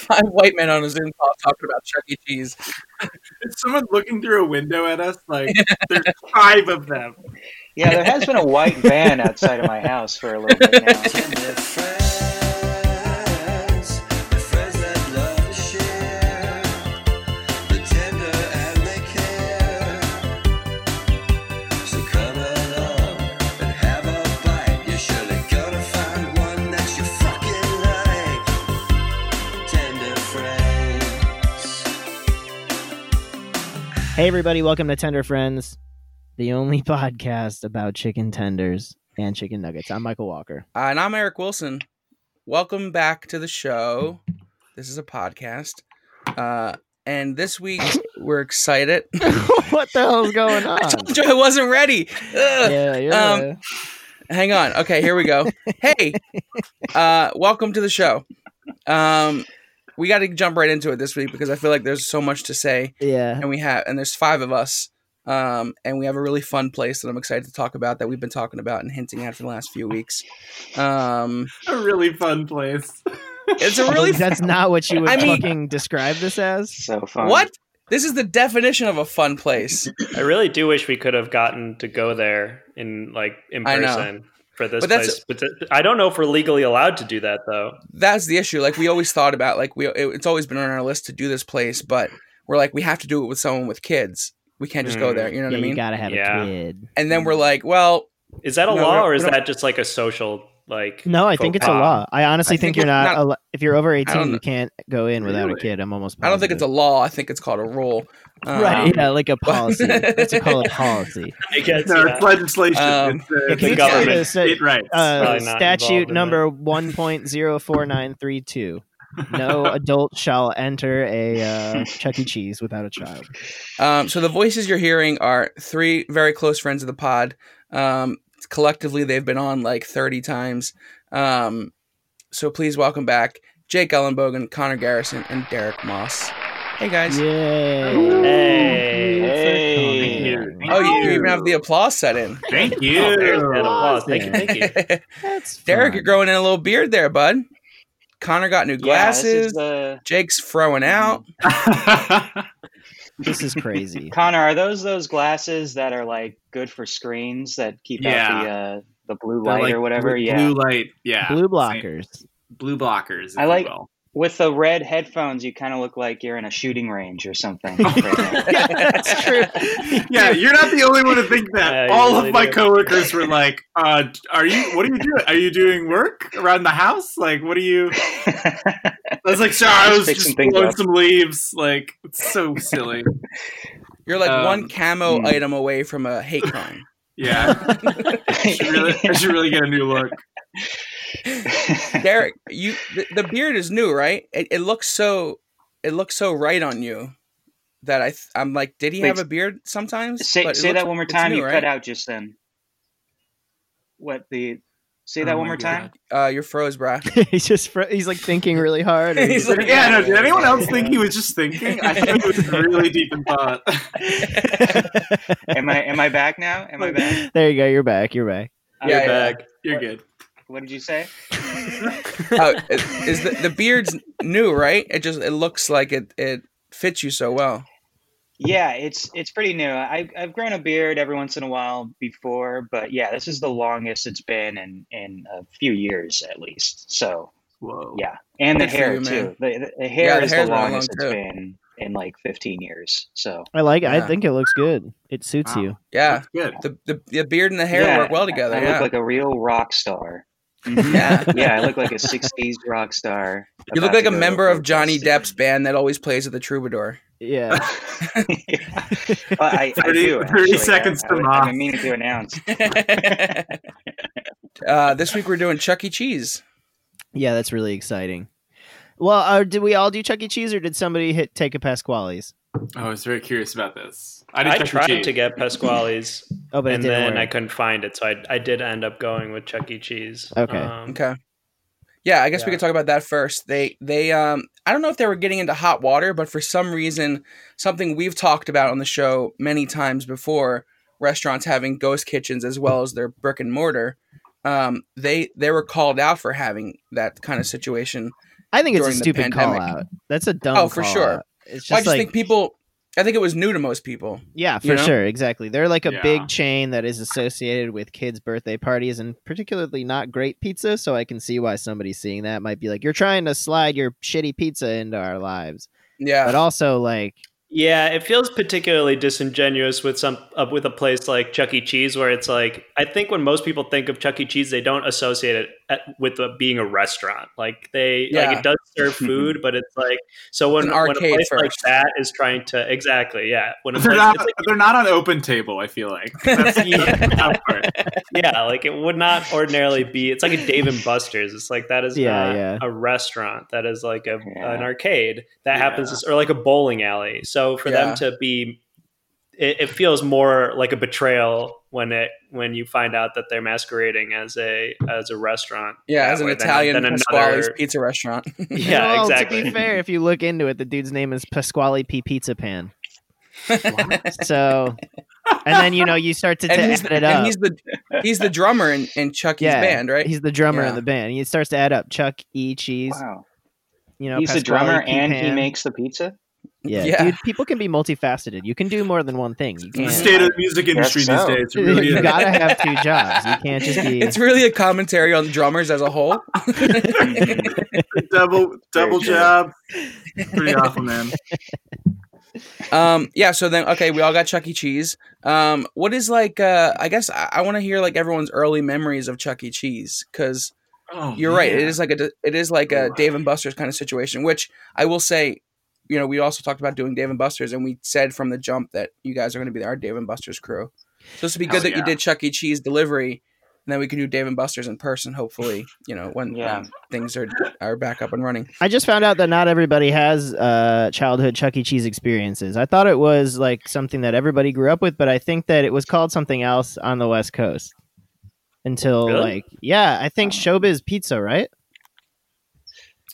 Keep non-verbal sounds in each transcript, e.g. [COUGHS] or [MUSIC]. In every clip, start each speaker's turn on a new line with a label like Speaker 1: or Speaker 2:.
Speaker 1: five white men on a Zoom call talking about Chuck E. Cheese.
Speaker 2: It's someone looking through a window at us. Like there's five of them.
Speaker 3: Yeah, there has been a white van outside of my house for a little bit now.
Speaker 4: Hey, everybody, welcome to Tender Friends, the only [LAUGHS] podcast about chicken tenders and chicken nuggets. I'm Michael Walker.
Speaker 1: Uh, and I'm Eric Wilson. Welcome back to the show. This is a podcast. Uh, and this week we're excited.
Speaker 4: [LAUGHS]
Speaker 1: [LAUGHS]
Speaker 4: what the hell's going on?
Speaker 1: I told you I wasn't ready. Ugh.
Speaker 4: [LAUGHS] yeah, you're
Speaker 1: Um,
Speaker 4: uh,
Speaker 1: Hang on. Okay, here we go. hey, uh, welcome to the show. Um, we got to jump right into it this week because I feel like there's so much to say,
Speaker 4: yeah.
Speaker 1: and we have, and there's five of us, um, and we have a really fun place that I'm excited to talk about that we've been talking about and hinting at for the last few weeks. Um,
Speaker 2: A really fun place.
Speaker 1: it's
Speaker 4: [LAUGHS]
Speaker 1: a
Speaker 4: Really?
Speaker 1: really
Speaker 4: That's not what you
Speaker 1: [LAUGHS]
Speaker 4: would
Speaker 1: I mean-
Speaker 4: fucking describe this as.
Speaker 3: So fun.
Speaker 1: What? This is the definition of a fun place.
Speaker 5: I really do wish we could have gotten to go there in like in
Speaker 1: I know.
Speaker 5: person for this
Speaker 1: But that's-
Speaker 5: place. But th- I don't know if we're legally allowed to do that though.
Speaker 1: That's the issue. Like we always thought about, like we it, it's always been on our list to do this place, but we're like we have to do it with someone with kids. We can't just go
Speaker 5: Mm.
Speaker 1: there. You know what
Speaker 4: yeah,
Speaker 1: I mean?
Speaker 4: you gotta have
Speaker 5: Yeah.
Speaker 4: a kid.
Speaker 1: and then we're like, well,
Speaker 5: Is that a
Speaker 1: No, we
Speaker 5: law
Speaker 1: don't-
Speaker 5: or
Speaker 1: we
Speaker 5: is
Speaker 1: don't-
Speaker 5: that just like a social like?
Speaker 4: No, I think
Speaker 5: faux
Speaker 4: it's a
Speaker 5: pas?
Speaker 4: law. I
Speaker 1: Um,
Speaker 4: honestly
Speaker 1: I
Speaker 4: think,
Speaker 1: think
Speaker 4: you're
Speaker 1: we're
Speaker 4: not,
Speaker 1: not-
Speaker 4: al- if you're over 18,
Speaker 1: don't
Speaker 4: you
Speaker 1: know.
Speaker 4: can't go in without a
Speaker 5: Really?
Speaker 4: kid. I'm almost.
Speaker 1: I don't think it's a
Speaker 4: positive.
Speaker 1: law. I think it's called a rule. Um,
Speaker 4: Mm-hmm. right.
Speaker 1: [LAUGHS]
Speaker 4: Yeah, like a policy. That's called a policy.
Speaker 5: I guess,
Speaker 2: No,
Speaker 5: yeah.
Speaker 2: it's legislation.
Speaker 1: Um,
Speaker 2: it's, uh,
Speaker 4: If you
Speaker 5: The
Speaker 4: try to
Speaker 5: government.
Speaker 4: say-
Speaker 2: It right.
Speaker 4: uh,
Speaker 5: Probably not
Speaker 4: statute
Speaker 5: involved in
Speaker 4: number one point zero four nine three two.
Speaker 5: [LAUGHS]
Speaker 4: No adult shall enter a uh, Chuck E. Cheese without a child.
Speaker 1: Um, so the voices you're hearing are three very close friends of the pod. Um, collectively, they've been on like 30 times. Um, so please welcome back Jake Ellenbogen, Connor Garrison, and Derek Moss. Hey guys.
Speaker 4: Yay!
Speaker 5: Hey.
Speaker 3: Hey.
Speaker 1: Oh, you, you even have the applause set in.
Speaker 2: Thank you.
Speaker 5: Oh, there's that applause. Thank you,
Speaker 4: Yeah.
Speaker 1: [LAUGHS]
Speaker 5: thank you.
Speaker 4: That's
Speaker 1: Derek,
Speaker 4: fun.
Speaker 1: you're growing in a little beard there, bud. Connor got new
Speaker 3: Yeah, this
Speaker 1: glasses.
Speaker 3: is, uh,
Speaker 1: Jake's throwing out.
Speaker 4: This is crazy.
Speaker 3: Connor, are those those glasses that are like good for screens that keep out the uh, the blue
Speaker 2: [LAUGHS] They're
Speaker 3: light
Speaker 2: like
Speaker 3: or whatever?
Speaker 2: Blue,
Speaker 3: [LAUGHS] yeah.
Speaker 2: Blue light. Yeah.
Speaker 4: Blue
Speaker 2: Same.
Speaker 4: blockers.
Speaker 2: Blue blockers. if
Speaker 3: I
Speaker 2: you
Speaker 3: like-
Speaker 2: will.
Speaker 3: With the red headphones, you kind of look like you're in a shooting range or something. right now.
Speaker 4: yeah, that's true.
Speaker 2: Yeah, you're not the only one to think
Speaker 5: Yeah,
Speaker 2: that.
Speaker 5: you
Speaker 2: All
Speaker 5: really
Speaker 2: of my
Speaker 5: do.
Speaker 2: coworkers were like, uh, "Are you? What are you doing? Are you doing work around the house? Like, what are you?" I was like, "Sorry, I
Speaker 3: Just
Speaker 2: was
Speaker 3: fixing
Speaker 2: just
Speaker 3: things
Speaker 2: blowing
Speaker 3: up."
Speaker 2: some leaves." Like, it's so silly.
Speaker 1: [LAUGHS] You're like
Speaker 2: Um,
Speaker 1: one camo
Speaker 3: hmm.
Speaker 1: item away from a hate crime.
Speaker 2: Yeah, I should
Speaker 3: [LAUGHS]
Speaker 2: really, I should really get a new look.
Speaker 3: [LAUGHS]
Speaker 1: Derek, you the, the beard is new, right? It, it looks so it looks so right on you that I th- I'm like, did he
Speaker 3: Wait,
Speaker 1: have a beard sometimes?
Speaker 3: say
Speaker 1: But it
Speaker 3: say
Speaker 1: looks-
Speaker 3: that one more
Speaker 1: it's
Speaker 3: time.
Speaker 1: new,
Speaker 3: you
Speaker 1: right?
Speaker 3: cut out just then. What the? Say that
Speaker 2: Oh
Speaker 3: one
Speaker 2: my
Speaker 3: more time.
Speaker 2: God.
Speaker 1: Uh, you're froze, bruh.
Speaker 3: [LAUGHS]
Speaker 4: [LAUGHS] he's just fr- he's like thinking really hard. and
Speaker 2: [LAUGHS]
Speaker 4: [LAUGHS]
Speaker 1: He's
Speaker 4: he's-
Speaker 1: like-
Speaker 2: Yeah, no. Did anyone else think he was just thinking? I thought
Speaker 1: [LAUGHS]
Speaker 2: he was really deep in thought.
Speaker 3: Am I am I back now? Am
Speaker 4: [LAUGHS]
Speaker 3: I back? uh,
Speaker 4: there you go. You're back. You're back.
Speaker 1: Yeah,
Speaker 5: You're
Speaker 1: yeah.
Speaker 5: back.
Speaker 2: You're good.
Speaker 3: What did you say?
Speaker 1: Oh, it- is the, the beard's new, right? It just it looks like it it fits you so well.
Speaker 3: Yeah, it's it's pretty new. I, I've grown a beard every once in a while before, but yeah, this is the longest it's been in in a few years at least. So
Speaker 2: Whoa.
Speaker 3: yeah, and the
Speaker 1: Good for
Speaker 3: hair
Speaker 1: you, man.
Speaker 3: too. The, the, the hair
Speaker 1: the
Speaker 3: is the
Speaker 1: hair's been long,
Speaker 3: longest it's
Speaker 1: too.
Speaker 3: been in like 15 years. So
Speaker 4: I like. it. I
Speaker 1: Yeah.
Speaker 4: think it looks good. It suits
Speaker 2: Wow.
Speaker 4: you.
Speaker 1: Yeah,
Speaker 2: Good.
Speaker 1: the the, the beard and the hair
Speaker 3: Yeah,
Speaker 1: work well
Speaker 3: I-
Speaker 1: together.
Speaker 3: I
Speaker 1: yeah,
Speaker 3: look like [LAUGHS] a real rock star.
Speaker 1: yeah.
Speaker 3: yeah, I look like
Speaker 1: [LAUGHS]
Speaker 3: a 60s rock star.
Speaker 1: You look
Speaker 3: about to
Speaker 1: like a
Speaker 3: go to
Speaker 1: member of
Speaker 3: protest.
Speaker 1: Johnny Depp's band that always plays at the
Speaker 3: [LAUGHS]
Speaker 1: Troubadour.
Speaker 4: Yeah.
Speaker 3: Yeah. [LAUGHS] Well, I, I
Speaker 2: 30
Speaker 3: do,
Speaker 2: 30
Speaker 3: actually. I-
Speaker 2: seconds
Speaker 3: I,
Speaker 2: to
Speaker 3: was-
Speaker 2: Moth.
Speaker 3: I've been meaning to announce.
Speaker 1: uh, this week we're doing Chuck E. Cheese.
Speaker 4: Yeah, that's really exciting. Well, uh, did we all do Chuck E. Cheese, or did somebody hit take a Pasquale's?
Speaker 2: I was very curious about this. I, did
Speaker 5: I
Speaker 2: Chuck E.
Speaker 5: tried
Speaker 2: Cheese.
Speaker 5: to get Pasquale's
Speaker 4: Oh, but
Speaker 5: and
Speaker 4: it didn't
Speaker 5: then I
Speaker 4: work.
Speaker 5: couldn't find it, so I, I did end up going with Chuck E. Cheese.
Speaker 4: Okay.
Speaker 5: Um,
Speaker 1: Okay. Yeah, I guess we
Speaker 5: Yeah.
Speaker 1: could talk about that first. They they um I don't know if they were getting into hot water, but for some reason something we've talked about on the show many times before, restaurants having ghost kitchens as well as their brick and mortar, um they they were called out for having that kind of situation
Speaker 4: I think it's a
Speaker 1: during the
Speaker 4: stupid call
Speaker 1: pandemic.
Speaker 4: out. That's a dumb.
Speaker 1: Oh, for
Speaker 4: call
Speaker 1: sure.
Speaker 4: out. It's
Speaker 1: Well, I
Speaker 4: just
Speaker 1: just
Speaker 4: like
Speaker 1: think people. I think it was new to most people.
Speaker 4: yeah,
Speaker 1: you
Speaker 4: for
Speaker 1: know?
Speaker 4: sure, exactly. They're like a
Speaker 2: Yeah.
Speaker 4: big chain that is associated with kids' birthday parties and particularly not great pizza. So I can see why somebody seeing that might be like, "You're trying to slide your shitty pizza into our lives,"
Speaker 1: Yeah,
Speaker 4: but also like,
Speaker 5: Yeah, it feels particularly disingenuous with some uh, with a place like Chuck E. Cheese, where it's like I think when most people think of Chuck E. Cheese, they don't associate it at, with uh being a restaurant. Like they like
Speaker 1: Yeah.
Speaker 5: it does serve
Speaker 1: [LAUGHS]
Speaker 5: food, but it's like so when,
Speaker 1: an
Speaker 5: when a
Speaker 1: arcade
Speaker 5: place like
Speaker 1: first.
Speaker 5: that is trying to exactly yeah when a
Speaker 2: They're
Speaker 5: place,
Speaker 2: not.
Speaker 5: it's
Speaker 2: They're not on open table. I
Speaker 1: [LAUGHS]
Speaker 2: feel like that's the tough part.
Speaker 5: like- yeah like it would not ordinarily be it's like a Dave and Buster's. It's like that is
Speaker 4: Yeah,
Speaker 5: not
Speaker 4: yeah.
Speaker 5: a restaurant. That is like a,
Speaker 3: Yeah.
Speaker 5: an arcade that happens
Speaker 2: Yeah.
Speaker 5: or like a bowling alley. So for
Speaker 1: Yeah.
Speaker 5: them to be it, it feels more like a betrayal when it when you find out that they're masquerading as a as a restaurant.
Speaker 1: yeah.
Speaker 5: that
Speaker 1: As an
Speaker 5: way than-
Speaker 1: Italian
Speaker 5: than
Speaker 1: Pasquale's
Speaker 5: another-
Speaker 1: pizza
Speaker 4: [LAUGHS]
Speaker 1: restaurant.
Speaker 5: [LAUGHS] Yeah,
Speaker 4: well,
Speaker 5: exactly. [LAUGHS]
Speaker 4: To be fair, if you look into it, the dude's name is Pasquale P. Pizza Pan. so, and then you know you start to t-
Speaker 1: and he's,
Speaker 4: add it
Speaker 1: and
Speaker 4: up.
Speaker 1: he's the he's the drummer in, in Chucky's
Speaker 4: yeah,
Speaker 1: band, right?
Speaker 4: He's the drummer
Speaker 1: Yeah.
Speaker 4: in the band. He starts to add up. Chuck E. Cheese.
Speaker 3: wow.
Speaker 4: You know,
Speaker 3: He's the
Speaker 4: Pasquale
Speaker 3: drummer
Speaker 4: P.
Speaker 3: and he
Speaker 4: Pan.
Speaker 3: makes the pizza.
Speaker 4: Yeah,
Speaker 1: Yeah.
Speaker 4: Dude, people can be multifaceted. You can do more than one thing. You
Speaker 2: The
Speaker 4: can't.
Speaker 2: state of the music industry
Speaker 3: so.
Speaker 2: these days. It really
Speaker 4: [LAUGHS] you
Speaker 2: is.
Speaker 4: gotta have two jobs. [LAUGHS] You can't just be.
Speaker 1: It's really a commentary on drummers as a whole.
Speaker 2: double double
Speaker 3: Very
Speaker 1: [LAUGHS]
Speaker 3: good.
Speaker 2: job. Pretty awful, man.
Speaker 1: um, yeah. So then, okay, we all got Chuck E. Cheese. Um, what is like? Uh, I guess I, I want to hear like everyone's early memories of Chuck E. Cheese because
Speaker 2: Oh,
Speaker 1: You're right. It
Speaker 2: man.
Speaker 1: is like a it is like a
Speaker 2: Right.
Speaker 1: Dave and Buster's kind of situation, which I will say, you know, we also talked about doing Dave and Buster's, and we said from the jump that you guys are going to be our Dave and Buster's crew. So this would be
Speaker 2: Hell
Speaker 1: good that
Speaker 2: yeah.
Speaker 1: you did Chuck E. Cheese delivery, and then we can do Dave and Buster's in person. Hopefully, you know, when
Speaker 3: Yeah.
Speaker 1: um, things are are back up and running.
Speaker 4: I just found out that not everybody has uh, childhood Chuck E. Cheese experiences. I thought it was like something that everybody grew up with, but I think that it was called something else on the West Coast until
Speaker 5: Really?
Speaker 4: like yeah, I think Showbiz Pizza, right?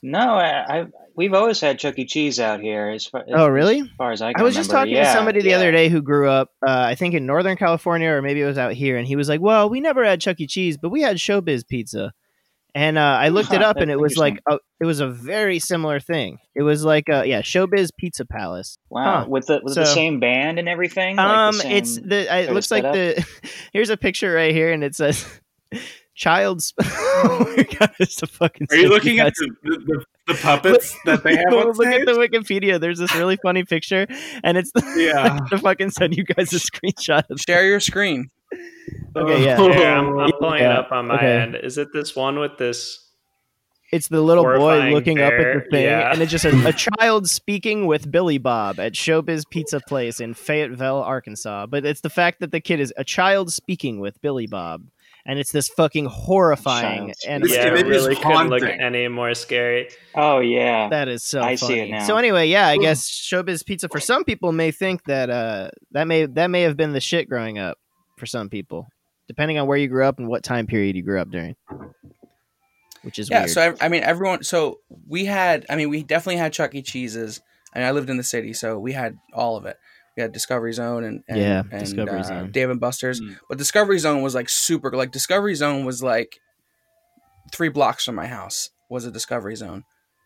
Speaker 3: No, I, I we've always had Chuck E. Cheese out here. As far, as,
Speaker 4: Oh, really?
Speaker 3: as far as I can
Speaker 4: I was just
Speaker 3: remember.
Speaker 4: talking
Speaker 3: Yeah,
Speaker 4: to somebody the
Speaker 3: yeah.
Speaker 4: other day who grew up, uh, I think in Northern California or maybe it was out here, and he was like, "Well, we never had Chuck E. Cheese, but we had Showbiz Pizza." And uh, I looked it
Speaker 3: Huh,
Speaker 4: up, and
Speaker 3: that's
Speaker 4: it was like a, it was a very similar thing. It was like uh yeah, Showbiz Pizza Palace.
Speaker 3: Wow,
Speaker 4: Huh.
Speaker 3: with the with the
Speaker 4: So-
Speaker 3: same band and everything. like the
Speaker 4: Um, it's
Speaker 3: same-
Speaker 4: the I- it
Speaker 3: sort of
Speaker 4: looks like
Speaker 3: setup?
Speaker 4: the [LAUGHS] here's a picture right here, and it says [LAUGHS] child's. [LAUGHS] oh my god, it's a fucking.
Speaker 2: Are you
Speaker 4: sick
Speaker 2: looking at
Speaker 4: guys.
Speaker 2: the, the, the, the puppets that
Speaker 4: [LAUGHS]
Speaker 2: they have on
Speaker 4: Look at
Speaker 2: stage?
Speaker 4: the Wikipedia. There's this really funny picture, and it's [LAUGHS] the,
Speaker 2: Yeah.
Speaker 4: I fucking send you guys a screenshot of
Speaker 1: Share your screen.
Speaker 4: Okay, yeah.
Speaker 2: Oh,
Speaker 5: Here, I'm, I'm pulling it
Speaker 4: Yeah,
Speaker 5: up on my
Speaker 4: okay.
Speaker 5: end. Is it this one with this?
Speaker 4: It's the little boy
Speaker 5: Horrifying
Speaker 4: looking up at the
Speaker 5: bear,
Speaker 4: thing,
Speaker 5: yeah.
Speaker 4: and it just says
Speaker 2: [LAUGHS]
Speaker 4: a child speaking with Billy Bob at Showbiz Pizza Place in Fayetteville, Arkansas. But it's the fact that the kid is a child speaking with Billy Bob, and it's this fucking horrifying.
Speaker 3: Child
Speaker 4: And
Speaker 2: This
Speaker 5: yeah,
Speaker 2: image
Speaker 5: it
Speaker 2: is
Speaker 5: really couldn't look
Speaker 2: haunting.
Speaker 5: any more scary.
Speaker 3: oh yeah,
Speaker 4: that is so
Speaker 3: I
Speaker 4: funny.
Speaker 3: see it now.
Speaker 4: So anyway, yeah, I guess Showbiz Pizza for some people may think that uh, that may that may have been the shit growing up for some people, depending on where you grew up and what time period you grew up during. Which is
Speaker 1: Yeah.
Speaker 4: weird.
Speaker 1: So I, I mean, everyone. So we had. I mean, we definitely had Chuck E. Cheeses, and I lived in the city, so we had all of it. We had Discovery Zone and, and
Speaker 4: Yeah,
Speaker 1: and,
Speaker 4: Discovery
Speaker 1: uh,
Speaker 4: Zone.
Speaker 1: Dave and Buster's.
Speaker 2: Mm.
Speaker 1: But Discovery Zone was like super. Like Discovery Zone was like three blocks from my house was a Discovery Zone.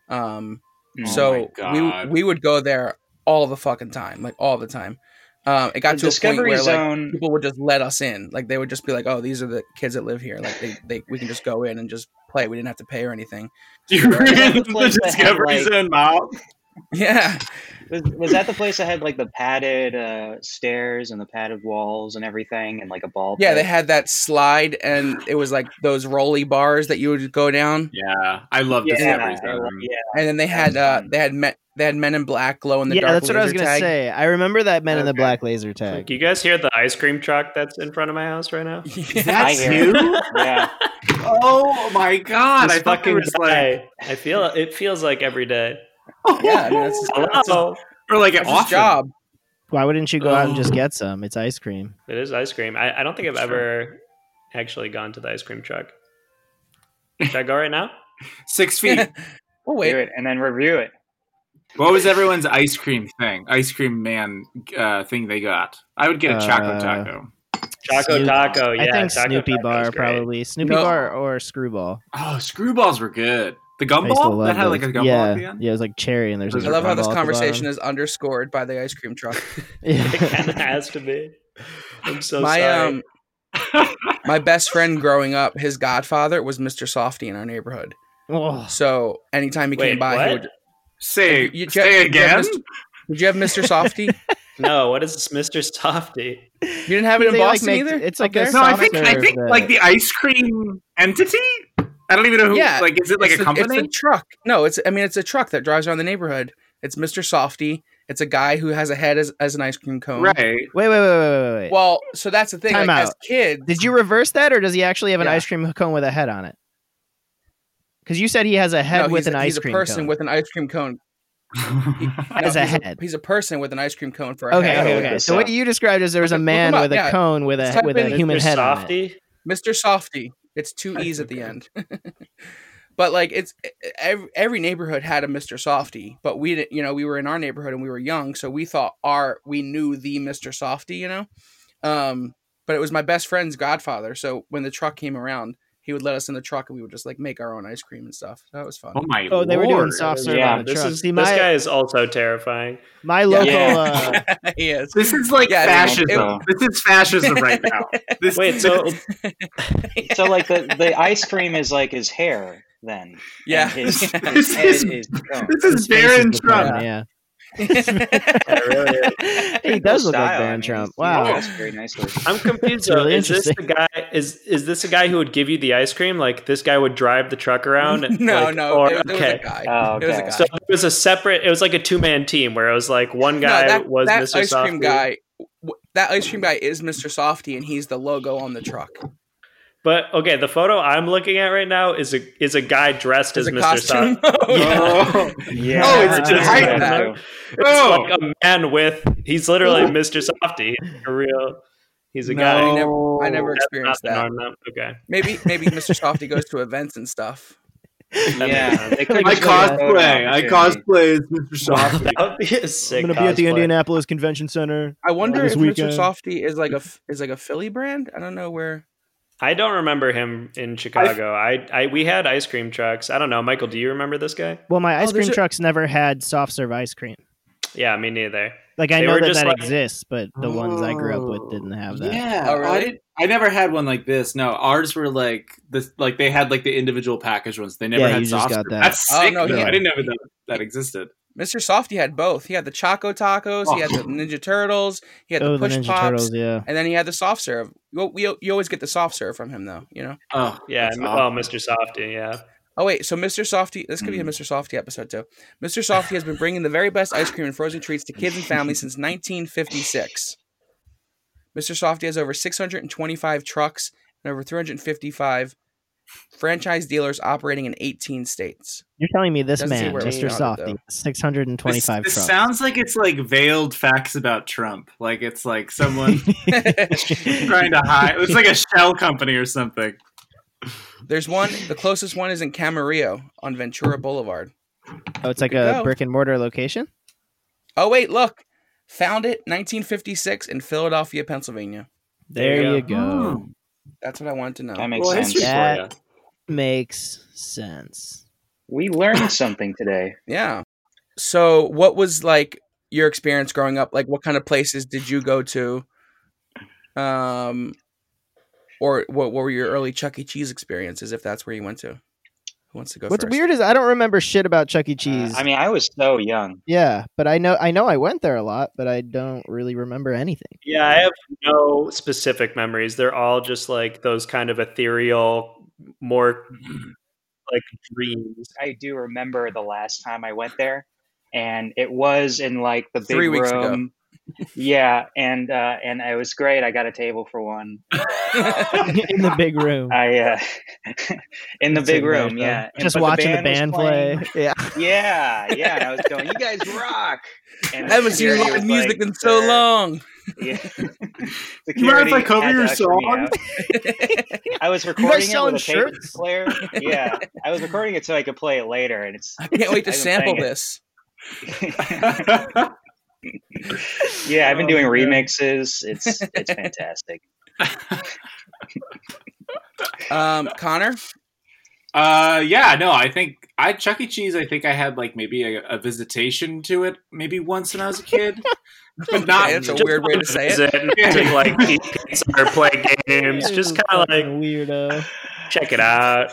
Speaker 1: Um,
Speaker 3: Mm.
Speaker 1: so
Speaker 2: my
Speaker 1: we
Speaker 2: God.
Speaker 1: we would go there all the fucking time, like all the time. Um, it got
Speaker 3: The
Speaker 1: to a point
Speaker 3: Discovery
Speaker 1: where like
Speaker 3: Zone.
Speaker 1: people would just let us in. Like they would just be like, "Oh, these are the kids that live here. Like they, they we can just go in and just play. We didn't have to pay or anything." [LAUGHS]
Speaker 2: You were in
Speaker 3: the place
Speaker 2: the
Speaker 3: that had,
Speaker 2: Discovery
Speaker 3: like-
Speaker 2: Zone mall.
Speaker 1: Yeah,
Speaker 3: was, was that the place that had like the padded uh, stairs and the padded walls and everything and like a ball?
Speaker 1: yeah. They
Speaker 3: pit?
Speaker 1: had that slide, and it was like those rolly bars that you would go down,
Speaker 2: Yeah, I love
Speaker 3: yeah,
Speaker 2: Discovery
Speaker 3: I
Speaker 2: Zone.
Speaker 3: love- yeah.
Speaker 1: and then they had uh, they had met they had Men in Black glow in the
Speaker 4: yeah,
Speaker 1: dark.
Speaker 4: that's what I was
Speaker 1: laser
Speaker 4: gonna
Speaker 1: tag.
Speaker 4: say. I remember that Men in the
Speaker 2: Okay.
Speaker 4: Black laser
Speaker 5: Like,
Speaker 4: tag.
Speaker 5: you guys hear the ice cream truck that's in front of my house right now?
Speaker 3: I
Speaker 1: [LAUGHS]
Speaker 2: That's
Speaker 3: hear
Speaker 2: you?
Speaker 3: it. [LAUGHS] Yeah,
Speaker 2: Oh my god!
Speaker 5: This
Speaker 2: I thought it
Speaker 5: fucking
Speaker 2: was like,
Speaker 5: guy. I feel it feels like every day.
Speaker 1: Yeah, I
Speaker 5: [LAUGHS]
Speaker 1: mean, that's his, that's his-
Speaker 5: Hello.
Speaker 2: or like an
Speaker 1: that's his
Speaker 2: off
Speaker 1: job.
Speaker 4: Why wouldn't you go out and just
Speaker 1: Um,
Speaker 2: Oh.
Speaker 4: get some? It's ice cream.
Speaker 5: It is ice cream. I, I don't think I've
Speaker 2: Sure.
Speaker 5: ever actually gone to the ice cream truck. Should I go right now?
Speaker 2: six feet.
Speaker 1: Well,
Speaker 3: do
Speaker 1: [LAUGHS] Oh, wait.
Speaker 3: it and then
Speaker 1: [LAUGHS]
Speaker 3: review it.
Speaker 2: what was everyone's ice cream thing? Ice cream man uh, thing they got? I would get a choco
Speaker 4: Uh,
Speaker 2: taco.
Speaker 5: Choco
Speaker 4: Snoop-
Speaker 5: Taco. Yeah,
Speaker 4: I think
Speaker 5: Choco
Speaker 4: Snoopy [LAUGHS]
Speaker 5: Taco's [LAUGHS]
Speaker 4: Bar
Speaker 5: great.
Speaker 4: probably Snoopy
Speaker 1: No.
Speaker 4: Bar or Screwball.
Speaker 2: Oh, screwballs were good. The
Speaker 4: I used to
Speaker 2: gumball
Speaker 4: love
Speaker 2: that had like a
Speaker 4: those.
Speaker 2: gumball
Speaker 4: yeah,
Speaker 2: at the end.
Speaker 4: yeah, it was like cherry, and there's.
Speaker 2: I
Speaker 1: I
Speaker 4: a
Speaker 1: love how this
Speaker 4: gumball at the
Speaker 1: conversation
Speaker 4: bottom.
Speaker 1: is underscored by the ice cream truck.
Speaker 4: [LAUGHS]
Speaker 5: It
Speaker 4: Yeah. [LAUGHS]
Speaker 5: kind of has to be. I'm [LAUGHS] so
Speaker 1: my
Speaker 5: sorry.
Speaker 1: um, my best friend growing up, his godfather was Mr. Softy in our neighborhood.
Speaker 4: Oh,
Speaker 1: So anytime he
Speaker 5: Wait,
Speaker 1: came by, he
Speaker 5: what?
Speaker 1: would.
Speaker 2: [LAUGHS] Say,
Speaker 1: You- you-
Speaker 2: say
Speaker 1: you-
Speaker 2: again.
Speaker 1: Mr. Did you have Mr. Softy? you
Speaker 5: [LAUGHS] No, what is this, Mr. Softy?
Speaker 1: didn't
Speaker 4: [LAUGHS]
Speaker 1: have it in
Speaker 4: They, like,
Speaker 1: Boston
Speaker 4: make-
Speaker 1: either.
Speaker 4: it's
Speaker 1: Up
Speaker 4: like a
Speaker 1: there?
Speaker 2: No, I think
Speaker 4: soft
Speaker 2: I
Speaker 4: serve
Speaker 2: think
Speaker 4: that-
Speaker 2: like the ice cream entity. I don't even know who.
Speaker 1: Yeah,
Speaker 2: like is it like
Speaker 1: It's
Speaker 2: a
Speaker 1: the-
Speaker 2: company?
Speaker 1: It's a truck. No, it's I mean it's a truck that drives around the neighborhood. It's Mr. Softy. It's a guy who has a head as, as an ice cream cone.
Speaker 2: right. [LAUGHS]
Speaker 4: Wait, wait, wait, wait, wait, wait.
Speaker 1: Well, so that's the thing.
Speaker 4: Time
Speaker 1: Like, as
Speaker 4: out.
Speaker 1: kids,
Speaker 4: Did you reverse that, or does he actually have an
Speaker 1: Yeah.
Speaker 4: ice cream cone with a head on it? Because you said he has a head
Speaker 1: no,
Speaker 4: with
Speaker 1: he's,
Speaker 4: an
Speaker 1: a-
Speaker 4: ice
Speaker 1: he's a
Speaker 4: cream
Speaker 1: person
Speaker 4: cone.
Speaker 1: with an ice cream cone.
Speaker 4: As
Speaker 1: No,
Speaker 4: a
Speaker 1: he's
Speaker 4: head.
Speaker 1: he's a person with an ice cream cone for a
Speaker 4: okay,
Speaker 1: head.
Speaker 4: okay,
Speaker 3: Yeah,
Speaker 4: okay.
Speaker 3: it's
Speaker 4: So what
Speaker 3: a-
Speaker 4: you described is there was a
Speaker 1: Look 'em
Speaker 4: man
Speaker 1: up,
Speaker 4: with a
Speaker 1: yeah.
Speaker 4: cone with
Speaker 1: Just
Speaker 4: a
Speaker 1: type
Speaker 4: with a
Speaker 1: in
Speaker 4: human
Speaker 5: Mr.
Speaker 4: head on it.
Speaker 5: Softy?
Speaker 1: Mr. Softy. It's two E's at the end. [LAUGHS] but like it's e, every, every neighborhood had a Mr. Softy, but we didn't, you know, we were in our neighborhood and we were young, so we thought our we knew the Mr. Softy, you know. Um but it was my best friend's godfather, so when the truck came around, he would let us in the truck and we would just like make our own ice cream and stuff. That was fun. [LAUGHS]
Speaker 2: Oh my
Speaker 4: Oh, they were doing
Speaker 2: lord!
Speaker 4: soft serve
Speaker 3: Yeah,
Speaker 4: on the
Speaker 5: this,
Speaker 4: truck.
Speaker 5: is,
Speaker 4: See,
Speaker 5: this
Speaker 4: my
Speaker 5: guy is also terrifying.
Speaker 4: my local
Speaker 3: Yeah.
Speaker 4: uh, [LAUGHS]
Speaker 1: yes.
Speaker 2: This is like
Speaker 1: Yeah,
Speaker 3: I mean,
Speaker 2: fascism. this is
Speaker 1: [LAUGHS]
Speaker 2: fascism right now. This,
Speaker 5: Wait, so
Speaker 3: So like the, the ice cream is like his hair then.
Speaker 1: Yeah.
Speaker 3: And
Speaker 1: [LAUGHS]
Speaker 3: his, his
Speaker 2: This
Speaker 3: head
Speaker 2: is-
Speaker 3: is gone.
Speaker 2: this
Speaker 4: his
Speaker 2: is
Speaker 4: face
Speaker 2: Baron
Speaker 4: [LAUGHS]
Speaker 2: [LAUGHS]
Speaker 4: the
Speaker 2: Trump.
Speaker 4: cone, Yeah,
Speaker 5: really
Speaker 1: [LAUGHS]
Speaker 4: he
Speaker 3: Cool
Speaker 4: does look like
Speaker 3: style. I
Speaker 4: Baron
Speaker 3: mean,
Speaker 4: Trump.
Speaker 3: he's-
Speaker 4: Wow.
Speaker 3: That's very nicely.
Speaker 5: I'm confused. though.
Speaker 4: really
Speaker 5: is this the guy? Is is this the guy who would give you the ice cream? Like this guy would drive the truck around?
Speaker 1: [LAUGHS]
Speaker 5: and,
Speaker 1: no,
Speaker 5: like,
Speaker 1: no.
Speaker 5: or-
Speaker 1: it, was- it was
Speaker 5: okay.
Speaker 1: a guy.
Speaker 3: Oh,
Speaker 1: It was a
Speaker 3: okay.
Speaker 1: guy.
Speaker 5: So it was a separate. It was like a two man team where it was like one guy
Speaker 1: no, that,
Speaker 5: was
Speaker 1: that
Speaker 5: Mr.
Speaker 1: ice
Speaker 5: Softy.
Speaker 1: cream guy. w- That ice cream guy is Mr. Softy, and he's the logo on the truck.
Speaker 5: But okay, the photo I'm looking at right now is a is a guy dressed
Speaker 1: It's
Speaker 5: as
Speaker 1: a
Speaker 5: Mr.
Speaker 1: costume.
Speaker 5: Softy.
Speaker 1: Oh,
Speaker 2: Oh,
Speaker 3: Yeah.
Speaker 2: Oh,
Speaker 4: it's
Speaker 3: Yeah.
Speaker 5: Titan.
Speaker 3: Yeah.
Speaker 5: [LAUGHS] It's
Speaker 2: Oh.
Speaker 5: like a man with. He's literally Mr. Softy. He's a real. He's a guy.
Speaker 1: I never- I never
Speaker 5: That's not
Speaker 1: experienced
Speaker 5: the
Speaker 1: that.
Speaker 5: norm, though. Okay.
Speaker 1: Maybe maybe Mr. Softy goes to events and stuff.
Speaker 3: [LAUGHS]
Speaker 4: [LAUGHS]
Speaker 3: Yeah. They could've
Speaker 2: I
Speaker 3: just made a photo
Speaker 2: cosplay. I
Speaker 3: opportunity.
Speaker 2: cosplay as Mr. Soft.
Speaker 5: that would be a sick.
Speaker 4: I'm gonna be at the
Speaker 5: cosplay.
Speaker 4: Indianapolis Convention Center.
Speaker 1: I wonder
Speaker 4: this
Speaker 1: if Mr.
Speaker 4: weekend.
Speaker 1: Softy is like a f- is like a Philly brand. I don't know where.
Speaker 5: I don't remember him in Chicago. I, I we had ice cream trucks. I don't know, Michael. Do you remember this guy?
Speaker 4: Well, my ice
Speaker 1: Oh, there's
Speaker 4: cream
Speaker 1: a-
Speaker 4: trucks never had soft serve ice cream.
Speaker 5: Yeah, me neither.
Speaker 4: Like I
Speaker 5: They
Speaker 4: know
Speaker 5: were
Speaker 4: that
Speaker 5: just
Speaker 4: that
Speaker 5: like-
Speaker 4: exists, but the ones I grew up with didn't have that.
Speaker 2: Yeah,
Speaker 1: Oh, really?
Speaker 2: I, did, I never had one like this. No, ours were like this. Like they had like the individual package ones. They never
Speaker 4: Yeah,
Speaker 2: had
Speaker 4: you just
Speaker 2: soft
Speaker 4: got
Speaker 2: serve.
Speaker 4: that.
Speaker 2: That's
Speaker 1: Oh,
Speaker 2: sick.
Speaker 1: no,
Speaker 2: though.
Speaker 4: yeah.
Speaker 2: I didn't know that that existed.
Speaker 1: Mr. Softy had both. He had the Choco Tacos. He had the Ninja Turtles. He had
Speaker 4: Oh,
Speaker 1: the
Speaker 4: the
Speaker 1: Push
Speaker 4: Ninja
Speaker 1: Pops.
Speaker 4: Turtles, yeah.
Speaker 1: And then he had the soft serve. You, we, you always get the soft serve from him, though. You know.
Speaker 2: Oh,
Speaker 5: Yeah,
Speaker 2: that's
Speaker 5: m-
Speaker 2: awful.
Speaker 5: well, Mr. Softy. Yeah,
Speaker 1: Oh wait, so Mr. Softy, this could be a Mr. Softy episode too. Mr. Softy has been bringing the very best ice cream and frozen treats to kids and families since 1956. Mr. Softy has over 625 trucks and over 355 franchise dealers operating in 18 states. [LAUGHS]
Speaker 4: You're telling me this
Speaker 1: Doesn't say
Speaker 4: man,
Speaker 1: where it was
Speaker 4: Mr.
Speaker 1: founded,
Speaker 4: Softy,
Speaker 1: though.
Speaker 4: 625
Speaker 2: This, this
Speaker 4: trucks. [LAUGHS]
Speaker 2: sounds like it's like veiled facts about Trump. Like it's like someone trying to hide. It's like a shell company or something.
Speaker 1: There's one, the closest one is in Camarillo on Ventura Boulevard.
Speaker 4: oh, it's like
Speaker 1: Good
Speaker 4: a
Speaker 1: go.
Speaker 4: brick and mortar location.
Speaker 1: Oh wait, look. Founded 1956 in Philadelphia, Pennsylvania.
Speaker 4: There,
Speaker 5: you
Speaker 4: you go.
Speaker 2: Hmm.
Speaker 1: That's what I wanted to know.
Speaker 3: That makes
Speaker 2: Well,
Speaker 3: sense.
Speaker 2: history for
Speaker 4: Yeah.
Speaker 2: ya.
Speaker 4: Makes sense.
Speaker 3: We learned something
Speaker 4: [LAUGHS]
Speaker 3: today.
Speaker 1: Yeah. So, what was like your experience growing up? Like, what kind of places did you go to? Um, or what, what were your early Chuck E. Cheese experiences, if that's where you went to? Who wants to go
Speaker 4: What's
Speaker 1: first?
Speaker 4: weird is I don't remember shit about Chuck E. Cheese.
Speaker 3: I mean, I was so young.
Speaker 4: yeah, but I know I know I went there a lot, but I don't really remember anything.
Speaker 5: yeah. I have no specific memories. They're all just like those kind of ethereal, more like dreams.
Speaker 3: I do remember the last time I went there, and it was in like the big
Speaker 1: Three weeks ago.
Speaker 3: room. Yeah, and uh, and it was great. I got a table for one.
Speaker 4: [LAUGHS] in the big room.
Speaker 3: I uh, in [LAUGHS] the
Speaker 4: That's
Speaker 3: big
Speaker 4: a nice
Speaker 3: room,
Speaker 4: though.
Speaker 3: yeah. And-
Speaker 4: Just
Speaker 3: but
Speaker 4: watching the
Speaker 3: was
Speaker 4: band,
Speaker 3: playing.
Speaker 4: play. Yeah.
Speaker 3: Yeah, yeah. And I was going, "You guys rock!" And
Speaker 1: I haven't seen
Speaker 3: security
Speaker 1: live
Speaker 3: was
Speaker 1: music
Speaker 3: like,
Speaker 1: in so
Speaker 3: "Sir."
Speaker 1: long.
Speaker 3: [LAUGHS] Yeah.
Speaker 2: You mind if I
Speaker 3: Security
Speaker 2: cover
Speaker 3: had to
Speaker 2: your
Speaker 3: usher me
Speaker 2: song?
Speaker 3: out. [LAUGHS]
Speaker 2: [LAUGHS]
Speaker 3: I was recording it
Speaker 4: selling
Speaker 3: with a tape
Speaker 4: shirts?
Speaker 3: player. Yeah, I was recording it so I could play it later,
Speaker 1: [LAUGHS]
Speaker 3: and it's [LAUGHS]
Speaker 1: I can't wait to
Speaker 3: I've been
Speaker 1: sample
Speaker 3: playing it.
Speaker 1: this.
Speaker 3: yeah. I've been
Speaker 5: Oh,
Speaker 3: doing
Speaker 5: man.
Speaker 3: remixes. It's
Speaker 2: [LAUGHS]
Speaker 3: it's fantastic. [LAUGHS]
Speaker 1: Um, Connor,
Speaker 2: Uh, yeah, no, I think I Chuck E. Cheese. I think I had like maybe a, a visitation to it maybe once when I was
Speaker 1: [LAUGHS]
Speaker 2: a kid, but not.
Speaker 1: Okay, that's a weird way to say
Speaker 3: [LAUGHS]
Speaker 1: it.
Speaker 5: to like eat pizza or play games. Just kind of
Speaker 4: Fucking
Speaker 5: like
Speaker 4: weirdo.
Speaker 5: check it out.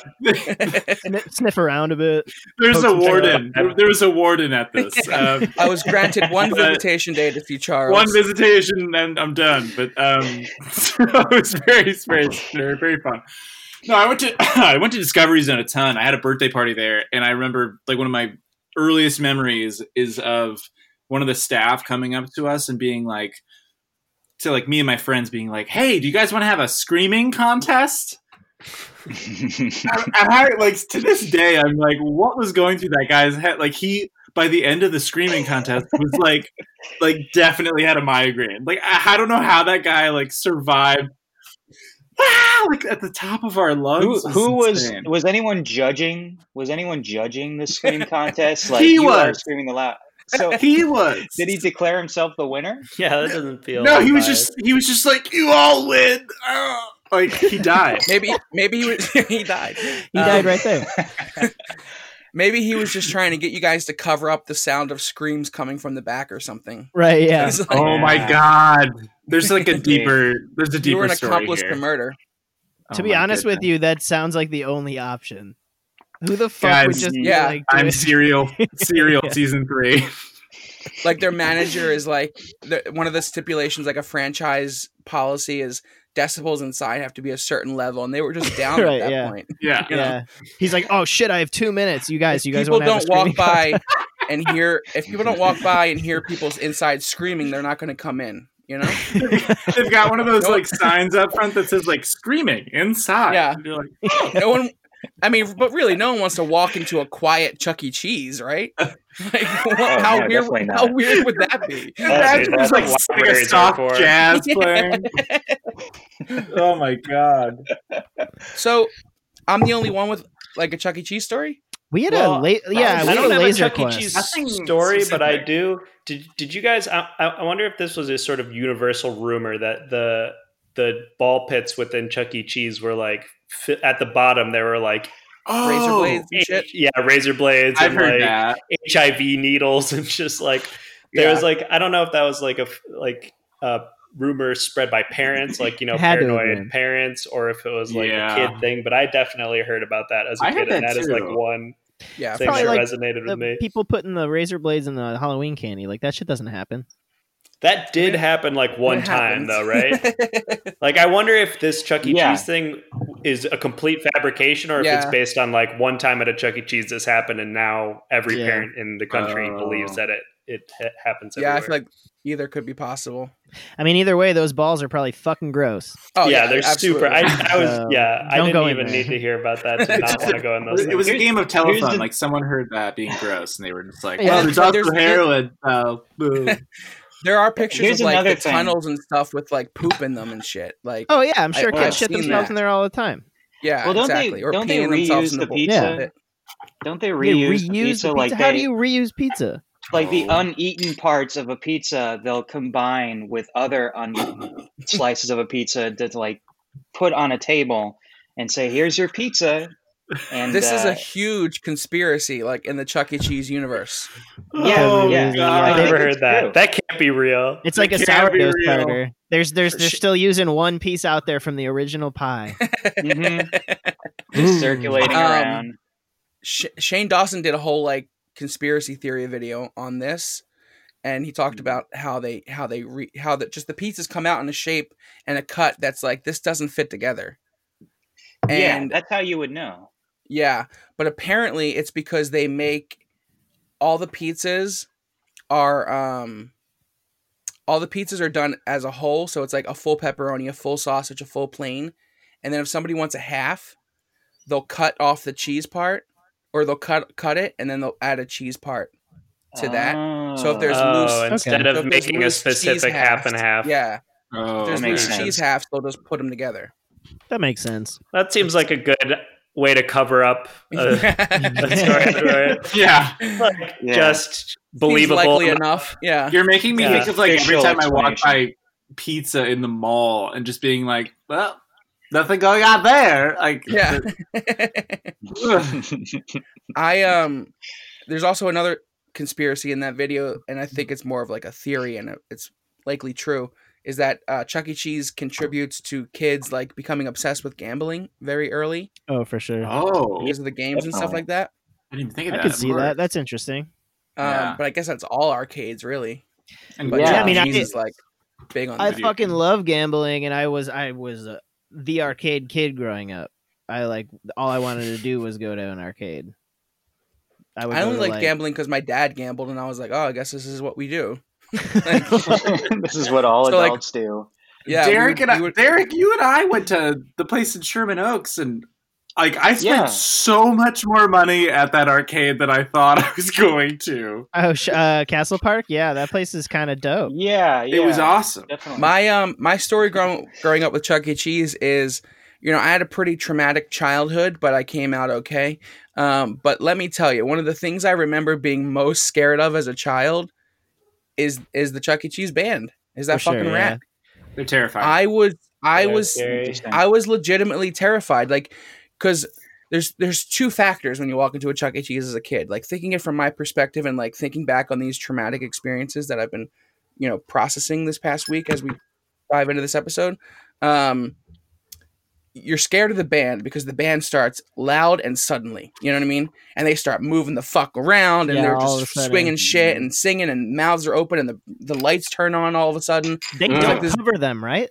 Speaker 5: [LAUGHS]
Speaker 4: Sniff, sniff around a bit.
Speaker 2: There's a
Speaker 4: Poke some
Speaker 2: warden.
Speaker 5: fun.
Speaker 2: There was a warden
Speaker 1: [LAUGHS]
Speaker 2: at this. Um,
Speaker 1: [LAUGHS] I was granted
Speaker 3: [LAUGHS]
Speaker 1: one
Speaker 2: But-
Speaker 1: visitation date if you Charles.
Speaker 2: one visitation and I'm done. But um, [LAUGHS] so it was very, very, very, very fun. No, I went to [COUGHS] I went to Discovery Zone a ton. I had a birthday party there, and I remember like one of my earliest memories is of one of the staff coming up to us and being like, to like me and my friends being like, "Hey, do you guys want to have a screaming contest?" and I like to this day, I'm like, what was going through that guy's head? Like he, by the end of the screaming contest, was like, like definitely had a migraine. Like I, I don't know how that guy like survived. Ah, like at the top of our
Speaker 3: who
Speaker 2: lungs.
Speaker 3: who was
Speaker 2: insane.
Speaker 3: was anyone judging? Was anyone judging
Speaker 1: [LAUGHS]
Speaker 3: the scream contest? Like
Speaker 2: He
Speaker 3: you are
Speaker 2: was.
Speaker 3: screaming the loud. So
Speaker 2: he was?
Speaker 3: did he declare himself the winner?
Speaker 5: Yeah, that doesn't feel.
Speaker 2: No, he was
Speaker 5: right.
Speaker 2: just he was just like you all win. Ah. Like he
Speaker 4: [LAUGHS]
Speaker 2: died.
Speaker 1: Maybe maybe he, was, [LAUGHS] he died.
Speaker 4: He
Speaker 1: Um,
Speaker 4: died right there.
Speaker 1: Maybe he was just trying to get you guys to cover up the sound of screams coming from the back or something.
Speaker 4: [LAUGHS] Right, yeah.
Speaker 1: He's like,
Speaker 2: oh my god. There's like a deeper. There's a
Speaker 1: you
Speaker 2: deeper
Speaker 1: were an
Speaker 2: story
Speaker 1: accomplice
Speaker 2: here. Oh
Speaker 1: to murder.
Speaker 4: to be honest with you, that sounds like the only option. Who the fuck would
Speaker 2: Guys,
Speaker 4: just be
Speaker 1: yeah,
Speaker 4: like,
Speaker 2: I'm
Speaker 4: doing-
Speaker 2: serial serial season three. [LAUGHS]
Speaker 1: Like their manager is like the, one of the stipulations, like a franchise policy is decibels inside have to be a certain level, and they were just down
Speaker 4: Right,
Speaker 1: at that
Speaker 4: yeah.
Speaker 1: point.
Speaker 2: Yeah.
Speaker 1: you know.
Speaker 4: [LAUGHS] yeah. He's like, oh shit, I have two minutes. You guys, you guys
Speaker 1: people
Speaker 4: wanna have a
Speaker 1: don't walk
Speaker 4: screaming
Speaker 1: by and hear if people don't walk by and hear people's inside screaming, they're not going to come in. You know?
Speaker 2: They've got one of those
Speaker 1: No.
Speaker 2: like signs up front that says like screaming inside.
Speaker 1: Yeah.
Speaker 2: And you're like,
Speaker 1: No one. I mean, but really, no one wants to walk into a quiet Chuck E. Cheese, right? [LAUGHS] Like, what-
Speaker 3: Oh,
Speaker 1: how
Speaker 3: no,
Speaker 1: weird?
Speaker 3: definitely not.
Speaker 1: How weird would that be?
Speaker 2: imagine there's
Speaker 5: that's
Speaker 2: like,
Speaker 5: what
Speaker 2: like a
Speaker 5: libraries are for.
Speaker 1: [LAUGHS]
Speaker 2: soft jazz
Speaker 1: Yeah.
Speaker 2: playing. oh my god.
Speaker 1: So, I'm the only one with like a Chuck E. Cheese story.
Speaker 4: [LAUGHS] We had
Speaker 5: Well,
Speaker 4: a late, yeah,
Speaker 5: I
Speaker 4: we had
Speaker 5: don't
Speaker 4: a
Speaker 5: have
Speaker 4: laser
Speaker 5: a Chuck
Speaker 4: quest.
Speaker 5: E. Cheese
Speaker 2: Nothing
Speaker 5: story, but I
Speaker 2: specific.
Speaker 5: do. Did Did you guys? I, I I wonder if this was a sort of universal rumor that the the ball pits within Chuck E. Cheese were like fi- at the bottom. They were like
Speaker 1: Razor
Speaker 2: Oh,
Speaker 1: blades and shit.
Speaker 5: yeah, razor blades
Speaker 2: I've
Speaker 5: and
Speaker 2: heard
Speaker 5: like
Speaker 2: that.
Speaker 5: HIV needles and just like there
Speaker 2: Yeah.
Speaker 5: was like I don't know if that was like a f- like a rumor spread by parents, like you
Speaker 4: [LAUGHS]
Speaker 5: know
Speaker 4: It had to have
Speaker 5: paranoid
Speaker 4: been.
Speaker 5: parents, or if it was like
Speaker 2: Yeah.
Speaker 5: a kid thing. But I definitely heard about that as a
Speaker 2: I heard
Speaker 5: kid, and
Speaker 2: that
Speaker 5: that is like
Speaker 2: too.
Speaker 5: one
Speaker 1: Yeah,
Speaker 5: thing
Speaker 4: Probably
Speaker 5: that
Speaker 4: like
Speaker 5: resonated
Speaker 4: The
Speaker 5: with me.
Speaker 4: people putting the razor blades in the Halloween candy, like that shit doesn't happen.
Speaker 5: That did happen like one
Speaker 1: It happens.
Speaker 5: time though, right?
Speaker 1: [LAUGHS]
Speaker 5: like I wonder if this Chuck E.
Speaker 3: Yeah.
Speaker 5: Cheese thing is a complete fabrication or if it's
Speaker 1: Yeah.
Speaker 5: based on like one time at a Chuck E. Cheese this happened and now every
Speaker 4: Yeah.
Speaker 5: parent in the country
Speaker 2: Oh.
Speaker 5: believes that it it ha- happens
Speaker 1: yeah.
Speaker 5: everywhere.
Speaker 1: I feel like either could be possible.
Speaker 4: I mean, either way, those balls are probably fucking gross.
Speaker 1: Oh
Speaker 5: yeah, they're super. I,
Speaker 1: absolutely.
Speaker 5: I was
Speaker 4: [LAUGHS] Uh,
Speaker 5: yeah, I
Speaker 4: don't
Speaker 5: didn't
Speaker 4: go in
Speaker 5: even
Speaker 4: there.
Speaker 5: need to hear about
Speaker 4: [LAUGHS]
Speaker 5: that to not want to go in those.
Speaker 2: It was a
Speaker 5: things.
Speaker 2: game of
Speaker 3: here's
Speaker 2: telephone.
Speaker 3: the-
Speaker 2: Like someone heard that being gross, and they were just like,
Speaker 4: Yeah.
Speaker 2: "Oh, there's
Speaker 1: Well,
Speaker 2: also
Speaker 1: there's-
Speaker 2: heroin." Oh,
Speaker 1: [LAUGHS]
Speaker 2: boo.
Speaker 1: there are pictures
Speaker 3: Here's
Speaker 1: of like
Speaker 3: another
Speaker 1: the
Speaker 3: thing.
Speaker 1: tunnels and stuff with like poop in them and shit. Like,
Speaker 4: Oh yeah, I'm
Speaker 1: I-
Speaker 4: sure
Speaker 1: well,
Speaker 4: kids
Speaker 1: I've
Speaker 4: shit
Speaker 1: seen
Speaker 4: themselves
Speaker 1: that.
Speaker 4: in there all the time.
Speaker 1: yeah,
Speaker 3: Well, don't they-
Speaker 1: exactly. or
Speaker 3: don't they
Speaker 1: peeing themselves
Speaker 3: reuse
Speaker 1: in
Speaker 3: the
Speaker 1: bowl.
Speaker 3: pizza?
Speaker 1: Shit.
Speaker 3: Don't they
Speaker 4: They
Speaker 3: reuse, the
Speaker 4: reuse
Speaker 3: pizza,
Speaker 4: the
Speaker 3: like
Speaker 4: pizza. How
Speaker 3: they
Speaker 4: do you reuse pizza?
Speaker 3: like the
Speaker 2: Oh.
Speaker 3: uneaten parts of a pizza they'll combine with other
Speaker 1: [LAUGHS]
Speaker 3: uneaten slices of a pizza to like put on a table and say here's your pizza and
Speaker 1: This is [LAUGHS]
Speaker 3: uh,
Speaker 1: a huge conspiracy, like in the Chuck E. Cheese universe.
Speaker 3: Yeah,
Speaker 2: oh,
Speaker 3: yeah.
Speaker 2: God.
Speaker 5: I've
Speaker 3: I think
Speaker 5: never
Speaker 3: it's
Speaker 5: heard that.
Speaker 3: true.
Speaker 5: That can't be real.
Speaker 4: It's like a
Speaker 2: It can't be
Speaker 4: sourdough
Speaker 2: real.
Speaker 4: starter. There's, there's, they're
Speaker 1: Shit.
Speaker 4: still using one piece out there from the original pie.
Speaker 3: mhm, just
Speaker 4: Ooh.
Speaker 3: circulating
Speaker 1: Um,
Speaker 3: around
Speaker 1: Sh- Shane Dawson did a whole like conspiracy theory video on this, and he talked about how they how they re- how that just the pizzas come out in a shape and a cut that's like this doesn't fit together.
Speaker 3: yeah
Speaker 1: And yeah,
Speaker 3: that's how you would know
Speaker 1: but apparently it's because they make all the pizzas are um all the pizzas are done as a whole, so it's like a full pepperoni, a full sausage, a full plain, and then if somebody wants a half, they'll cut off the cheese part or they'll cut cut it and then they'll add a cheese part to that. So if there's loose-
Speaker 5: Oh,
Speaker 1: Okay.
Speaker 5: instead
Speaker 1: So
Speaker 5: of
Speaker 1: if there's
Speaker 5: making a
Speaker 1: loose cheese
Speaker 5: specific half and
Speaker 1: halves-
Speaker 5: half.
Speaker 1: Yeah,
Speaker 2: Oh,
Speaker 1: if there's
Speaker 3: makes
Speaker 1: loose
Speaker 2: man.
Speaker 3: sense.
Speaker 1: cheese halves. They'll just put them together.
Speaker 4: That makes sense.
Speaker 5: That seems like a good way to cover up
Speaker 1: [LAUGHS]
Speaker 4: [LAUGHS]
Speaker 5: a, a story, right?
Speaker 2: Yeah.
Speaker 5: [LAUGHS] Like,
Speaker 3: Yeah.
Speaker 5: Just
Speaker 1: Seems
Speaker 5: believable.
Speaker 1: likely enough. Yeah,
Speaker 2: You're making me
Speaker 5: Yeah.
Speaker 2: think of like every
Speaker 3: Official
Speaker 2: time I walk by
Speaker 3: explanation.
Speaker 2: pizza in the mall and just being like, well, nothing going on there. Like,
Speaker 1: Yeah.
Speaker 2: [LAUGHS]
Speaker 3: Oh.
Speaker 1: [LAUGHS]
Speaker 2: ugh.
Speaker 1: I um there's also another conspiracy in that video, and I think it's more of like a theory, and it's likely true. Is that uh, Chuck E. Cheese contributes to kids like becoming obsessed with gambling very early
Speaker 4: Oh, for sure.
Speaker 2: oh,
Speaker 1: because of the games and stuff
Speaker 3: definitely.
Speaker 1: like that?
Speaker 2: I didn't even think of
Speaker 4: I
Speaker 2: that.
Speaker 4: could see
Speaker 2: Lord.
Speaker 4: that. That's interesting.
Speaker 1: Um,
Speaker 2: Yeah.
Speaker 1: But I guess that's all arcades really.
Speaker 2: And-
Speaker 1: But
Speaker 3: Yeah.
Speaker 1: Chuck
Speaker 3: I
Speaker 1: E.
Speaker 4: mean, I
Speaker 1: Cheese
Speaker 4: did-
Speaker 1: is like big on
Speaker 4: I
Speaker 1: that.
Speaker 2: video
Speaker 4: fucking
Speaker 2: game.
Speaker 4: love gambling, and I was I was uh, the arcade kid growing up. I like all I wanted to do was go to an arcade. would
Speaker 1: I
Speaker 4: go
Speaker 1: only
Speaker 4: to,
Speaker 1: like, gambling because my dad gambled, and I was like, oh, I guess this is what we do.
Speaker 3: [LAUGHS]
Speaker 1: [LAUGHS]
Speaker 4: [LAUGHS]
Speaker 3: this is what all
Speaker 1: So, like-
Speaker 3: adults do.
Speaker 1: Yeah, we
Speaker 2: Derek
Speaker 1: would-
Speaker 2: and I,
Speaker 1: we would-
Speaker 2: Derek, you and I went to the place in Sherman Oaks, and like I spent
Speaker 3: Yeah.
Speaker 2: so much more money at that arcade than I thought [LAUGHS] I was going to.
Speaker 4: Oh, sh- uh, Castle Park. Yeah, that place is kind of dope.
Speaker 3: Yeah, yeah.
Speaker 2: It was awesome.
Speaker 3: Definitely.
Speaker 1: My um my story growing growing up with Chuck E. Cheese is, you know, I had a pretty traumatic childhood, but I came out okay. Um, but let me tell you, one of the things I remember being most scared of as a child is is the Chuck E. Cheese band. Is that
Speaker 4: For sure,
Speaker 1: fucking
Speaker 4: yeah.
Speaker 1: rat?
Speaker 2: They're terrifying.
Speaker 1: I was I
Speaker 5: They're
Speaker 1: was
Speaker 5: scary.
Speaker 3: Interesting.
Speaker 1: I was legitimately terrified, like, because there's there's two factors when you walk into a Chuck E. Cheese as a kid, like thinking it from my perspective and like thinking back on these traumatic experiences that I've been, you know, processing this past week as we dive into this episode. Um, you're scared of the band because the band starts loud and suddenly, you know what I mean? And they start moving the fuck around and
Speaker 4: Yeah,
Speaker 1: they're
Speaker 4: all of
Speaker 1: just
Speaker 4: a sudden.
Speaker 1: swinging shit and singing and mouths are open and the, the lights turn on all of a sudden.
Speaker 4: They
Speaker 2: Mm.
Speaker 4: don't
Speaker 1: Like [LAUGHS] this-
Speaker 4: cover them, right?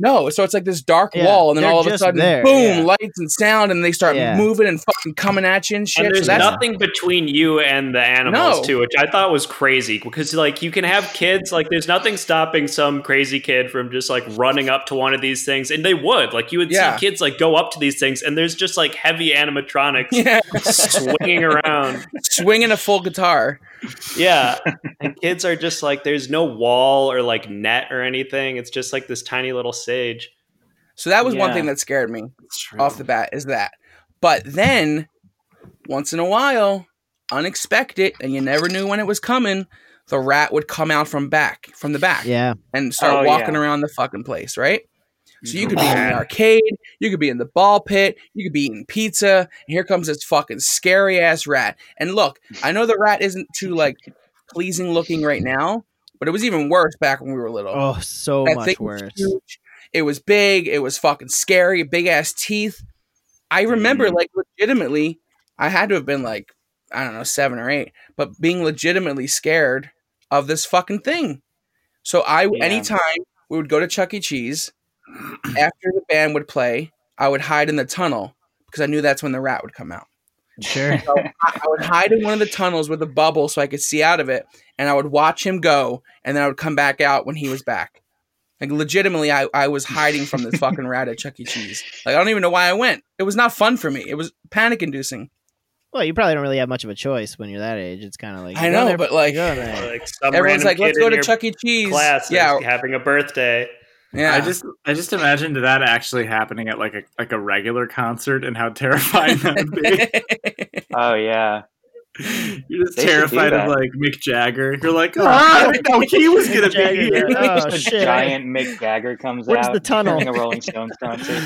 Speaker 1: No, so it's like this dark
Speaker 4: Yeah,
Speaker 1: wall, and then
Speaker 4: they're
Speaker 1: all of a
Speaker 4: just
Speaker 1: sudden,
Speaker 4: there,
Speaker 1: boom,
Speaker 4: yeah.
Speaker 1: lights and sound, and they start
Speaker 4: Yeah.
Speaker 1: moving and fucking coming at you and shit.
Speaker 5: and
Speaker 1: so
Speaker 5: there's
Speaker 1: that's
Speaker 5: nothing between you and the animals
Speaker 1: No.
Speaker 5: too, which I thought was crazy because like you can have kids like there's nothing stopping some crazy kid from just like running up to one of these things and they would like you would
Speaker 1: Yeah.
Speaker 5: see kids like go up to these things and there's just like heavy animatronics
Speaker 1: [LAUGHS] yeah,
Speaker 5: swinging around.
Speaker 1: swinging a full guitar. [LAUGHS]
Speaker 5: Yeah, and kids are just like there's no wall or like net or anything. It's just like this tiny little sage.
Speaker 1: So that was one
Speaker 3: Yeah.
Speaker 1: thing that scared me
Speaker 2: It's true.
Speaker 1: off the bat is that. But then, once in a while, unexpected, and you never knew when it was coming, the rat would come out from back, from the back,
Speaker 4: Yeah,
Speaker 1: and start
Speaker 3: Oh,
Speaker 1: walking
Speaker 3: yeah.
Speaker 1: around the fucking place, right? So you could be in
Speaker 2: Yeah.
Speaker 1: an arcade, you could be in the ball pit, you could be eating pizza, and here comes this fucking scary ass rat. And look, I know the rat isn't too like pleasing looking right now, but it was even worse back when we were little.
Speaker 4: Oh, so
Speaker 1: That thing
Speaker 4: much
Speaker 1: was
Speaker 4: worse.
Speaker 1: huge, It was big, it was fucking scary, big ass teeth. I
Speaker 4: Mm-hmm.
Speaker 1: remember like legitimately, I had to have been like, I don't know, seven or eight, but being legitimately scared of this fucking thing. So I
Speaker 3: Yeah.
Speaker 1: anytime we would go to Chuck E. Cheese, after the band would play, I would hide in the tunnel because I knew that's when the rat would come out.
Speaker 4: [LAUGHS] Sure.
Speaker 1: I would hide in one of the tunnels with a bubble so I could see out of it, and I would watch him go, and then I would come back out when he was back. Like legitimately, I, I was hiding from this fucking rat at Chuck E. Cheese. Like I don't even know why I went. It was not fun for me. It was panic inducing.
Speaker 4: Well, you probably don't really have much of a choice when you're that age. It's kind of like
Speaker 1: I
Speaker 4: you go
Speaker 1: know,
Speaker 4: there,
Speaker 1: but, like,
Speaker 4: you go
Speaker 5: [LAUGHS]
Speaker 4: there.
Speaker 5: Like some
Speaker 1: Everyone's
Speaker 5: random
Speaker 1: like, "Let's
Speaker 5: kid
Speaker 1: go
Speaker 5: in
Speaker 1: to
Speaker 5: your
Speaker 1: Chuck E. Cheese."
Speaker 5: class
Speaker 1: yeah,
Speaker 5: is having a birthday.
Speaker 1: yeah. [LAUGHS]
Speaker 2: I just, I just imagined that actually happening at like a like a regular concert, and how terrifying that would be.
Speaker 3: oh yeah.
Speaker 2: [LAUGHS] You're just
Speaker 3: They should do
Speaker 2: terrified of
Speaker 3: that.
Speaker 2: like Mick Jagger. You're like, oh, I didn't know he was gonna
Speaker 4: Mick Jagger.
Speaker 2: be here.
Speaker 4: Oh
Speaker 3: Just a
Speaker 4: shit!
Speaker 3: giant Mick Jagger comes
Speaker 4: Where's
Speaker 3: out
Speaker 4: the tunnel?
Speaker 3: during a Rolling Stones concert.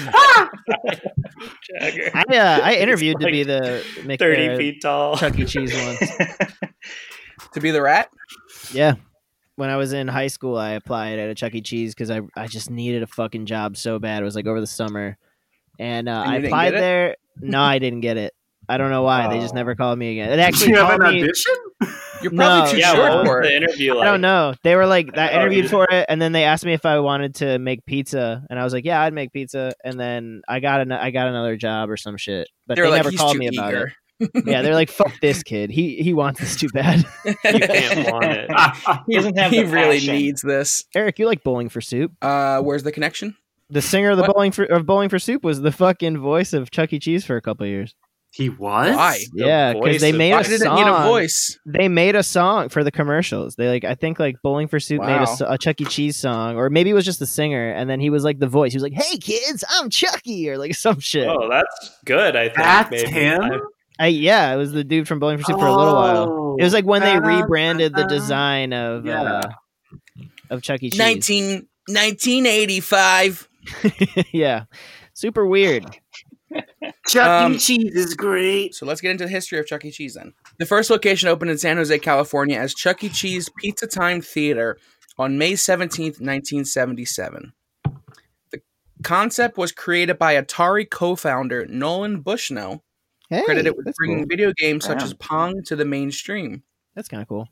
Speaker 5: Jagger.
Speaker 4: I uh, I interviewed to
Speaker 5: like
Speaker 4: be the Mc,
Speaker 5: [LAUGHS] Thirty
Speaker 4: uh,
Speaker 5: feet tall.
Speaker 4: Chuck E. Cheese one.
Speaker 1: to be the rat.
Speaker 4: Yeah. When I was in high school, I applied at a Chuck E. Cheese because I, I just needed a fucking job so bad. It was like over the summer. And, uh,
Speaker 1: And you
Speaker 4: I
Speaker 1: didn't
Speaker 4: applied
Speaker 1: get it?
Speaker 4: there. No, I didn't get it. I don't know why. They just
Speaker 3: Oh.
Speaker 4: never called me again. It
Speaker 2: Did
Speaker 4: actually
Speaker 2: you have
Speaker 4: called
Speaker 2: an
Speaker 4: me.
Speaker 2: audition?
Speaker 1: You're
Speaker 4: No.
Speaker 1: probably too
Speaker 5: [LAUGHS] yeah,
Speaker 1: short
Speaker 5: what
Speaker 1: for
Speaker 5: was the
Speaker 1: it.
Speaker 5: interview like?
Speaker 4: I don't know. They were like, I
Speaker 5: Oh,
Speaker 4: interviewed
Speaker 5: you-
Speaker 4: for it, and then they asked me if I wanted to make pizza, and I was like, yeah, I'd make pizza. And then I got an, I got another job or some shit, but
Speaker 1: They
Speaker 4: they,
Speaker 1: were like,
Speaker 4: never
Speaker 1: "He's
Speaker 4: called
Speaker 1: too
Speaker 4: me about
Speaker 1: eager."
Speaker 4: it. Yeah, they're like, fuck
Speaker 1: [LAUGHS]
Speaker 4: this kid. He he wants this too bad. [LAUGHS]
Speaker 5: You [LAUGHS] can't want it.
Speaker 3: He doesn't have
Speaker 1: he
Speaker 3: the
Speaker 1: really
Speaker 3: passion.
Speaker 1: needs this.
Speaker 4: Eric, you like bowling for soup?
Speaker 1: Uh, where's the connection?
Speaker 4: The singer of the
Speaker 1: What?
Speaker 4: bowling for of bowling for soup was the fucking voice of Chuck E. Cheese for a couple years.
Speaker 2: [LAUGHS] he was.
Speaker 1: Why?
Speaker 5: The
Speaker 4: yeah, because
Speaker 5: voice
Speaker 4: they
Speaker 5: of-
Speaker 4: made
Speaker 5: Need
Speaker 1: E. Why
Speaker 4: a
Speaker 1: did it
Speaker 4: song.
Speaker 1: need a voice?
Speaker 4: They made a song for the commercials. They like I think like Bowling for Soup made a,
Speaker 1: Wow.
Speaker 4: so- a Chuck E. Cheese song, or maybe it was just the singer, and then he was like the voice. He was like, "Hey kids, I'm Chucky," or like [LAUGHS] some shit.
Speaker 5: Oh, that's good. I think
Speaker 2: That's
Speaker 5: maybe.
Speaker 2: him?
Speaker 5: I-
Speaker 4: I, yeah, it was the dude from Bowling for Soup for a little while.
Speaker 2: Oh,
Speaker 1: Oh.
Speaker 4: It was like when they
Speaker 2: Da-da-da-da.
Speaker 1: [LAUGHS]
Speaker 4: rebranded the design of
Speaker 2: Yeah.
Speaker 4: uh, of Chuck E. Cheese.
Speaker 1: 19, 1985.
Speaker 4: [LAUGHS] yeah. Super weird.
Speaker 1: Chuck E. Um,
Speaker 2: Cheese is great.
Speaker 1: So let's get into the history of Chuck E. Cheese then. The first location opened in San Jose, California as Chuck E. Cheese Pizza Time Theater on May 17th, 1977. The concept was created by Atari co founder Nolan Bushnell,
Speaker 4: Hey,
Speaker 1: credited with
Speaker 4: that's
Speaker 1: bringing
Speaker 4: cool.
Speaker 1: video games such
Speaker 3: Wow.
Speaker 1: as Pong to the mainstream.
Speaker 4: That's kind of cool.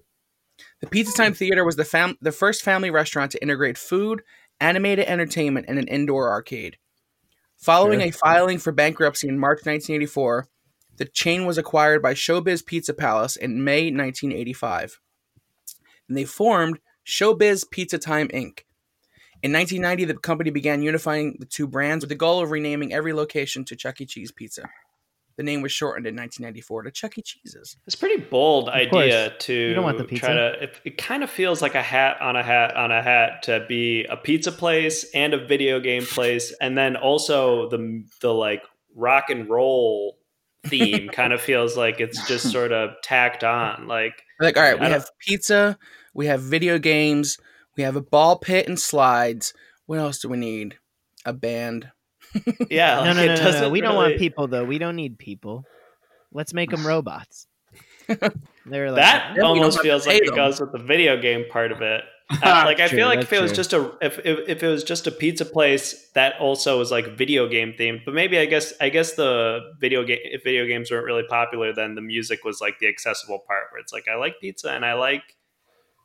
Speaker 1: The Pizza Time Theater was the fam- the first family restaurant to integrate food, animated entertainment, and an indoor arcade. Following
Speaker 4: Sure.
Speaker 1: a filing for bankruptcy in March 1984, the chain was acquired by Showbiz Pizza Palace in May 1985. And they formed Showbiz Pizza Time Inc. In 1990, the company began unifying the two brands with the goal of renaming every location to Chuck E. Cheese Pizza. The name was shortened in 1994 to Chuck E. Cheese's.
Speaker 5: It's a pretty bold
Speaker 4: course.
Speaker 5: idea to
Speaker 4: You don't want the pizza.
Speaker 5: try to. It, it kind of feels like a hat on a hat on a hat to be a pizza place and a video game place, and then also the the like rock and roll
Speaker 4: [LAUGHS]
Speaker 5: theme kind of feels like it's just sort of tacked on. Like
Speaker 1: Like, all right, we
Speaker 5: I don't-
Speaker 1: have pizza, we have video games, we have a ball pit and slides. What else do we need? A band.
Speaker 5: yeah, [LAUGHS]
Speaker 4: No,
Speaker 5: like,
Speaker 4: no, no, no,
Speaker 5: it
Speaker 4: no.
Speaker 5: doesn't
Speaker 4: We don't want
Speaker 5: really-
Speaker 4: people though. We don't need people. Let's make
Speaker 1: [LAUGHS]
Speaker 4: them robots. They're like
Speaker 5: That
Speaker 1: don't
Speaker 5: almost
Speaker 1: have to
Speaker 5: feels
Speaker 1: pay
Speaker 5: like it
Speaker 1: them.
Speaker 5: goes with the video game part of it. Uh, like I
Speaker 4: True,
Speaker 5: feel like
Speaker 4: that's
Speaker 5: if it was
Speaker 4: true.
Speaker 5: just a if, if if it was just a pizza place that also was like video game themed, but maybe I guess I guess the video game if video games weren't really popular, then the music was like the accessible part where it's like I like pizza and I like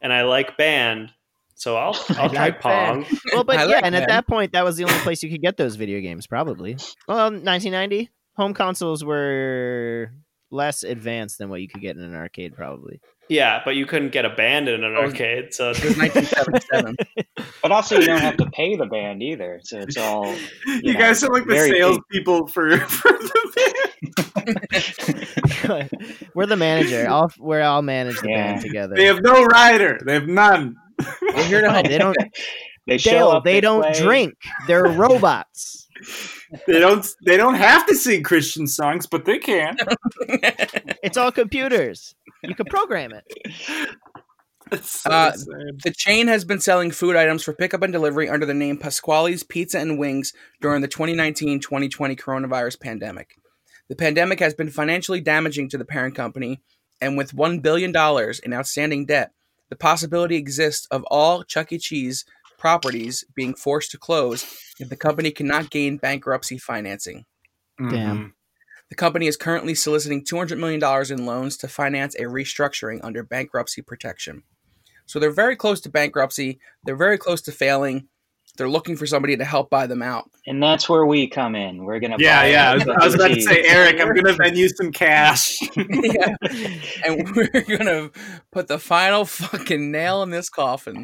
Speaker 5: and I like band, so I'll I'll try
Speaker 4: like
Speaker 5: Pong.
Speaker 4: band. well, but
Speaker 1: I
Speaker 4: yeah,
Speaker 1: like
Speaker 4: and
Speaker 1: that.
Speaker 4: at that point, that was the only place you could get those video games, probably. Well, 1990 home consoles were less advanced than what you could get in an arcade, probably. [LAUGHS]
Speaker 5: Yeah, but you couldn't get a band in an
Speaker 1: Oh.
Speaker 5: arcade, so
Speaker 1: It
Speaker 5: [LAUGHS]
Speaker 1: was 1977.
Speaker 3: But also, you don't have to pay the band either, so it's all.
Speaker 2: You,
Speaker 3: know,
Speaker 2: guys sound like the
Speaker 3: very
Speaker 2: salespeople for, [LAUGHS] for the band.
Speaker 4: we're the manager. I'll we're all manage the
Speaker 3: Yeah.
Speaker 4: band together.
Speaker 2: They have no rider. They have none.
Speaker 1: We're here to [LAUGHS] help.
Speaker 4: they don't
Speaker 3: They
Speaker 4: Dale,
Speaker 3: show up.
Speaker 4: they, don't
Speaker 3: play.
Speaker 4: drink. They're robots.
Speaker 2: They don't. They don't have to sing Christian songs, but they can.
Speaker 4: It's all computers. You can program it.
Speaker 2: That's so
Speaker 1: Uh,
Speaker 2: sad.
Speaker 1: The chain has been selling food items for pickup and delivery under the name Pasquale's Pizza and Wings during the 2019 2020 coronavirus pandemic. The pandemic has been financially damaging to the parent company, and with $1 billion in outstanding debt, the possibility exists of all Chuck E. Cheese properties being forced to close if the company cannot gain bankruptcy financing.
Speaker 2: Mm-hmm.
Speaker 4: Damn.
Speaker 1: The company is currently soliciting $200 million in loans to finance a restructuring under bankruptcy protection. So they're very close to bankruptcy. They're very close to failing. They're looking for somebody to help buy them out. [LAUGHS]
Speaker 3: And that's where we come in. We're gonna.
Speaker 2: Yeah,
Speaker 3: buy
Speaker 2: yeah. I was,
Speaker 3: Chuck
Speaker 2: I was
Speaker 3: E.
Speaker 2: about to
Speaker 3: [LAUGHS]
Speaker 2: say,
Speaker 3: Cheese.
Speaker 2: Eric, I'm gonna vend you some cash.
Speaker 1: Yeah. and we're going to put the final fucking nail in this coffin.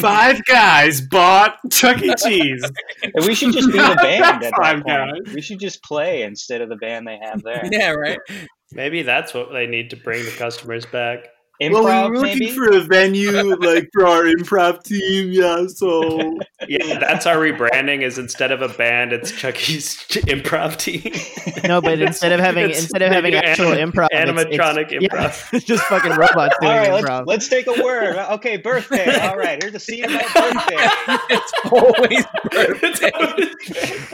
Speaker 2: Five guys bought Chuck E. Cheese.
Speaker 3: [LAUGHS] And we should
Speaker 2: [LAUGHS]
Speaker 3: just be the band at
Speaker 2: Five
Speaker 3: that point. We should just play instead of the band they have there.
Speaker 1: yeah, right?
Speaker 5: maybe that's what they need to bring the customers back.
Speaker 3: Improv,
Speaker 2: well, we were looking
Speaker 3: maybe.
Speaker 2: for a venue like for our improv team, yeah. So
Speaker 5: Yeah, that's our rebranding. Is instead of a band, it's Chucky's
Speaker 4: [LAUGHS]
Speaker 5: improv team,
Speaker 4: No,
Speaker 5: [LAUGHS]
Speaker 4: but instead of having
Speaker 5: It's-
Speaker 4: instead of
Speaker 5: they
Speaker 4: having
Speaker 5: do
Speaker 4: actual
Speaker 5: anim-
Speaker 4: improv, it's- it's- [LAUGHS]
Speaker 5: animatronic
Speaker 4: yeah,
Speaker 5: improv.
Speaker 4: just fucking robots doing
Speaker 3: All right, let's,
Speaker 4: improv.
Speaker 3: let's take a word. Okay, birthday. All right, here's a scene about birthday.
Speaker 1: it's always birthday.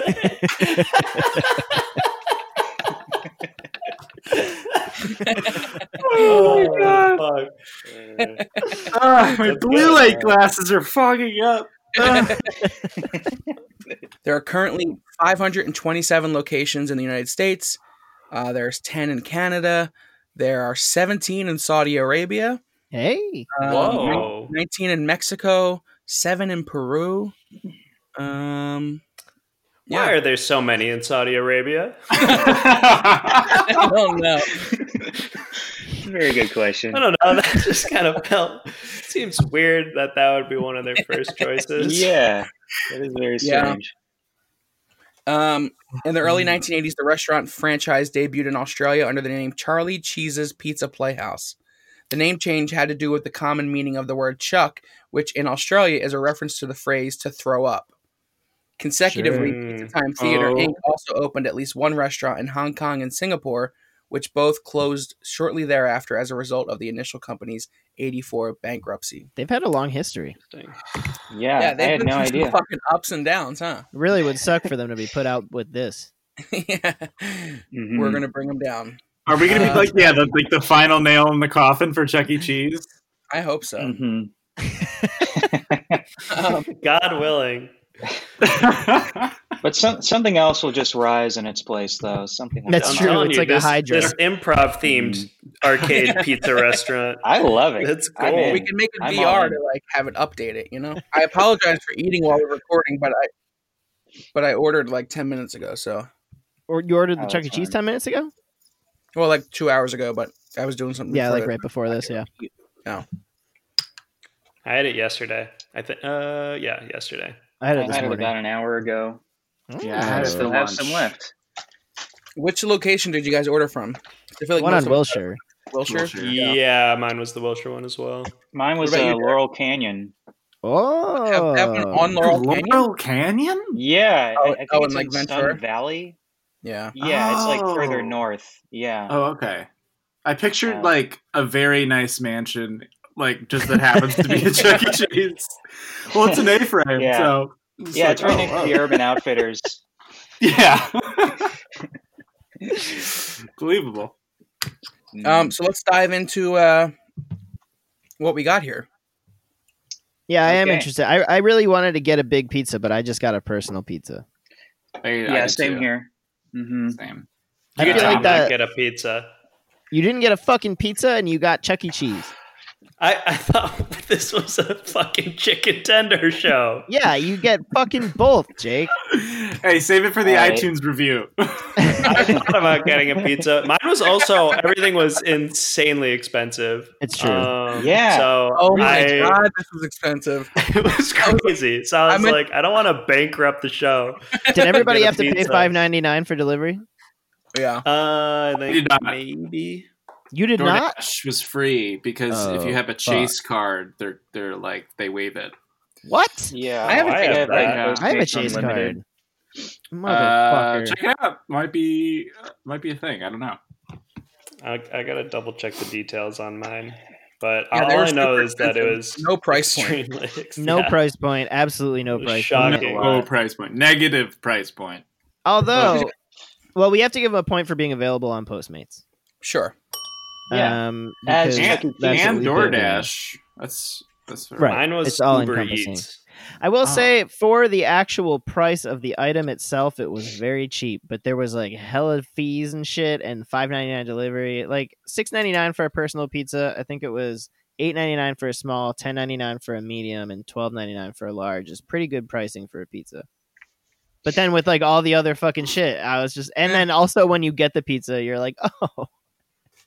Speaker 2: Oh my God.
Speaker 5: fuck.
Speaker 2: Ah, my
Speaker 5: That's
Speaker 2: blue
Speaker 5: good.
Speaker 2: light glasses are fogging up. Ah.
Speaker 1: There are currently 527 locations in the United States. Uh, there's 10 in Canada. There are 17 in Saudi Arabia.
Speaker 4: Hey,
Speaker 1: Um,
Speaker 5: Whoa.
Speaker 1: 19 in Mexico, 7 in Peru. Um
Speaker 5: Why
Speaker 1: yeah,
Speaker 5: are there so many in Saudi Arabia?
Speaker 1: I don't know.
Speaker 3: Very good question.
Speaker 5: I don't know. [LAUGHS] That just kind of felt seems weird that that would be one of their first choices.
Speaker 3: Yeah, that is very
Speaker 1: Yeah.
Speaker 3: strange.
Speaker 1: Um, in the early 1980s, the restaurant franchise debuted in Australia under the name Charlie Cheese's Pizza Playhouse. The name change had to do with the common meaning of the word chuck, which in Australia is a reference to the phrase to throw up. Consecutively,
Speaker 5: Mm.
Speaker 1: Time Theater
Speaker 2: Oh.
Speaker 1: Inc. also opened at least one restaurant in Hong Kong and Singapore, which both closed shortly thereafter as a result of the initial company's 84 bankruptcy.
Speaker 4: They've had a long history.
Speaker 3: Yeah, I had
Speaker 1: been [LAUGHS]
Speaker 3: no
Speaker 1: through some
Speaker 3: idea.
Speaker 1: Fucking ups and downs, huh? [LAUGHS]
Speaker 4: It really would suck for them to be put out with this.
Speaker 1: yeah.
Speaker 3: Mhm.
Speaker 1: We're gonna bring them down.
Speaker 2: Are we gonna be
Speaker 1: Uh,
Speaker 2: like yeah, the, like the final nail in the coffin for Chuck E. [LAUGHS] Cheese?
Speaker 1: I hope so.
Speaker 3: Mhm.
Speaker 1: Um,
Speaker 5: God willing.
Speaker 3: But some, something else will just rise in its place, though. Something. Like
Speaker 4: That's
Speaker 5: I'm
Speaker 3: that.
Speaker 4: true.
Speaker 5: telling
Speaker 4: It's
Speaker 5: you,
Speaker 4: like a
Speaker 5: this,
Speaker 4: hydra. Hmm.
Speaker 5: This improv themed
Speaker 4: [LAUGHS]
Speaker 5: arcade pizza restaurant.
Speaker 3: I love it.
Speaker 5: That's
Speaker 3: I'm
Speaker 5: cool.
Speaker 3: in.
Speaker 1: we can make it
Speaker 3: I'm all
Speaker 1: VR
Speaker 3: in.
Speaker 1: to like have it update it. You know, I apologize for eating while we're recording, but I but I ordered like ten minutes ago. So
Speaker 4: Or you ordered the
Speaker 3: Oh,
Speaker 4: Chuck E.
Speaker 3: that's
Speaker 4: Cheese
Speaker 3: fine.
Speaker 4: ten minutes ago?
Speaker 1: well, like two hours ago, but I was doing something.
Speaker 4: Yeah,
Speaker 1: before
Speaker 4: like
Speaker 1: that.
Speaker 4: right before this. Yeah.
Speaker 5: I had it yesterday. I think. Uh, yeah, yesterday.
Speaker 4: I had
Speaker 3: I
Speaker 4: it this
Speaker 3: had it
Speaker 4: morning.
Speaker 3: about an hour ago.
Speaker 4: Oh.
Speaker 3: I still have some left.
Speaker 1: Which location did you guys order from? I feel most
Speaker 4: One on
Speaker 1: of them-
Speaker 4: Wilshire.
Speaker 1: Wilshire.
Speaker 5: Yeah. mine was the Wilshire one as well.
Speaker 3: Mine was
Speaker 1: What about
Speaker 3: uh,
Speaker 1: you, Derek?
Speaker 3: Laurel Canyon.
Speaker 4: Oh,
Speaker 1: Have that one on Laurel Canyon.
Speaker 2: Laurel Canyon?
Speaker 3: Yeah, I,
Speaker 1: Oh,
Speaker 3: I think
Speaker 1: oh,
Speaker 3: it's
Speaker 1: in, like,
Speaker 3: in Sun
Speaker 1: Ventura?
Speaker 3: Valley.
Speaker 1: Yeah.
Speaker 3: Yeah, it's like further
Speaker 2: Oh.
Speaker 3: north. Yeah.
Speaker 2: Oh, okay. I pictured
Speaker 3: Uh,
Speaker 2: like a very nice mansion, like just that happens to be a Chuck [LAUGHS] E. Cheese. Well, it's an A-frame,
Speaker 3: Yeah.
Speaker 2: so
Speaker 3: yeah, it's right
Speaker 2: like,
Speaker 3: next
Speaker 2: oh,
Speaker 3: to the
Speaker 2: wow.
Speaker 3: Urban Outfitters.
Speaker 2: Yeah, believable.
Speaker 3: Mm.
Speaker 1: Um. So let's dive into uh what we got here.
Speaker 4: Yeah, I am
Speaker 3: Okay.
Speaker 4: interested. I, I really wanted to get a big pizza, but I just got a personal pizza.
Speaker 3: yeah, same here. hmm
Speaker 2: Same.
Speaker 4: I
Speaker 5: You
Speaker 4: feel
Speaker 5: did
Speaker 4: like
Speaker 5: not
Speaker 4: that-
Speaker 5: get a pizza.
Speaker 4: You didn't get a fucking pizza, and you got Chuck E. Cheese.
Speaker 5: I, I thought [LAUGHS] this was a fucking chicken tender show.
Speaker 4: Yeah, you get fucking both, Jake.
Speaker 2: Hey, save it for the
Speaker 3: All right.
Speaker 2: iTunes review.
Speaker 5: I thought about getting a pizza. Mine was also everything was insanely expensive.
Speaker 4: It's true.
Speaker 3: Oh,
Speaker 5: Um,
Speaker 3: Yeah.
Speaker 5: So
Speaker 1: Oh my
Speaker 5: I,
Speaker 1: god, this was expensive.
Speaker 5: [LAUGHS] it was crazy. So I was
Speaker 1: I'm in-
Speaker 5: like, I don't want to bankrupt the show.
Speaker 4: [LAUGHS] Did everybody
Speaker 5: Get a
Speaker 4: have to pay
Speaker 5: pizza.
Speaker 4: five ninety nine for delivery?
Speaker 1: Yeah.
Speaker 5: Uh,
Speaker 2: You
Speaker 5: I think
Speaker 2: did not.
Speaker 5: maybe.
Speaker 4: You did not.
Speaker 2: DoorDash was free because if you
Speaker 4: Oh,
Speaker 2: have a Chase card, they're they're like they waive it.
Speaker 4: What?
Speaker 3: Yeah,
Speaker 5: I have a
Speaker 3: I
Speaker 5: Chase
Speaker 3: have, like,
Speaker 2: card.
Speaker 4: I have a
Speaker 3: Postmates
Speaker 4: Chase
Speaker 3: Unlimited.
Speaker 4: card.
Speaker 2: Uh,
Speaker 4: Motherfucker.
Speaker 2: check it out. Might be uh, might be a thing. I don't know.
Speaker 5: I, I gotta double check the details on mine, but
Speaker 1: Yeah, they
Speaker 5: all
Speaker 1: were
Speaker 5: I know
Speaker 1: super
Speaker 5: is that it was
Speaker 1: No price point.
Speaker 5: extremely [LAUGHS] ex-
Speaker 4: no
Speaker 5: yeah.
Speaker 4: price point. Absolutely no price.
Speaker 5: Shocking.
Speaker 4: point.
Speaker 2: No price point. Negative price point.
Speaker 4: Although, well, we have to give them a point for being available on Postmates.
Speaker 1: Sure. [LAUGHS]
Speaker 3: Yeah.
Speaker 4: Um,
Speaker 3: As-
Speaker 4: because
Speaker 2: And,
Speaker 4: that's what
Speaker 2: and
Speaker 4: we did with it.
Speaker 2: DoorDash. That's that's very-
Speaker 4: Right.
Speaker 5: Mine was
Speaker 4: It's all
Speaker 5: Uber
Speaker 4: encompassing.
Speaker 5: Eats.
Speaker 4: I will
Speaker 2: Oh.
Speaker 4: say for the actual price of the item itself, it was very cheap, but there was like hella fees and shit and five ninety nine delivery. Like six ninety nine for a personal pizza. I think it was eight ninety nine for a small, ten ninety nine for a medium, and twelve ninety nine for a large is pretty good pricing for a pizza. But then with like all the other fucking shit, I was just and then also when you get the pizza, you're like, [LAUGHS] Oh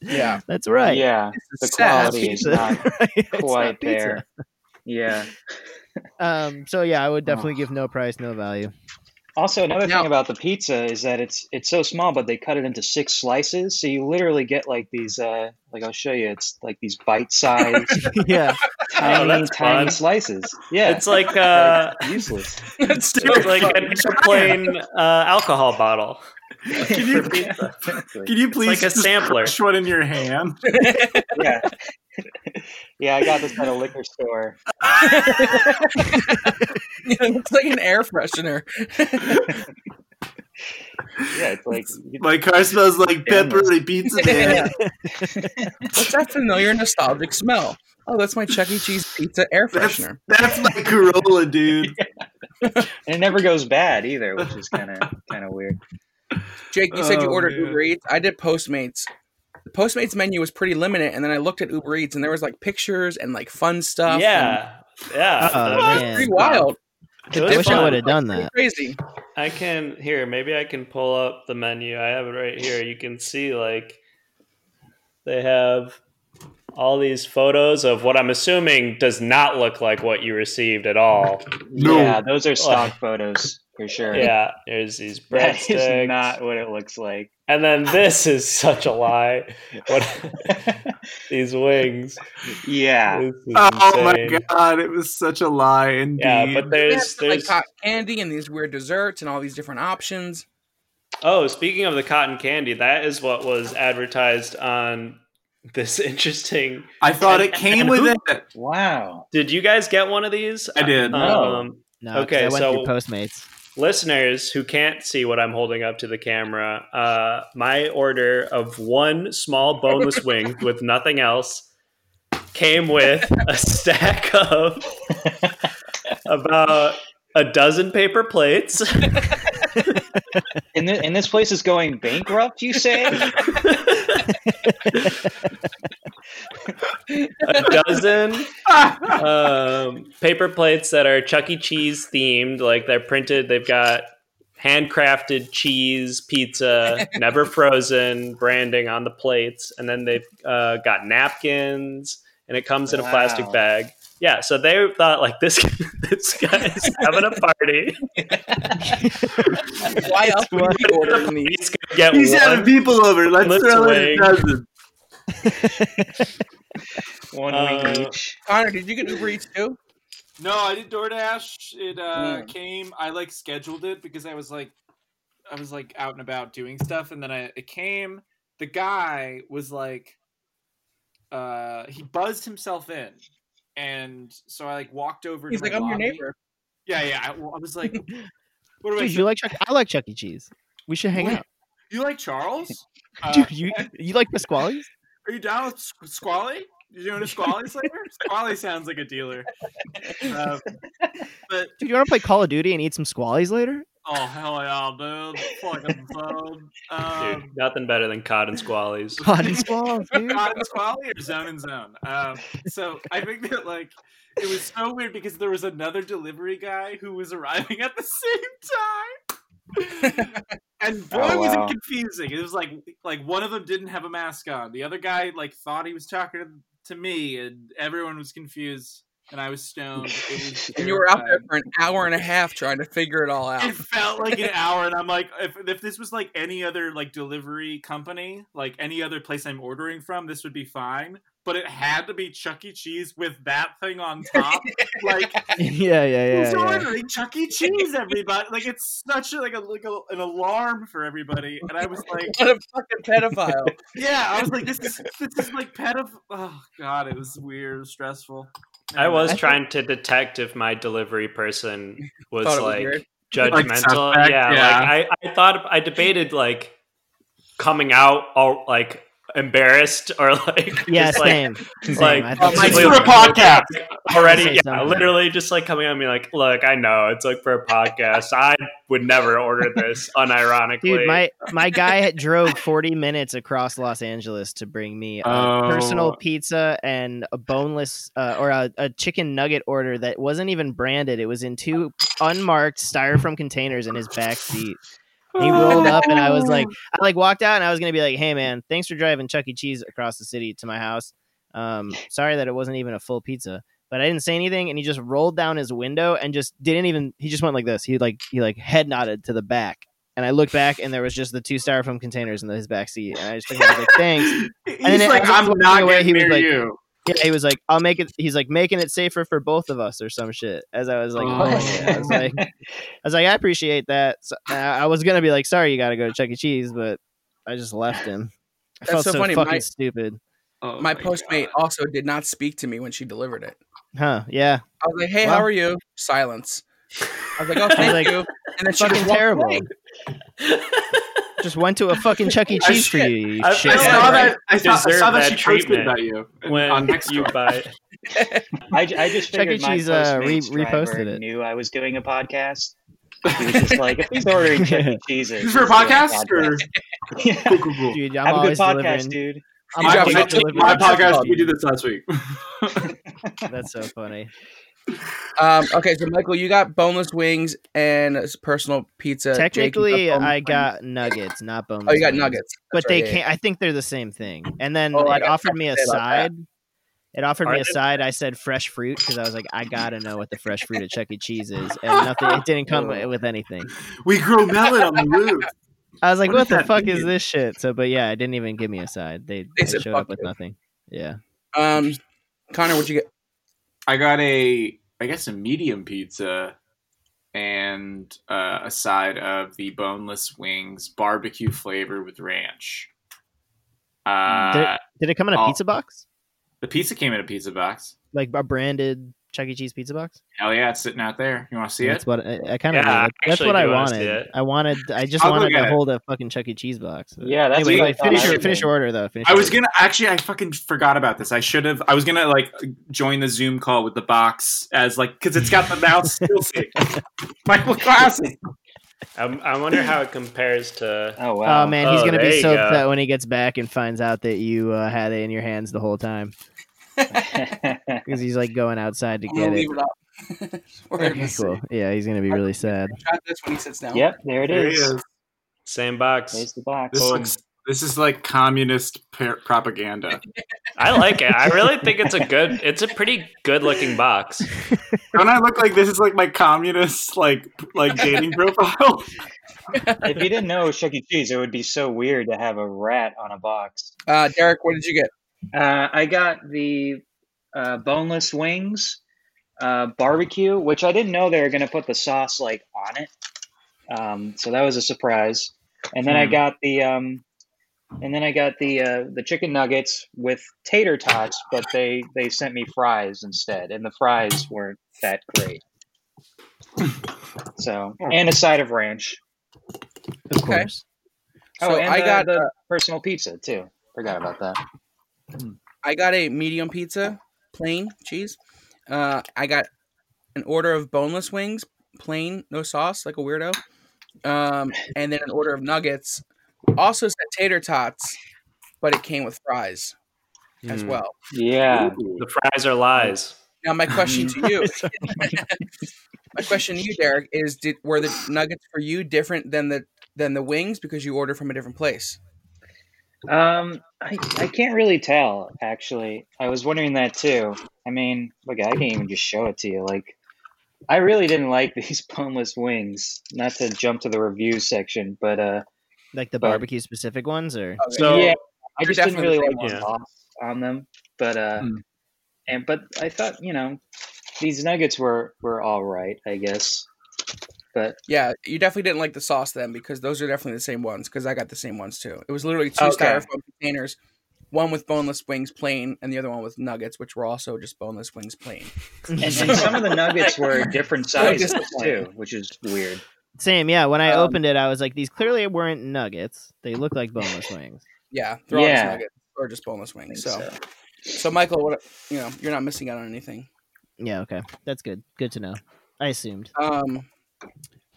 Speaker 1: Yeah.
Speaker 4: that's right.
Speaker 3: Yeah, the
Speaker 1: Sad.
Speaker 3: quality is
Speaker 4: Pizza.
Speaker 3: not
Speaker 4: Right? [LAUGHS] It's not
Speaker 3: quite
Speaker 4: pizza.
Speaker 3: there. Yeah.
Speaker 4: Um so yeah, I would definitely give no price, no value.
Speaker 3: Also, another
Speaker 1: Now-
Speaker 3: thing about the pizza is that it's it's so small, but they cut it into six slices, so you literally get like these. Uh, like I'll show you, it's like these bite-sized,
Speaker 5: [LAUGHS]
Speaker 4: yeah.
Speaker 3: tiny,
Speaker 5: Oh, that's
Speaker 3: tiny
Speaker 5: fun.
Speaker 3: slices. Yeah,
Speaker 5: It's like uh,
Speaker 3: like, useless.
Speaker 1: That's
Speaker 5: [LAUGHS] it's like
Speaker 1: terrifying.
Speaker 5: an airplane uh, alcohol bottle.
Speaker 2: Can
Speaker 5: [LAUGHS]
Speaker 2: you,
Speaker 5: For
Speaker 2: can
Speaker 5: pizza.
Speaker 2: you
Speaker 5: It's
Speaker 2: please
Speaker 5: like a
Speaker 2: just
Speaker 5: sampler.
Speaker 2: crush one in your hand?
Speaker 3: yeah, [LAUGHS] yeah. I got this at a liquor store.
Speaker 1: it looks like an air freshener.
Speaker 3: Yeah, it's like
Speaker 2: My car smells like pepperoni pizza.
Speaker 5: [LAUGHS]
Speaker 2: Man.
Speaker 1: [LAUGHS] What's that familiar nostalgic smell? Oh, that's my Chuck E. Cheese pizza air
Speaker 2: That's-
Speaker 1: freshener.
Speaker 2: That's my Corolla,
Speaker 5: [LAUGHS]
Speaker 2: dude.
Speaker 3: and it never goes bad either, which is kind of kind of weird.
Speaker 1: Jake, you said you
Speaker 2: Oh,
Speaker 1: ordered
Speaker 2: man.
Speaker 1: Uber Eats. I did Postmates. The Postmates menu was pretty limited, and then I looked at Uber Eats, and there was like pictures and like fun stuff. and
Speaker 5: Yeah, yeah.
Speaker 4: Uh-oh,
Speaker 5: that
Speaker 1: it
Speaker 5: is
Speaker 1: was
Speaker 4: man.
Speaker 1: pretty wild,
Speaker 5: It
Speaker 4: I
Speaker 5: was
Speaker 4: wish I
Speaker 5: fun.
Speaker 4: would have done
Speaker 1: pretty
Speaker 4: that.
Speaker 1: crazy.
Speaker 5: I can here. Maybe I can pull up the menu. I have it right here. You can see like they have all these photos of what I'm assuming does not look like what you received at all.
Speaker 2: No.
Speaker 3: Yeah, those are
Speaker 5: [LAUGHS]
Speaker 3: stock photos for sure.
Speaker 5: Yeah, there's these
Speaker 3: [LAUGHS] That
Speaker 5: breadsticks,
Speaker 3: is not what it looks like.
Speaker 5: and then this is such a lie. What
Speaker 3: [LAUGHS]
Speaker 5: [LAUGHS] these wings?
Speaker 3: yeah.
Speaker 5: This is
Speaker 2: Oh my
Speaker 5: insane.
Speaker 2: god, it was such a lie indeed.
Speaker 5: Yeah, but
Speaker 1: They
Speaker 5: there's
Speaker 1: had some, like
Speaker 5: there's
Speaker 1: cotton candy and these weird desserts and all these different options.
Speaker 5: Oh, speaking of the cotton candy, that is what was advertised on this [LAUGHS] interesting.
Speaker 2: I thought it came
Speaker 5: And
Speaker 2: with
Speaker 5: who-
Speaker 2: it.
Speaker 3: Wow.
Speaker 5: Did you guys get one of these?
Speaker 2: I did.
Speaker 3: No.
Speaker 5: Um,
Speaker 4: No, 'cause
Speaker 5: Okay,
Speaker 4: I went
Speaker 5: so-
Speaker 4: through Postmates.
Speaker 5: listeners who can't see what I'm holding up to the camera, uh, my order of one small boneless wing with nothing else came with a stack of about a dozen paper plates.
Speaker 3: And, th- and this place is going bankrupt, you say?
Speaker 5: a dozen um, paper plates that are Chuck E. Cheese themed. Like they're printed. They've got handcrafted cheese,
Speaker 2: [LAUGHS]
Speaker 5: pizza, never frozen branding on the plates, and then they've uh, got napkins, and it comes in a plastic
Speaker 3: Wow.
Speaker 5: bag. Yeah, so they thought like this [LAUGHS] this guy's having a party.
Speaker 1: Why else would you be ordering these?
Speaker 5: He's gonna get
Speaker 2: He's having
Speaker 5: one.
Speaker 2: people over. Let's,
Speaker 5: Let's
Speaker 2: throw in a
Speaker 5: wing.
Speaker 2: dozen.
Speaker 3: One
Speaker 5: Uh,
Speaker 3: wing each.
Speaker 1: Connor, did you get Uber Eats too?
Speaker 2: No, I did DoorDash. It uh,
Speaker 1: Mm.
Speaker 2: came. I like scheduled it because I was like, I was like out and about doing stuff, and then I it came. The guy was like, uh, he buzzed himself in, and so I like walked over.
Speaker 1: He's
Speaker 2: to
Speaker 1: like,
Speaker 2: my
Speaker 1: I'm your
Speaker 2: lobby.
Speaker 1: neighbor.
Speaker 2: Yeah, yeah. I, well, I
Speaker 1: [LAUGHS]
Speaker 2: was like, what do I?
Speaker 4: Dude,
Speaker 2: say?
Speaker 4: you like Chuck? I like Chuck E. Cheese. We should hang
Speaker 2: What?
Speaker 4: out.
Speaker 2: You like Charles? [LAUGHS] Uh,
Speaker 4: [LAUGHS] Dude, you you like Pasquale's?
Speaker 2: Are you down with Squ- Squally? You doing
Speaker 1: [LAUGHS]
Speaker 2: a Squally flavor? Squally sounds like a dealer. Um,
Speaker 4: Dude, you want to play Call of Duty and eat some Squalleys
Speaker 5: [LAUGHS]
Speaker 4: later?
Speaker 2: oh hell yeah, dude! Fucking phone. Um,
Speaker 5: Dude, nothing better than cotton squallies.
Speaker 4: God, and Squalls,
Speaker 5: [LAUGHS]
Speaker 4: dude. [LAUGHS]
Speaker 2: Cotton Quality or Zone and Zone. Um, so I think that like it was so weird because there was another delivery guy who was arriving at the same time.
Speaker 1: [LAUGHS]
Speaker 2: And boy,
Speaker 3: Oh,
Speaker 2: was
Speaker 3: wow.
Speaker 2: it confusing! It was like like one of them didn't have a mask on. The other guy like thought he was talking to, to me, and everyone was confused. And I was stoned. It was
Speaker 1: And you were out there
Speaker 2: terrifying.
Speaker 1: for an hour and a half trying to figure it all out.
Speaker 2: [LAUGHS] It felt like
Speaker 5: [LAUGHS]
Speaker 2: an hour, and I'm like, if, if this was like any other like delivery company, like any other place I'm ordering from, this would be fine. But it had to be Chuck E. Cheese with that thing
Speaker 5: [LAUGHS]
Speaker 2: on top. like
Speaker 4: yeah, yeah, yeah.
Speaker 2: who's
Speaker 4: yeah.
Speaker 2: ordering Chuck E. Cheese? Everybody, like it's such a, like a like a, an alarm for everybody. And I was like,
Speaker 1: What a fucking pedophile.
Speaker 2: yeah, I was like, this is this is like pedoph. Oh god, it was weird, it was stressful.
Speaker 5: I was
Speaker 4: I
Speaker 5: trying to detect if my delivery person was
Speaker 1: Thought it was
Speaker 5: like
Speaker 1: weird.
Speaker 2: Like
Speaker 5: judgmental.
Speaker 2: suspect,
Speaker 5: yeah,
Speaker 2: yeah.
Speaker 5: like I, I thought I debated like coming out all like embarrassed or like
Speaker 4: Yeah,
Speaker 5: just, like,
Speaker 4: same. same.
Speaker 5: like,
Speaker 4: I
Speaker 5: oh,
Speaker 4: thought
Speaker 5: my
Speaker 4: so,
Speaker 5: This is for a
Speaker 4: too.
Speaker 2: podcast.
Speaker 5: already
Speaker 4: Say
Speaker 5: yeah,
Speaker 4: something.
Speaker 5: literally just like coming out and being like, look, I know it's like for a podcast. I would never order this unironically.
Speaker 4: Dude, my my guy had drove 40 minutes across Los Angeles to bring me a
Speaker 2: Oh.
Speaker 4: personal pizza and a boneless uh, or a, a chicken nugget order that wasn't even branded. It was in two unmarked styrofoam containers in his back seat. He rolled up and I was like, I like walked out and I was gonna be like, hey man, thanks for driving Chuck E. Cheese across the city to my house. Um, sorry that it wasn't even a full pizza. But I didn't say anything, and he just rolled down his window and just didn't even. He just went like this. He like he like head nodded to the back, and I looked back, and there was just the two styrofoam containers in his back seat, and I just looked at him, I was like, thanks.
Speaker 2: He's
Speaker 4: And then
Speaker 2: like,
Speaker 4: as it's
Speaker 2: I'm
Speaker 4: flying
Speaker 2: not
Speaker 4: away,
Speaker 2: getting
Speaker 4: he was
Speaker 2: near
Speaker 4: like-
Speaker 2: you.
Speaker 4: Yeah, he was like, I'll make it. He's like making it safer for both of us or some shit. As I was like,
Speaker 2: Oh.
Speaker 4: "Oh," I was like, I was like, I appreciate that. So, I- I was gonna be like, sorry, you gotta go to Chuck E. Cheese, but I just left him. I
Speaker 1: That's
Speaker 4: felt
Speaker 1: so
Speaker 4: so,
Speaker 1: funny,
Speaker 4: fucking
Speaker 1: my-
Speaker 4: stupid,
Speaker 2: Oh
Speaker 1: my
Speaker 2: God.
Speaker 1: postmate also did not speak to me when she delivered it.
Speaker 4: huh? Yeah,
Speaker 1: I was like, "Hey,
Speaker 4: Wow.
Speaker 1: how are you?" Silence. I was
Speaker 4: [LAUGHS]
Speaker 1: like, "Oh, thank
Speaker 4: like,
Speaker 1: you." And then she
Speaker 4: fucking
Speaker 1: just walked
Speaker 4: terrible.
Speaker 1: away.
Speaker 4: [LAUGHS] just went to a fucking
Speaker 1: [LAUGHS]
Speaker 4: Chuck E.
Speaker 2: I
Speaker 4: Cheese for
Speaker 2: should-
Speaker 4: you. you
Speaker 5: I- I
Speaker 2: I
Speaker 4: shit.
Speaker 5: Yeah,
Speaker 2: saw
Speaker 5: right.
Speaker 2: that. I saw, I
Speaker 5: Deserve
Speaker 2: saw that,
Speaker 5: that
Speaker 2: she posted
Speaker 5: treatment
Speaker 2: about you in-
Speaker 5: when
Speaker 2: on next
Speaker 5: you
Speaker 2: door.
Speaker 5: buy
Speaker 3: I, I just
Speaker 4: Chuck E.
Speaker 3: figured my
Speaker 4: Cheese, uh, re-
Speaker 3: Postmates
Speaker 4: reposted
Speaker 3: driver
Speaker 4: it.
Speaker 3: knew I was doing a podcast. He was just like, if he's ordering Chuck
Speaker 4: [LAUGHS]
Speaker 3: E. Cheese's,
Speaker 2: Is this for a
Speaker 3: he's
Speaker 2: podcast
Speaker 3: doing
Speaker 2: or
Speaker 3: [LAUGHS]
Speaker 2: [LAUGHS]
Speaker 3: Yeah.
Speaker 2: cool, cool, cool.
Speaker 4: Dude, I'm
Speaker 3: Have a good
Speaker 4: always
Speaker 3: podcast,
Speaker 4: delivering.
Speaker 3: dude.
Speaker 4: I'm
Speaker 2: My,
Speaker 1: Yeah,
Speaker 4: always
Speaker 1: but-
Speaker 4: delivering.
Speaker 2: my
Speaker 1: that's
Speaker 2: podcast,
Speaker 1: fun.
Speaker 2: we did this last week.
Speaker 4: That's
Speaker 1: [LAUGHS]
Speaker 4: so funny.
Speaker 1: [LAUGHS] Um, okay, so Michael, you got boneless wings and a personal pizza. Jake, you got
Speaker 4: Technically,
Speaker 1: boneless
Speaker 4: I
Speaker 1: wings.
Speaker 4: got nuggets, not boneless.
Speaker 1: Oh, you got
Speaker 4: wings.
Speaker 1: nuggets,
Speaker 4: but
Speaker 1: That's
Speaker 4: they
Speaker 1: right, yeah,
Speaker 4: can't. I think they're the same thing. And then
Speaker 1: Oh, I
Speaker 4: it
Speaker 1: got
Speaker 4: offered me a
Speaker 1: something to say about that.
Speaker 4: side. It offered
Speaker 5: Are
Speaker 4: me a
Speaker 5: they-
Speaker 4: side. I said fresh fruit because I was like, I gotta know what the fresh fruit at Chuck E. Cheese is, and nothing. It didn't
Speaker 1: [LAUGHS]
Speaker 4: come
Speaker 1: Whoa.
Speaker 4: with anything.
Speaker 2: [LAUGHS] we grow melon on [LAUGHS] the roof.
Speaker 4: I was like,
Speaker 2: What
Speaker 4: what,
Speaker 2: does
Speaker 4: the
Speaker 2: that
Speaker 4: fuck is
Speaker 2: mean?
Speaker 4: this shit? So, but yeah, it didn't even give me a side. They, they
Speaker 1: said,
Speaker 4: showed
Speaker 1: "Fuck
Speaker 4: up with
Speaker 1: you."
Speaker 4: nothing. Yeah.
Speaker 1: yeah. Um, Connor, what'd you get?
Speaker 2: I got a, I guess a medium pizza and uh, a side of the boneless wings, barbecue flavor with ranch. Uh,
Speaker 4: Did, did it come in a
Speaker 2: I'll-
Speaker 4: pizza box?
Speaker 2: the pizza came in a pizza box.
Speaker 4: Like a branded Chuck E. Cheese pizza box?
Speaker 2: Hell yeah, it's sitting out there. You want to see
Speaker 4: That's
Speaker 2: it?
Speaker 4: what I, I kind of
Speaker 5: Yeah, I
Speaker 4: that's
Speaker 5: actually
Speaker 4: what I
Speaker 5: do wanna see
Speaker 4: wanted.
Speaker 5: it.
Speaker 4: I wanted I just
Speaker 2: I'll go
Speaker 4: wanted
Speaker 2: get
Speaker 4: to
Speaker 2: it.
Speaker 4: hold a fucking Chuck E. Cheese box.
Speaker 3: Yeah, that's
Speaker 4: Anyway,
Speaker 3: what I thought.
Speaker 4: finish
Speaker 3: I
Speaker 4: your
Speaker 3: would
Speaker 4: finish
Speaker 3: do.
Speaker 4: your order though. Finish
Speaker 2: I
Speaker 4: your
Speaker 2: was
Speaker 4: order.
Speaker 2: gonna actually. I fucking forgot about this. I should have. I was gonna like join the Zoom call with the box as like because it's got the [LAUGHS] mouse still see Michael Classic.
Speaker 5: I, I wonder how it compares
Speaker 3: [LAUGHS]
Speaker 5: to.
Speaker 3: Oh wow.
Speaker 4: Oh man, he's
Speaker 5: Oh,
Speaker 4: gonna
Speaker 5: there
Speaker 4: be
Speaker 5: you
Speaker 4: so
Speaker 5: go.
Speaker 4: upset when he gets back and finds out that you uh, had it in your hands the whole time because he's like going outside to
Speaker 1: I'm
Speaker 4: get
Speaker 1: gonna
Speaker 4: it.
Speaker 1: leave it up. [LAUGHS] We're gonna
Speaker 4: Okay,
Speaker 1: miss it.
Speaker 4: cool. Yeah, he's gonna be really sad.
Speaker 1: Shot this when he sits down.
Speaker 3: yep, there it
Speaker 2: There he
Speaker 3: is.
Speaker 2: is.
Speaker 5: Same
Speaker 3: There's
Speaker 5: box.
Speaker 3: the box.
Speaker 2: This
Speaker 5: Boom.
Speaker 2: looks. This is like communist par- propaganda.
Speaker 5: I like it. I really think it's a good. It's a pretty good looking box.
Speaker 2: Don't I look like this is like my communist like like dating profile? [LAUGHS]
Speaker 3: if you didn't know Chuck E. Cheese, it would be so weird to have a rat on a box.
Speaker 1: Uh, Derek, what did you get?
Speaker 3: Uh, I got the uh, boneless wings, uh, barbecue, which I didn't know they were going to put the sauce like on it. Um, so that was a surprise. And then I
Speaker 2: Hmm.
Speaker 3: got the um, and then I got the uh, the chicken nuggets with tater tots, but they they sent me fries instead, and the fries weren't that great. So
Speaker 1: Hmm.
Speaker 3: and a side of ranch.
Speaker 4: Of
Speaker 1: Okay.
Speaker 4: course.
Speaker 3: Oh,
Speaker 1: So
Speaker 3: and
Speaker 1: I
Speaker 3: the-
Speaker 1: got
Speaker 3: the
Speaker 1: uh,
Speaker 3: personal pizza too. Forgot about that.
Speaker 1: I got a medium pizza, plain cheese. Uh, I got an order of boneless wings, plain, no sauce, like a weirdo. Um, and then an order of nuggets. Also said tater tots, but it came with fries
Speaker 4: Hmm.
Speaker 1: as well.
Speaker 3: Yeah.
Speaker 5: The fries are lies.
Speaker 1: Now my question to
Speaker 4: [LAUGHS]
Speaker 1: you, my question to you, Derek, is: Did were the nuggets for you different than the than the wings because you ordered from a different place?
Speaker 3: Um, I, I can't really tell, actually. I was wondering that too. I mean, look, I can even just show it to you. Like, I really didn't like [LAUGHS] these boneless wings. Not to jump to the review section, but uh,
Speaker 4: [LAUGHS] Like the
Speaker 3: But-
Speaker 4: barbecue specific ones, or
Speaker 1: Okay.
Speaker 5: So
Speaker 3: yeah, I
Speaker 1: They're
Speaker 3: just didn't
Speaker 1: definitely
Speaker 3: really
Speaker 1: the
Speaker 3: like
Speaker 1: same
Speaker 3: the
Speaker 5: ones.
Speaker 3: sauce on them. But uh,
Speaker 2: Hmm.
Speaker 3: and but I thought you know these nuggets were were all right, I
Speaker 1: [LAUGHS]
Speaker 3: guess. But
Speaker 1: Yeah, you definitely didn't like the sauce then because those are definitely the same ones because I got the same ones too. It was literally two
Speaker 3: Okay.
Speaker 1: styrofoam containers, one with boneless wings plain and the other one with nuggets, which were also just boneless wings plain.
Speaker 3: and, and some of the nuggets were different
Speaker 1: [LAUGHS] Like this
Speaker 3: sizes too, which is weird.
Speaker 4: same? Yeah. When I
Speaker 1: Um,
Speaker 4: opened it, I was like, these clearly weren't nuggets. They look like boneless wings.
Speaker 1: Yeah, they're all just
Speaker 3: Yeah.
Speaker 1: nuggets or just boneless
Speaker 3: I think
Speaker 1: wings. So,
Speaker 3: so.
Speaker 1: so, Michael, what you know, you're not missing out on anything.
Speaker 4: Yeah. Okay. That's good. Good to know. I assumed.
Speaker 1: Um,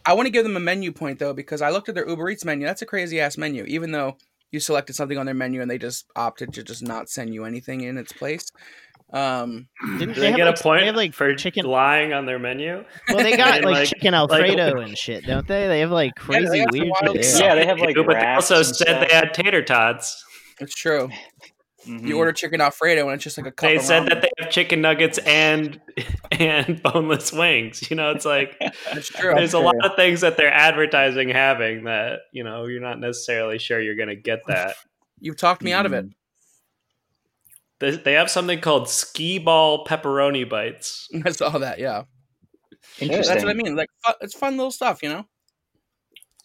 Speaker 1: I want to give them a menu point though because I looked at their Uber Eats menu. That's a crazy ass menu, even though you selected something on their menu and they just opted to just not send you anything in its place. Um,
Speaker 4: Didn't
Speaker 5: Do they,
Speaker 4: have,
Speaker 5: get
Speaker 4: like,
Speaker 5: a point
Speaker 4: They have like
Speaker 5: for [LAUGHS]
Speaker 4: chicken.
Speaker 5: lying on their menu?
Speaker 4: Well, they got
Speaker 5: and,
Speaker 4: like,
Speaker 5: like-
Speaker 4: chicken Alfredo and shit, don't they? They have
Speaker 3: [LAUGHS]
Speaker 4: like
Speaker 1: Yeah, they
Speaker 4: crazy
Speaker 1: have some
Speaker 4: weird
Speaker 1: wild
Speaker 4: shit.
Speaker 1: stuff.
Speaker 4: there.
Speaker 3: Yeah, they have like
Speaker 5: But they
Speaker 3: wraps
Speaker 5: also
Speaker 3: and
Speaker 5: said
Speaker 3: stuff.
Speaker 5: they had tater tots.
Speaker 1: it's true.
Speaker 3: Mhm.
Speaker 1: You order chicken Alfredo and it's just like a cup.
Speaker 5: They
Speaker 1: of
Speaker 5: said
Speaker 1: ramen.
Speaker 5: that they have chicken nuggets and [LAUGHS] and boneless wings. You know,
Speaker 3: [LAUGHS]
Speaker 5: it's like
Speaker 1: That's true.
Speaker 5: there's a
Speaker 3: true.
Speaker 5: lot of things that they're advertising having that you know you're not necessarily sure you're going to get that.
Speaker 1: You've talked me out of
Speaker 3: Mm-hmm.
Speaker 1: it.
Speaker 5: They, they have something called skee ball pepperoni bites.
Speaker 1: [LAUGHS] I saw that. Yeah,
Speaker 3: Interesting.
Speaker 1: that's what I mean. Like, fu- it's fun little stuff, you know.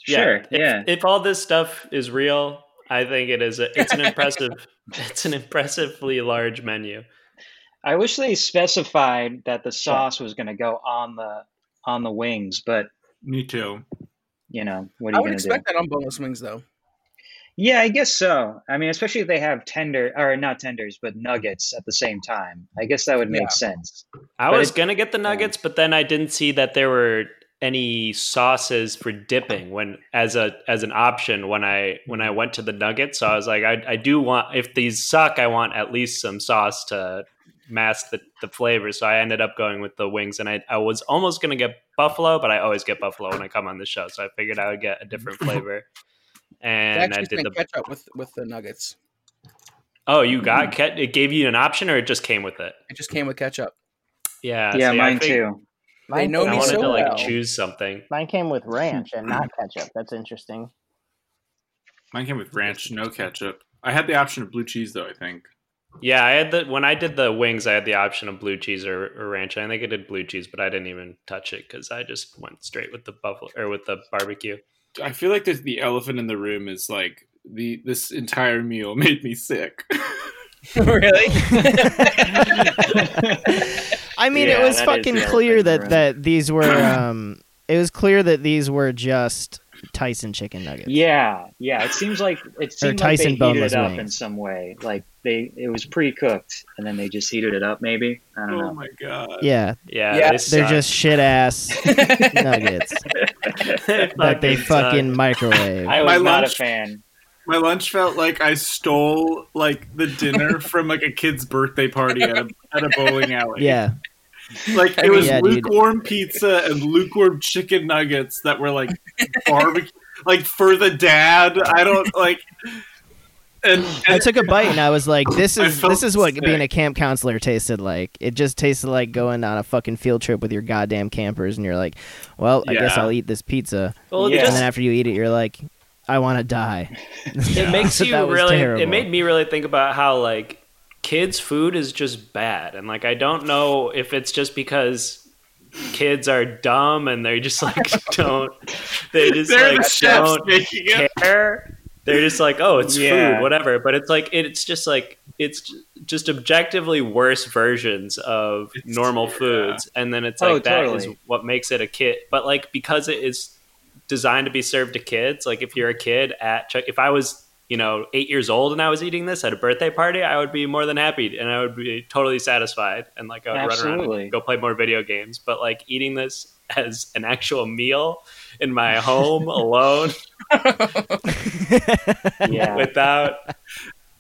Speaker 3: Sure.
Speaker 5: If,
Speaker 3: Yeah.
Speaker 5: If all this stuff is real, I think it is. A,
Speaker 3: [LAUGHS]
Speaker 5: it's an impressive. it's an impressively large menu.
Speaker 3: I wish they specified that the sauce was going to go on the on the wings, but
Speaker 2: Me too.
Speaker 3: you know what are
Speaker 1: I
Speaker 3: you
Speaker 1: would
Speaker 3: going to do?
Speaker 1: expect that on boneless wings though.
Speaker 3: Yeah, I guess so. I mean, especially if they have tender or not tenders, but nuggets at the same time. I guess that would make
Speaker 1: Yeah.
Speaker 3: sense.
Speaker 5: I
Speaker 3: But
Speaker 5: was
Speaker 3: it-
Speaker 5: gonna get the nuggets, but then I didn't see that there were any sauces for dipping when as a as an option when I when
Speaker 3: Mm-hmm.
Speaker 5: I went to the nuggets. So I was like, I, I do want if these suck, I want at least some sauce to mask the, the flavor. So I ended up going with the wings and I, I was almost gonna get buffalo, but I always get buffalo when I come on the show. So I figured I would get
Speaker 3: [LAUGHS]
Speaker 5: a different flavor.
Speaker 1: They
Speaker 5: And I
Speaker 1: actually
Speaker 5: did
Speaker 1: spent
Speaker 5: the
Speaker 1: ketchup with with the nuggets.
Speaker 5: Oh, you got
Speaker 3: Mm-hmm.
Speaker 5: ke- it gave you an option or it just came with it?
Speaker 1: It just came with
Speaker 3: [LAUGHS]
Speaker 1: ketchup.
Speaker 3: yeah,
Speaker 5: Yeah. Uh, see, I
Speaker 3: mine
Speaker 5: think-
Speaker 3: too.
Speaker 1: They know
Speaker 5: I
Speaker 1: me
Speaker 5: wanted
Speaker 1: so
Speaker 5: to like
Speaker 1: well.
Speaker 5: choose something.
Speaker 4: [LAUGHS] Mine came with ranch and not ketchup. That's interesting.
Speaker 2: Mine came with ranch, no ketchup. I had the option of blue cheese though. I think
Speaker 5: Yeah, I had the when I did the wings, I had the option of blue cheese or, or ranch. I think I did blue cheese, but I didn't even touch it because I just went straight with the buffalo or with the barbecue.
Speaker 2: I feel like there's the elephant in the room is like the this entire meal [LAUGHS] made me sick.
Speaker 1: really?
Speaker 4: [LAUGHS] I mean,
Speaker 3: Yeah,
Speaker 4: it was
Speaker 3: that is
Speaker 4: fucking
Speaker 3: the
Speaker 4: clear
Speaker 3: elephant in the
Speaker 4: that
Speaker 3: room.
Speaker 4: that these were um, it was clear that these were just Tyson chicken
Speaker 3: [LAUGHS]
Speaker 4: nuggets.
Speaker 3: Yeah, yeah. It seems like it seemed like
Speaker 4: Tyson
Speaker 3: they heated
Speaker 4: boneless
Speaker 3: it up in
Speaker 4: wings.
Speaker 3: some way. Like they, it was pre-cooked, and then they just heated it up. Maybe I don't
Speaker 2: oh
Speaker 3: know.
Speaker 2: my god.
Speaker 4: Yeah,
Speaker 5: Yeah,
Speaker 1: Yeah,
Speaker 5: they
Speaker 4: they're
Speaker 5: suck.
Speaker 4: just shit ass nuggets
Speaker 5: [LAUGHS] They
Speaker 4: that they
Speaker 5: suck.
Speaker 4: fucking microwave.
Speaker 3: I was
Speaker 2: My
Speaker 3: not
Speaker 2: lunch-
Speaker 3: a
Speaker 2: [LAUGHS]
Speaker 3: fan.
Speaker 2: My lunch felt like I stole like the
Speaker 4: [LAUGHS]
Speaker 2: dinner from like a kid's birthday party at a at a bowling alley.
Speaker 4: Yeah,
Speaker 2: Like it was
Speaker 4: Yeah, dude.
Speaker 2: lukewarm pizza and lukewarm chicken nuggets that were like barbecue like for the dad. I don't like and,
Speaker 4: I
Speaker 2: and
Speaker 4: took a bite and I was like,
Speaker 2: [LAUGHS]
Speaker 4: "This
Speaker 2: I
Speaker 4: is
Speaker 2: felt
Speaker 4: this is what
Speaker 2: sick.
Speaker 4: being a camp counselor tasted like. It just tasted like going on a fucking field trip with your goddamn campers, and you're like, well, I guess
Speaker 2: Yeah.
Speaker 4: I'll eat this pizza,
Speaker 5: Well, it
Speaker 3: Yeah.
Speaker 4: and
Speaker 5: just-
Speaker 4: then after you eat it, you're like, I want to die.
Speaker 5: it
Speaker 4: [LAUGHS]
Speaker 5: makes
Speaker 4: That
Speaker 5: you
Speaker 4: was
Speaker 5: really
Speaker 4: terrible.
Speaker 5: it made me really think about how like kids food is just bad and like i don't know if it's just because kids are dumb and they just like [LAUGHS] don't they just
Speaker 2: they're
Speaker 5: like
Speaker 2: the chefs
Speaker 5: don't
Speaker 2: making it.
Speaker 5: care they're just like oh it's
Speaker 3: Yeah.
Speaker 5: food whatever but it's like it's just like it's just objectively worse versions of
Speaker 2: It's-
Speaker 5: normal
Speaker 2: yeah.
Speaker 5: foods and then it's
Speaker 3: Oh,
Speaker 5: like that is
Speaker 3: totally.
Speaker 5: what makes it a kid but like because it is designed to be served to kids. Like if you're a kid at Chuck, if I was you know eight years old and I was eating this at a birthday party, I would be more than happy and I would be totally satisfied and like I would run around
Speaker 3: Absolutely.
Speaker 5: and go play more video games. But like eating this as an actual meal in
Speaker 3: [LAUGHS]
Speaker 5: my home alone
Speaker 3: Yeah,
Speaker 5: without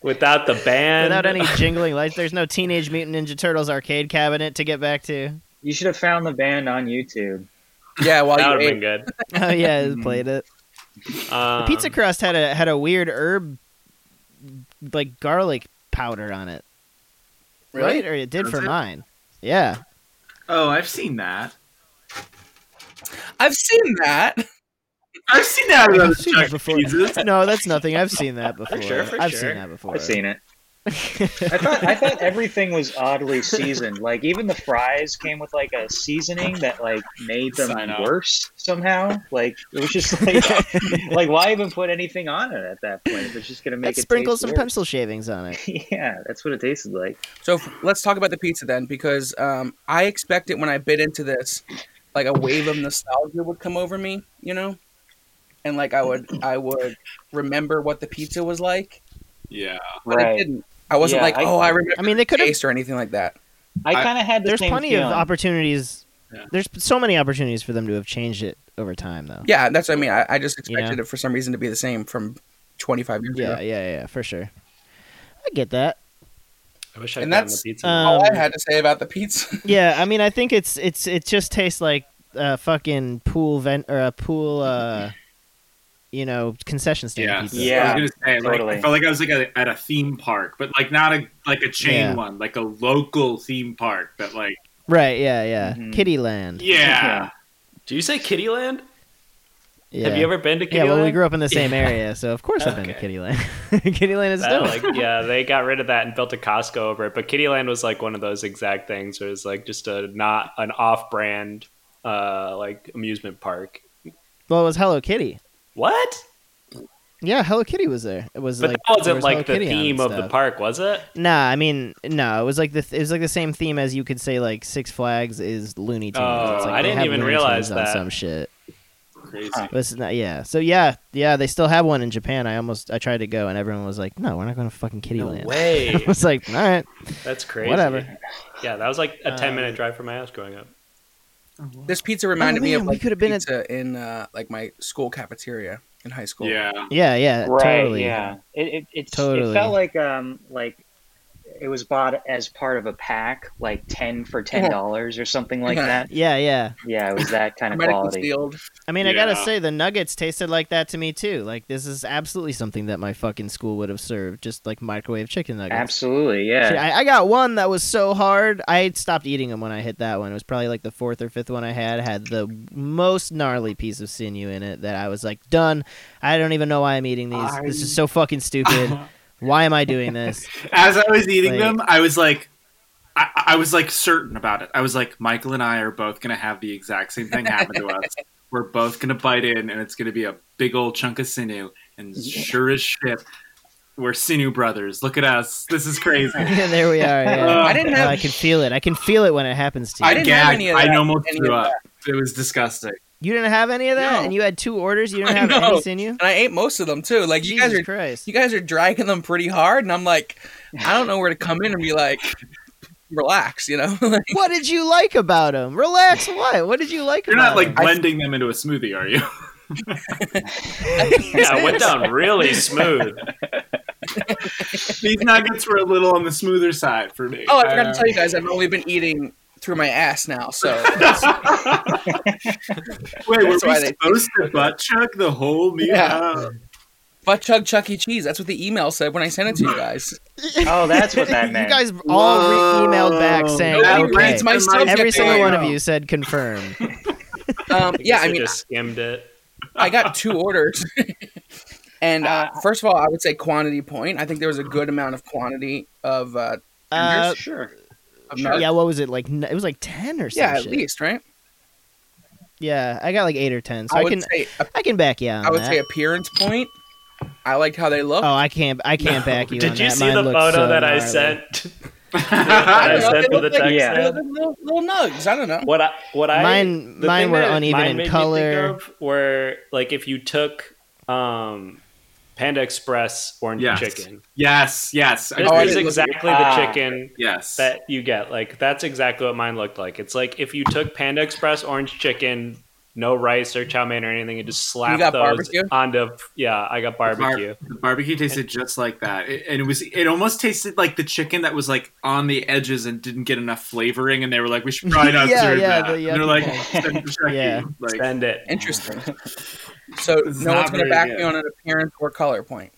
Speaker 5: without the band
Speaker 4: Without
Speaker 5: [LAUGHS]
Speaker 4: any jingling lights, there's no Teenage Mutant Ninja Turtles arcade cabinet to get back
Speaker 5: [LAUGHS]
Speaker 4: to.
Speaker 3: you should have found the band on YouTube.
Speaker 1: yeah, while
Speaker 5: that would
Speaker 1: you
Speaker 5: have been
Speaker 1: ate.
Speaker 5: good.
Speaker 4: Oh yeah, I played it.
Speaker 5: Um,
Speaker 4: The pizza crust had a had a weird herb, like garlic powder on it, right? Or it did for
Speaker 2: Does it?
Speaker 4: mine. Yeah,
Speaker 2: Oh, I've seen that.
Speaker 1: I've seen that.
Speaker 2: I've seen that at
Speaker 4: I've
Speaker 2: other
Speaker 4: seen that
Speaker 2: Chuck E.
Speaker 4: before.
Speaker 2: Cheese's.
Speaker 4: no, that's nothing. I've seen that before.
Speaker 5: sure, for
Speaker 4: I've
Speaker 5: sure.
Speaker 4: seen that before.
Speaker 3: I've
Speaker 4: [LAUGHS]
Speaker 3: seen it. I thought I thought everything was oddly seasoned. Like even the fries came with like a seasoning that like made them
Speaker 2: Sign off.
Speaker 3: worse somehow. Like it was just
Speaker 4: [LAUGHS]
Speaker 3: like [LAUGHS] like why even put anything on it at that point? If it's just gonna make
Speaker 4: Let's
Speaker 3: it
Speaker 4: sprinkle
Speaker 3: taste
Speaker 4: some
Speaker 3: worse.
Speaker 4: pencil shavings on it.
Speaker 3: [LAUGHS] Yeah, that's what it tasted like.
Speaker 1: So f- let's talk about the pizza then, because um, I expected when I bit into this, like a wave of nostalgia would come over me, you know, and like I would I would remember what the pizza was like,
Speaker 2: Yeah.
Speaker 1: but I didn't. I wasn't
Speaker 3: Yeah,
Speaker 1: like,
Speaker 3: I-
Speaker 1: oh, I remember
Speaker 4: I mean, they
Speaker 1: the
Speaker 4: could have.
Speaker 1: taste or anything like that.
Speaker 3: I
Speaker 2: I-
Speaker 3: kind of had the
Speaker 4: There's
Speaker 3: same
Speaker 4: plenty
Speaker 3: feeling.
Speaker 4: of opportunities.
Speaker 2: Yeah.
Speaker 4: There's so many opportunities for them to have changed it over time, though.
Speaker 1: Yeah, that's what I mean. I, I just
Speaker 4: You know?
Speaker 1: expected it for some reason to be the same from 25 years
Speaker 4: yeah,
Speaker 1: ago.
Speaker 4: yeah, yeah, for sure. I get that.
Speaker 5: I wish I
Speaker 1: And
Speaker 5: would gotten
Speaker 1: that's- uh,
Speaker 5: the pizza.
Speaker 4: um,
Speaker 1: All I had to say about the pizza. [LAUGHS]
Speaker 4: Yeah, I mean, I think it's it's it just tastes like a fucking pool vent or a pool, uh, you know, concession stand
Speaker 2: Yeah.
Speaker 4: pizza.
Speaker 3: Yeah.
Speaker 2: I was gonna say, like,
Speaker 3: totally.
Speaker 2: I felt like I was like a, at a theme park, but like not a like a chain
Speaker 4: Yeah.
Speaker 2: one, like a local theme park. But
Speaker 4: [LAUGHS]
Speaker 2: like,
Speaker 4: Right. Yeah. Yeah.
Speaker 3: Mhm.
Speaker 4: Kitty Land.
Speaker 2: yeah,
Speaker 5: Do you say Kittyland?
Speaker 4: Yeah.
Speaker 5: Have you ever been to Kittyland?
Speaker 4: yeah, well, we grew up in the same
Speaker 5: Yeah.
Speaker 4: area, so of course I've been to
Speaker 5: Okay.
Speaker 4: Kitty Land. [LAUGHS] Kitty Land is
Speaker 5: I
Speaker 4: dope.
Speaker 5: don't like yeah, they got rid of that and built a Costco over it. But Kittyland was like one of those exact things where it's like just a not an off brand uh like amusement park.
Speaker 4: well, it was Hello Kitty.
Speaker 5: What?
Speaker 4: Yeah, Hello Kitty was there. It was
Speaker 5: But
Speaker 4: like
Speaker 5: that
Speaker 4: there
Speaker 5: wasn't
Speaker 4: was Hello
Speaker 5: like the
Speaker 4: Kitty on and
Speaker 5: theme of the
Speaker 4: stuff.
Speaker 5: park, was it?
Speaker 4: Nah, I mean, no, it was like the th- it was like the same theme as you could say like Six Flags is Looney Tunes.
Speaker 5: Oh,
Speaker 4: It's like
Speaker 5: I
Speaker 4: they
Speaker 5: didn't
Speaker 4: have
Speaker 5: even
Speaker 4: Looney
Speaker 5: realize
Speaker 4: Tunes on
Speaker 5: that.
Speaker 4: some shit.
Speaker 2: crazy.
Speaker 4: But it's not- yeah. So yeah, yeah, they still have one in Japan. I almost I tried to go and everyone was like, "No, we're not going to fucking Kitty
Speaker 5: No
Speaker 4: Land." [LAUGHS]
Speaker 5: way.
Speaker 4: I was like, "All right,
Speaker 5: That's crazy.
Speaker 4: Whatever.
Speaker 5: Yeah, that was like a ten
Speaker 4: Um,
Speaker 5: minute drive from my house
Speaker 4: [LAUGHS]
Speaker 5: growing up.
Speaker 2: Oh,
Speaker 1: This pizza reminded me
Speaker 4: man,
Speaker 1: of
Speaker 4: we
Speaker 1: like
Speaker 4: could've been at-
Speaker 1: pizza in uh, like my school cafeteria in high school.
Speaker 2: Yeah,
Speaker 4: yeah, yeah,
Speaker 3: right.
Speaker 4: totally,
Speaker 3: Yeah, it it, it's,
Speaker 4: Totally.
Speaker 3: it felt like um like it was bought as part of a pack, like ten for ten dollars or something like
Speaker 1: Yeah.
Speaker 3: that.
Speaker 4: Oh. yeah, yeah."
Speaker 3: Yeah, it
Speaker 2: [LAUGHS]
Speaker 3: was that kind of
Speaker 1: American
Speaker 3: quality.
Speaker 1: Sealed.
Speaker 4: I mean, I gotta
Speaker 2: Yeah.
Speaker 4: say the nuggets tasted like that to me too. Like this is absolutely something that my fucking school would have served, just like microwave chicken nuggets.
Speaker 3: Absolutely,
Speaker 4: Shit,
Speaker 3: yeah.
Speaker 4: I, I got one that was so hard. I stopped eating them when I hit that one. It was probably like the fourth or fifth one I had. Had the most gnarly piece
Speaker 1: [LAUGHS]
Speaker 4: of sinew in it that I was like, done. I don't even know why I'm eating these. This is so fucking stupid. Why am I doing this? [LAUGHS]
Speaker 2: As I was eating
Speaker 4: Like-
Speaker 2: them, I was like, I, I was like certain about it. I was like, Michael and I are both gonna have the exact same thing happen to
Speaker 1: [LAUGHS]
Speaker 2: us. We're both gonna bite in, and it's gonna be a big old chunk of sinew. And sure as shit, we're sinew brothers. Look at us. This
Speaker 1: [LAUGHS]
Speaker 2: is crazy.
Speaker 4: yeah, there we are. Yeah.
Speaker 2: Uh,
Speaker 1: I didn't
Speaker 4: No,
Speaker 1: have.
Speaker 4: I can feel it. I can feel it when it happens to you.
Speaker 2: I,
Speaker 1: didn't have
Speaker 2: gagged.
Speaker 1: any of
Speaker 2: I
Speaker 1: that-
Speaker 2: almost
Speaker 1: any
Speaker 2: threw
Speaker 1: of
Speaker 2: up. It
Speaker 1: [LAUGHS]
Speaker 2: was disgusting.
Speaker 4: you didn't have any of that,
Speaker 1: No.
Speaker 4: and you had two orders. You didn't
Speaker 1: I
Speaker 4: have
Speaker 1: know.
Speaker 4: any sinew.
Speaker 1: and I ate most of them too. Like you guys
Speaker 4: Jesus
Speaker 1: are,
Speaker 4: Christ!
Speaker 1: you guys are dragging them pretty hard, and I'm like, I don't know where to come in and be like, relax, you know. [LAUGHS]
Speaker 2: [LAUGHS]
Speaker 1: Like,
Speaker 4: what did you like about him? Relax. What? What did you like?
Speaker 2: You're
Speaker 4: about
Speaker 2: not like
Speaker 1: [LAUGHS]
Speaker 4: him?
Speaker 2: blending them into a smoothie, are you?
Speaker 5: Yeah, it went down really smooth.
Speaker 2: These nuggets were a little on the smoother side for me.
Speaker 1: oh, I forgot
Speaker 2: Uh,
Speaker 1: to tell you guys, I've only been eating through my ass now. So
Speaker 2: [LAUGHS]
Speaker 1: [LAUGHS]
Speaker 2: Wait, were we
Speaker 1: That's why they-
Speaker 2: supposed to butt chug the whole meal?
Speaker 1: Yeah.
Speaker 2: Uh,
Speaker 1: butt chug Chuck E. Cheese. That's what the email said when I sent it to you guys.
Speaker 3: [LAUGHS] Oh, that's
Speaker 4: [LAUGHS]
Speaker 3: what that
Speaker 4: You
Speaker 3: meant.
Speaker 4: guys all re- emailed back
Speaker 2: Whoa.
Speaker 4: saying,
Speaker 1: Nobody
Speaker 4: okay.
Speaker 1: reads my subject
Speaker 4: Every single
Speaker 1: area.
Speaker 4: one of you said
Speaker 5: [LAUGHS]
Speaker 4: confirm.
Speaker 1: Um, yeah, I
Speaker 5: guess they
Speaker 1: mean,
Speaker 5: just skimmed it.
Speaker 1: I got two orders. [LAUGHS] and uh, first of all, I would say quantity point. I think there was a good amount of quantity of, uh,
Speaker 4: Uh,
Speaker 3: sure.
Speaker 1: of
Speaker 3: Sure.
Speaker 1: narc-
Speaker 4: yeah, what was it like? n- It was like ten or something.
Speaker 1: yeah, at least right.
Speaker 4: Yeah, I got like eight or ten, so
Speaker 1: I,
Speaker 4: I,
Speaker 1: would
Speaker 4: can
Speaker 1: say
Speaker 4: I can back you on
Speaker 1: I would
Speaker 4: that.
Speaker 1: say appearance point. I liked how they looked.
Speaker 4: oh, I can't I can't
Speaker 5: [LAUGHS]
Speaker 4: back you.
Speaker 5: Did
Speaker 4: on
Speaker 5: you
Speaker 4: that.
Speaker 5: see
Speaker 4: Mine
Speaker 5: the
Speaker 4: looks
Speaker 5: photo
Speaker 4: so
Speaker 5: that I
Speaker 4: gnarly.
Speaker 5: sent?
Speaker 1: [LAUGHS] I
Speaker 2: [LAUGHS]
Speaker 5: [LAUGHS] I
Speaker 1: don't know,
Speaker 5: sent
Speaker 1: they
Speaker 5: to the
Speaker 1: looked like
Speaker 5: text.
Speaker 3: Yeah.
Speaker 1: they looked
Speaker 5: ad?
Speaker 1: like little, little nugs. I don't know.
Speaker 5: What I what I
Speaker 4: Mine-
Speaker 5: the
Speaker 4: mine
Speaker 5: thing
Speaker 4: were
Speaker 5: that
Speaker 4: uneven
Speaker 5: mine
Speaker 4: in
Speaker 5: made me think
Speaker 4: color.
Speaker 5: of Were like if you took um, Panda Express orange
Speaker 2: Yes.
Speaker 5: chicken.
Speaker 2: yes, yes. I
Speaker 5: This
Speaker 1: Oh,
Speaker 2: did.
Speaker 5: is
Speaker 1: didn't look at-
Speaker 5: exactly
Speaker 3: Ah.
Speaker 5: the chicken
Speaker 2: yes.
Speaker 5: that you get. Like that's exactly what mine looked like. It's like if you took Panda Express orange chicken, no rice or chow mein or anything, and just slapped
Speaker 1: got
Speaker 5: those
Speaker 1: barbecue?
Speaker 5: onto. Yeah, I got barbecue.
Speaker 2: The barbecue tasted just like that, It- and it was it almost tasted like the chicken that was like on the edges and didn't get enough flavoring, and they were like, "We should
Speaker 4: [LAUGHS]
Speaker 2: probably not
Speaker 4: Yeah,
Speaker 2: serve
Speaker 4: yeah,
Speaker 2: that."
Speaker 4: the-
Speaker 2: And
Speaker 4: yeah,
Speaker 2: they're like,
Speaker 4: people.
Speaker 2: "Send
Speaker 4: [LAUGHS]
Speaker 2: it to Chuck E."
Speaker 4: Yeah.
Speaker 2: like,
Speaker 5: Send it.
Speaker 1: Interesting. So
Speaker 2: It's
Speaker 1: no one's
Speaker 2: not
Speaker 1: going to
Speaker 2: very
Speaker 1: back
Speaker 2: good.
Speaker 1: me on an appearance or color point.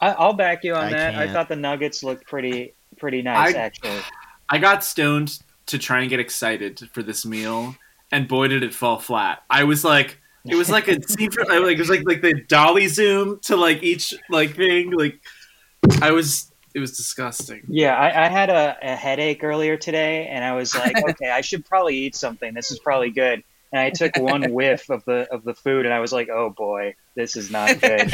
Speaker 3: I, I'll back you on
Speaker 4: I
Speaker 3: that. I
Speaker 4: can't.
Speaker 3: thought the Nuggets looked pretty pretty nice
Speaker 2: I-
Speaker 3: actually.
Speaker 2: I got stoned to try and get excited for this meal, and boy did it fall flat. I was like, it
Speaker 3: [LAUGHS]
Speaker 2: was
Speaker 4: [LAUGHS]
Speaker 2: like a scene from- I- like it was like like the dolly zoom to like each like thing. Like I was, it was disgusting.
Speaker 3: Yeah, I, I had a, a headache earlier today, and I was
Speaker 4: [LAUGHS]
Speaker 3: like, okay, I should probably eat something. This is probably good. And I took
Speaker 4: [LAUGHS]
Speaker 3: one whiff of the of the food, and I was like, oh boy, this is not
Speaker 4: [LAUGHS]
Speaker 3: good.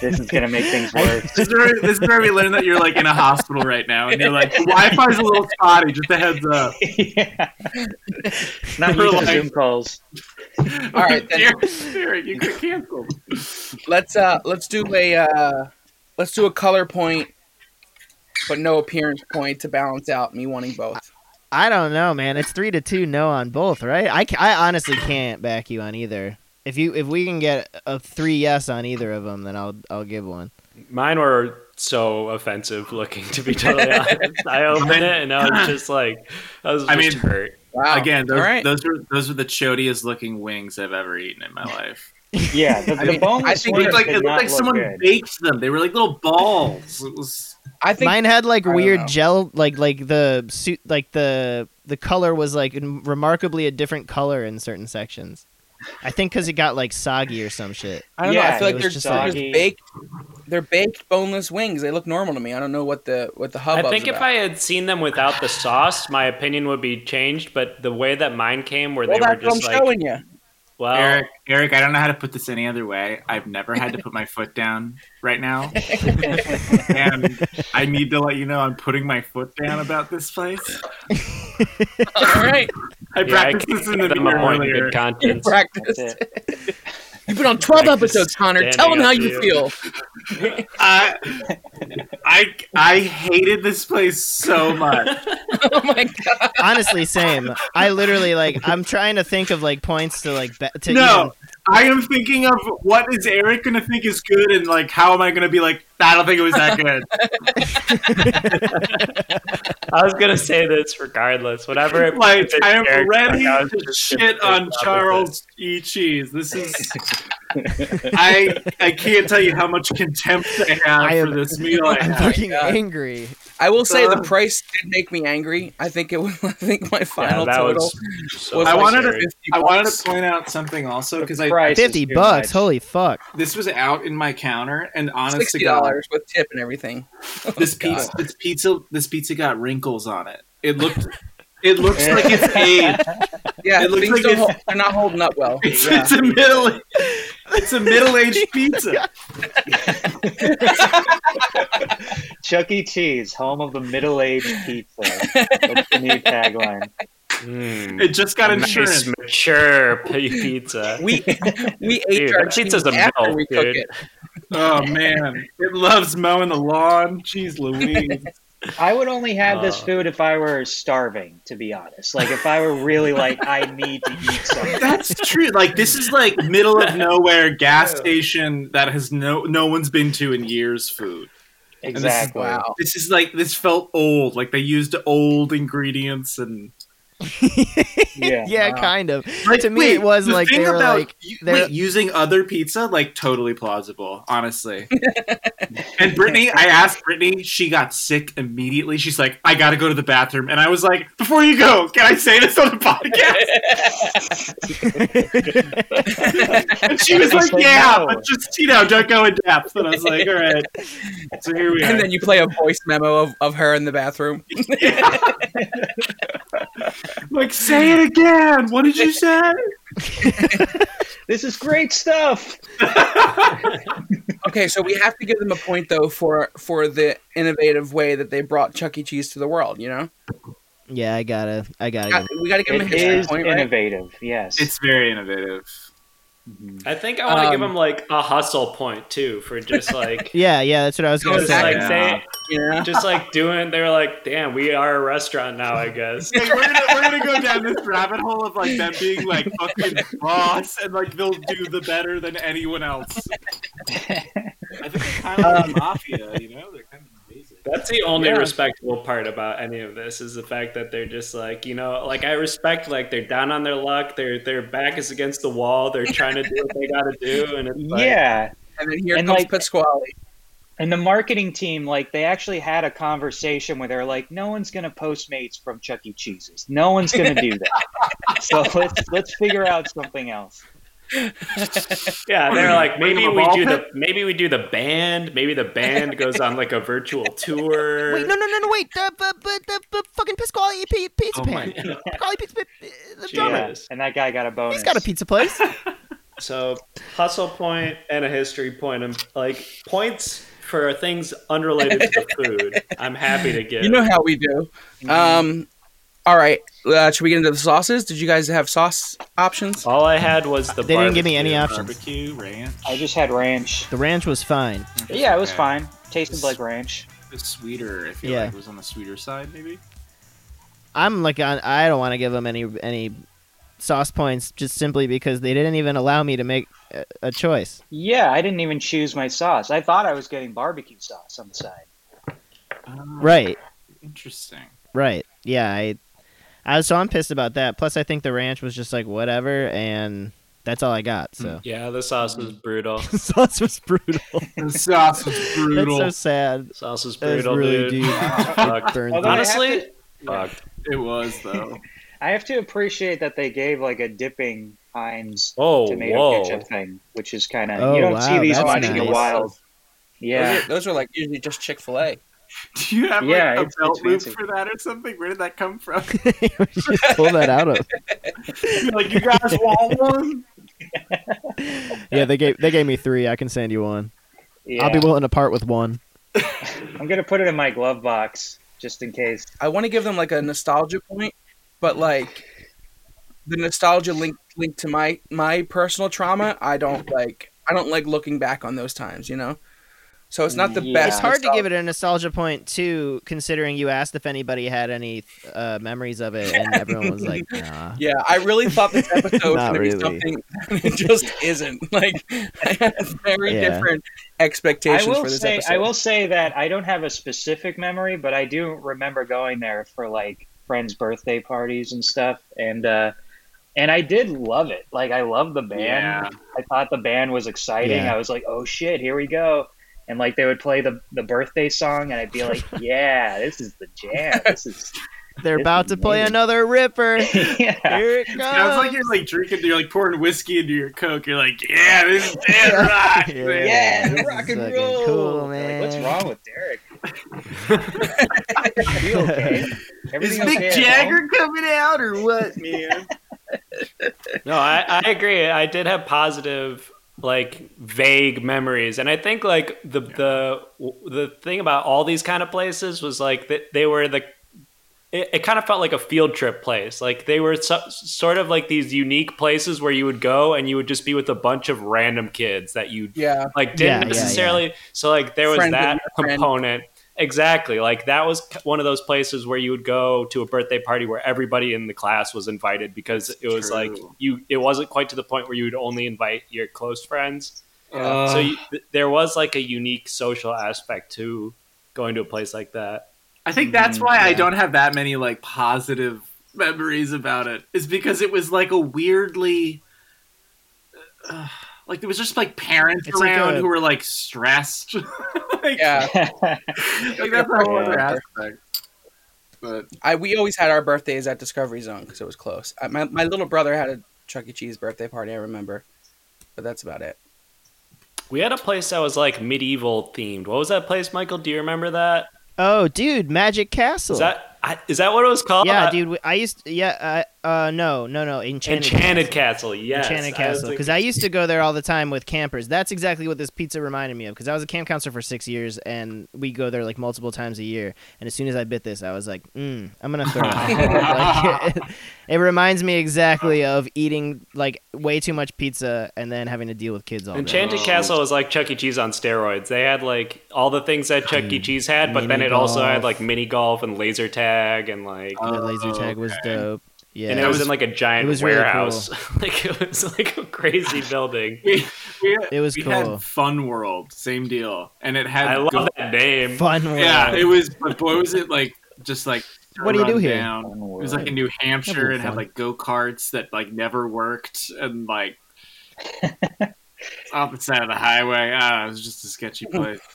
Speaker 3: this is gonna make things worse. [LAUGHS]
Speaker 2: This is, where, this is where we learn that you're like in a hospital right now, and you're like the Wi-Fi's a little spotty. Just a heads up.
Speaker 3: yeah. Not
Speaker 2: We're
Speaker 3: used to
Speaker 2: like-
Speaker 3: Zoom calls.
Speaker 2: All
Speaker 1: right, then.
Speaker 2: Derek, you could cancel.
Speaker 1: Let's uh let's do a uh let's do a color point but no appearance point to balance out me wanting both.
Speaker 4: I don't know, man. It's three to two, no on both, right? I, ca- I honestly can't back you on either. If you if we can get a three yes on either of them, then I'll I'll give one.
Speaker 5: Mine were so offensive looking
Speaker 2: [LAUGHS]
Speaker 5: to be totally honest. I opened it and I was just like I was just
Speaker 2: I mean,
Speaker 5: hurt.
Speaker 1: Wow.
Speaker 2: Again, those,
Speaker 1: Oh, All right.
Speaker 2: those are those are the chodiest looking wings I've ever eaten in my life.
Speaker 3: Yeah, the,
Speaker 1: I
Speaker 3: the
Speaker 1: mean, I
Speaker 3: boneless
Speaker 1: think
Speaker 2: It looked
Speaker 3: wings
Speaker 2: like
Speaker 3: did
Speaker 2: it looked
Speaker 3: not
Speaker 2: like
Speaker 3: look
Speaker 2: someone
Speaker 3: good.
Speaker 2: baked them. They were like little balls. It was
Speaker 1: I think
Speaker 4: Mine had
Speaker 1: I
Speaker 4: like
Speaker 1: don't know.
Speaker 4: weird gel, like like the suit, like the the color was like in- remarkably a different color in certain sections. I think because it got like soggy or some shit.
Speaker 1: I don't know.
Speaker 3: Yeah,
Speaker 1: I feel like
Speaker 4: it was
Speaker 1: they're
Speaker 4: just
Speaker 1: just
Speaker 3: soggy.
Speaker 1: baked. They're baked boneless wings. They look normal to me. I don't know what the what the hubbub.
Speaker 5: I think if I had seen them without the sauce, my opinion would be changed, but the way that mine came where
Speaker 1: well,
Speaker 5: they were
Speaker 1: that's what I'm
Speaker 5: just like [LAUGHS]
Speaker 1: showing you.
Speaker 5: well
Speaker 2: Eric. Eric, I don't know how to put this any other way. I've never had to put my foot down right now, and I need to let you know I'm putting my foot down about this place.
Speaker 1: All [LAUGHS] right,
Speaker 2: I
Speaker 5: yeah, I
Speaker 2: practiced
Speaker 5: can
Speaker 2: this in the
Speaker 5: give them a
Speaker 2: mirror
Speaker 5: point of
Speaker 2: earlier.
Speaker 1: [LAUGHS]
Speaker 5: good conscience.
Speaker 1: practice.
Speaker 3: That's it.
Speaker 1: [LAUGHS] You've been on 12
Speaker 5: Practice
Speaker 1: episodes, Connor.
Speaker 5: standing
Speaker 1: Tell them
Speaker 5: up
Speaker 1: how
Speaker 5: to
Speaker 1: you
Speaker 5: you.
Speaker 1: feel. [LAUGHS]
Speaker 2: I, I, I hated this place so
Speaker 4: [LAUGHS]
Speaker 2: much.
Speaker 1: Oh my god.
Speaker 4: Honestly, same. I literally like I'm trying to think of like points to like ba- to
Speaker 2: No,
Speaker 4: even-
Speaker 2: I am thinking of what is Eric going to think is good, and like how am I going to be like? I don't think it was that good.
Speaker 5: I was gonna say this regardless. Whatever it
Speaker 2: like
Speaker 5: it's
Speaker 2: I am
Speaker 5: Eric's,
Speaker 2: ready
Speaker 5: like, I was
Speaker 2: to
Speaker 5: just
Speaker 2: shit
Speaker 5: gonna
Speaker 2: on
Speaker 5: say
Speaker 2: Charles E. Cheese. This is. I I can't tell you how much contempt I have
Speaker 4: I am-
Speaker 2: for this meal. I
Speaker 4: [LAUGHS] I'm
Speaker 2: had.
Speaker 4: fucking
Speaker 1: Oh God.
Speaker 4: angry.
Speaker 1: I will say
Speaker 3: Uh,
Speaker 1: the price did make me angry. I think it was. [LAUGHS] I think my final
Speaker 5: that
Speaker 1: total
Speaker 5: was
Speaker 1: was,
Speaker 5: so
Speaker 2: I wanted
Speaker 1: like
Speaker 2: to-
Speaker 5: scary.
Speaker 1: 50
Speaker 2: I wanted
Speaker 1: bucks.
Speaker 2: to point out something also because I
Speaker 3: Price is
Speaker 4: 50
Speaker 3: too
Speaker 4: bucks.
Speaker 3: much.
Speaker 4: Holy fuck.
Speaker 2: this was out in my counter, and honest to
Speaker 1: sixty
Speaker 2: God,
Speaker 1: dollars with tip and everything.
Speaker 2: this
Speaker 1: God.
Speaker 2: pizza, this pizza, this pizza got wrinkles on it.
Speaker 1: [LAUGHS]
Speaker 2: It looked, it looks like it's aged.
Speaker 1: Yeah,
Speaker 2: It looks
Speaker 1: things
Speaker 2: like
Speaker 1: don't
Speaker 2: it's-
Speaker 1: hold, they're not holding up
Speaker 2: [LAUGHS]
Speaker 1: well.
Speaker 2: It's,
Speaker 1: Yeah.
Speaker 2: it's a middle, it's a middle-aged
Speaker 1: [LAUGHS]
Speaker 2: pizza.
Speaker 3: Chuck E. Cheese, home of the middle-aged pizza. That's the new tagline.
Speaker 5: Mm.
Speaker 2: It just got
Speaker 5: Nice,
Speaker 2: insurance.
Speaker 5: mature
Speaker 1: [LAUGHS]
Speaker 5: p- pizza.
Speaker 1: We we ate
Speaker 5: Dude,
Speaker 1: our
Speaker 5: that pizza's
Speaker 1: cheese
Speaker 5: a
Speaker 1: after
Speaker 5: melt,
Speaker 1: we cook
Speaker 5: dude.
Speaker 1: it.
Speaker 2: Oh man, it loves mowing the lawn. Jeez Louise.
Speaker 3: I would only have this
Speaker 5: Uh.
Speaker 3: food if I were starving, to be honest. Like if I were really like, I need to eat
Speaker 2: [LAUGHS]
Speaker 3: something.
Speaker 2: That's true. Like this is like middle of nowhere gas station that has no no one's been to in years. Food. this
Speaker 1: [LAUGHS]
Speaker 2: is
Speaker 3: Exactly.
Speaker 5: [LAUGHS]
Speaker 1: Wow.
Speaker 2: This is like this felt old. Like they used old ingredients and
Speaker 3: Yeah.
Speaker 4: Yeah,
Speaker 1: Wow.
Speaker 4: kind of. to me, it was
Speaker 2: the
Speaker 4: like
Speaker 2: thing
Speaker 4: they were
Speaker 2: about
Speaker 4: like,
Speaker 2: u-
Speaker 4: they're-
Speaker 2: wait, using other pizza like totally plausible,
Speaker 4: [LAUGHS]
Speaker 2: honestly. and Brittany, I asked Brittany, she got sick immediately. She's like, I gotta go to the bathroom, and I was like, before you go, can I say this on the podcast? and she
Speaker 4: [LAUGHS]
Speaker 2: was
Speaker 3: You
Speaker 2: like,
Speaker 3: said
Speaker 2: Yeah,
Speaker 3: no.
Speaker 2: but just you know, don't go in depth. And I was like, All right. So here
Speaker 4: [LAUGHS]
Speaker 2: we are.
Speaker 1: And then you play a voice memo of, of her in the bathroom.
Speaker 2: like, say it again. What did you
Speaker 4: [LAUGHS]
Speaker 2: say?
Speaker 3: This is great stuff.
Speaker 1: Okay, so we have to give them a point though for for the innovative way that they brought Chuck E. Cheese to the world. You know,
Speaker 4: yeah, I gotta, I gotta. give
Speaker 1: Got- we got to give them a
Speaker 3: It
Speaker 1: history
Speaker 3: is
Speaker 1: point, right?
Speaker 3: innovative. Yes. Mm-hmm.
Speaker 2: It's very innovative.
Speaker 5: I think I want to
Speaker 1: Um,
Speaker 5: give them like a hustle point too for just
Speaker 1: [LAUGHS]
Speaker 5: like
Speaker 4: Yeah, yeah, that's what I was gonna
Speaker 1: Goes
Speaker 5: just
Speaker 4: say.
Speaker 1: back
Speaker 5: like
Speaker 2: Yeah.
Speaker 5: they
Speaker 1: Yeah.
Speaker 5: just like doing. They're like, damn, we are a restaurant now.
Speaker 2: [LAUGHS]
Speaker 5: I guess.
Speaker 2: Like, we're, gonna, we're gonna go down this rabbit hole of like them being like fucking boss and like they'll do the better than anyone else. I think they're kind of
Speaker 3: Um,
Speaker 2: like mafia, you know? They're kind of amazing.
Speaker 5: That's the only
Speaker 1: Yeah.
Speaker 5: respectable part about any of this is the fact that they're just like you know, like I respect like they're down on their luck. Their their back is against the wall. They're trying to do what they got to do, and it's like,
Speaker 3: yeah.
Speaker 1: And then here
Speaker 3: And,
Speaker 1: comes
Speaker 3: like-
Speaker 1: Pasquale.
Speaker 3: And the marketing team, like, they actually had a conversation where they're like, "No one's gonna Postmates from Chuck E. Cheese's. No one's gonna do that. so let's let's figure out something else."
Speaker 5: Yeah, they're like
Speaker 2: Bring
Speaker 5: maybe
Speaker 2: them a
Speaker 5: we
Speaker 2: ball
Speaker 5: do the maybe we do the band. Maybe the band goes on like a virtual tour.
Speaker 4: Wait, no, no, no, no, wait. The, the, the, the, the fucking Pasquale P- Pizza
Speaker 2: Oh my
Speaker 4: Pan. Pasquale Pizza Pan.
Speaker 1: [LAUGHS]
Speaker 4: uh, The
Speaker 5: Gee,
Speaker 4: drummer.
Speaker 5: Bonus.
Speaker 3: And that guy got a bonus.
Speaker 4: He's got a pizza place.
Speaker 5: So hustle point and a history point, and like points for things unrelated to the food. I'm happy to give.
Speaker 1: You know how we do.
Speaker 4: Mm-hmm.
Speaker 1: Um, all right, uh, should we get into the sauces? Did you guys have sauce options?
Speaker 3: Oh,
Speaker 5: all I had was the.
Speaker 4: They didn't give me any
Speaker 5: barbecue.
Speaker 4: options.
Speaker 2: Barbecue, ranch.
Speaker 3: I just had ranch.
Speaker 4: The ranch was fine.
Speaker 3: But yeah, it was
Speaker 2: Okay.
Speaker 3: fine. Tasted like ranch.
Speaker 2: It was sweeter, I feel
Speaker 4: Yeah.
Speaker 2: like it was on the sweeter side, maybe.
Speaker 4: I'm like, on, I don't want to give them any any sauce points just simply because they didn't even allow me to make a, a choice.
Speaker 3: Yeah, I didn't even choose my sauce. I thought I was getting barbecue sauce on the side.
Speaker 4: Right,
Speaker 2: Uh, Interesting.
Speaker 4: right. Yeah, I, I was, so I'm pissed about that. Plus, I think the ranch was just like whatever, and that's all I got. So
Speaker 5: Yeah, the sauce was brutal.
Speaker 4: the [LAUGHS] sauce was brutal.
Speaker 2: The sauce was
Speaker 4: that's
Speaker 2: brutal.
Speaker 4: so sad.
Speaker 5: Sauce was
Speaker 4: That was
Speaker 5: brutal,
Speaker 4: really
Speaker 5: dude. Ah,
Speaker 4: deep.
Speaker 5: [LAUGHS]
Speaker 4: [LAUGHS]
Speaker 5: Fuck.
Speaker 4: Burned
Speaker 3: Although I have
Speaker 5: Honestly,
Speaker 3: to-
Speaker 5: Fuck.
Speaker 2: It was though. [LAUGHS]
Speaker 3: I have to appreciate that they gave like a dipping Heinz
Speaker 5: Oh,
Speaker 3: tomato
Speaker 5: whoa.
Speaker 3: ketchup thing, which is kind of
Speaker 4: Oh,
Speaker 3: you don't see
Speaker 4: wow,
Speaker 3: these
Speaker 4: that's
Speaker 3: much in the
Speaker 4: nice.
Speaker 3: wild. Yeah.
Speaker 1: Those, are, those are like usually just Chick Fil A.
Speaker 2: Do you have
Speaker 3: Yeah,
Speaker 2: like a
Speaker 3: it's-
Speaker 2: belt
Speaker 3: it's
Speaker 2: loop
Speaker 3: fancy.
Speaker 2: for that or something? Where did that come from? [LAUGHS]
Speaker 4: just pull that out of.
Speaker 2: You're like, you guys want one?
Speaker 4: Yeah, they gave they gave me three. I can send you one.
Speaker 3: Yeah.
Speaker 4: I'll be willing to part with one.
Speaker 3: I'm gonna put it in my glove box just in case.
Speaker 1: I want to give them like a nostalgia point, but like the nostalgia link linked to my my personal trauma. I don't like. I don't like looking back on those times. You know. So it's not the
Speaker 3: Yeah.
Speaker 1: best.
Speaker 4: It's hard to give it a nostalgia point too, considering you asked if anybody had any uh, memories of it, and everyone was like, "Nah."
Speaker 1: Yeah, I really thought
Speaker 3: [LAUGHS]
Speaker 1: this episode was going
Speaker 4: Not
Speaker 1: to
Speaker 4: really.
Speaker 1: be something. and It just isn't. [LAUGHS] Like I had very
Speaker 4: Yeah.
Speaker 1: different
Speaker 3: I
Speaker 1: expectations
Speaker 3: will
Speaker 1: for this
Speaker 3: say
Speaker 1: episode.
Speaker 3: I will say that I don't have a specific memory, but I do remember going there for like friends' birthday parties and stuff, and uh, and I did love it. Like I loved the band.
Speaker 2: Yeah.
Speaker 3: I thought the band was exciting.
Speaker 4: Yeah.
Speaker 3: I was like, oh shit, here we go. and like they would play the the birthday song, and I'd be like, "Yeah, this is the jam. This is [LAUGHS]
Speaker 4: They're
Speaker 3: This
Speaker 4: about
Speaker 3: is
Speaker 4: to play
Speaker 3: amazing.
Speaker 4: another ripper.
Speaker 3: yeah."
Speaker 4: Here it comes.
Speaker 2: Sounds like you're like drinking, you're like pouring whiskey into your coke. You're like, yeah, this is
Speaker 4: [LAUGHS]
Speaker 2: dead rock. man."
Speaker 3: Yeah,
Speaker 4: this
Speaker 3: rock
Speaker 4: is
Speaker 3: and
Speaker 4: fucking
Speaker 3: roll.
Speaker 4: Cool,
Speaker 3: Like,
Speaker 4: man.
Speaker 3: what's wrong with
Speaker 4: [LAUGHS]
Speaker 3: Derek? [LAUGHS] He okay?
Speaker 2: Is
Speaker 3: Everything okay
Speaker 2: Mick
Speaker 3: at home?
Speaker 2: Jagger coming out or what, man?
Speaker 5: No, I, I agree. I did have positive, like vague memories, and I think like the the the thing about all these kind of places was like that they were the. It, it kind of felt like a field trip place. Like they were so, sort of like these unique places where you would go and you would just be with a bunch of random kids that you
Speaker 1: Yeah.
Speaker 5: like
Speaker 4: Yeah,
Speaker 5: didn't
Speaker 4: yeah,
Speaker 5: necessarily so like there was
Speaker 1: Friends with
Speaker 5: that
Speaker 1: your friends.
Speaker 5: component exactly like that was c- one of those places where you would go to a birthday party where everybody in the class was invited because it was
Speaker 2: True.
Speaker 5: like you it wasn't quite to the point where you would only invite your close friends
Speaker 2: Uh,
Speaker 5: so you, th- there was like a unique social aspect to going to a place like that
Speaker 2: I think that's why I
Speaker 1: Yeah.
Speaker 2: don't have that many like positive memories about it. Is because it was like a weirdly uh, like there was just like parents
Speaker 4: It's like
Speaker 2: around
Speaker 4: a-
Speaker 2: who were like stressed. [LAUGHS] like,
Speaker 1: Yeah.
Speaker 2: like that's a whole
Speaker 3: Yeah.
Speaker 2: other aspect. But
Speaker 1: I we always had our birthdays at Discovery Zone because it was close. I, my my little brother had a Chuck E. Cheese birthday party. I remember, but that's about it.
Speaker 5: we had a place that was like medieval themed what was that place michael do you remember that
Speaker 4: Oh, dude, Magic Castle.
Speaker 5: is that I, is that what it was called
Speaker 4: yeah, dude. we- I used yeah. Uh, uh, no, no, no. Enchanted.
Speaker 5: Enchanted Castle, yes.
Speaker 4: Enchanted
Speaker 5: I was
Speaker 4: Castle.
Speaker 5: like-
Speaker 4: Because I used to go there all the time with campers. That's exactly what this pizza reminded me of. Because I was a camp counselor for six years, and we go there like multiple times a year. And as soon as I bit this, I was like, mm, I'm gonna throw up. [LAUGHS] Like, it, it reminds me exactly of eating like way too much pizza and then having to deal with kids all day.
Speaker 5: Enchanted
Speaker 2: Oh.
Speaker 5: Castle was like Chuck E. Cheese on steroids. They had like all the things that Chuck E. Cheese had, but then
Speaker 4: Mini
Speaker 5: it also
Speaker 4: golf.
Speaker 5: had like mini golf and laser tag and like
Speaker 2: Oh,
Speaker 4: the laser tag was
Speaker 2: okay.
Speaker 4: dope. Yeah,
Speaker 5: and it
Speaker 2: that
Speaker 5: was,
Speaker 2: was-
Speaker 5: in like a giant
Speaker 4: it was really
Speaker 5: warehouse. [LAUGHS] like it was like a crazy building.
Speaker 2: [LAUGHS] we, we,
Speaker 4: It was
Speaker 2: we
Speaker 4: cool.
Speaker 5: [LAUGHS]
Speaker 2: had Fun World, same deal, and it had
Speaker 5: I love
Speaker 2: gold-
Speaker 5: that name.
Speaker 4: fun. World.
Speaker 2: Yeah, it was. But boy, was it like just like
Speaker 4: What do you do here?
Speaker 2: rundown. It was like in New
Speaker 4: That'd
Speaker 2: Hampshire
Speaker 4: be
Speaker 2: and had
Speaker 4: fun.
Speaker 2: like go karts that like never worked and
Speaker 4: [LAUGHS]
Speaker 2: like off the side of the highway. I don't know, it was just a sketchy place.
Speaker 4: [LAUGHS]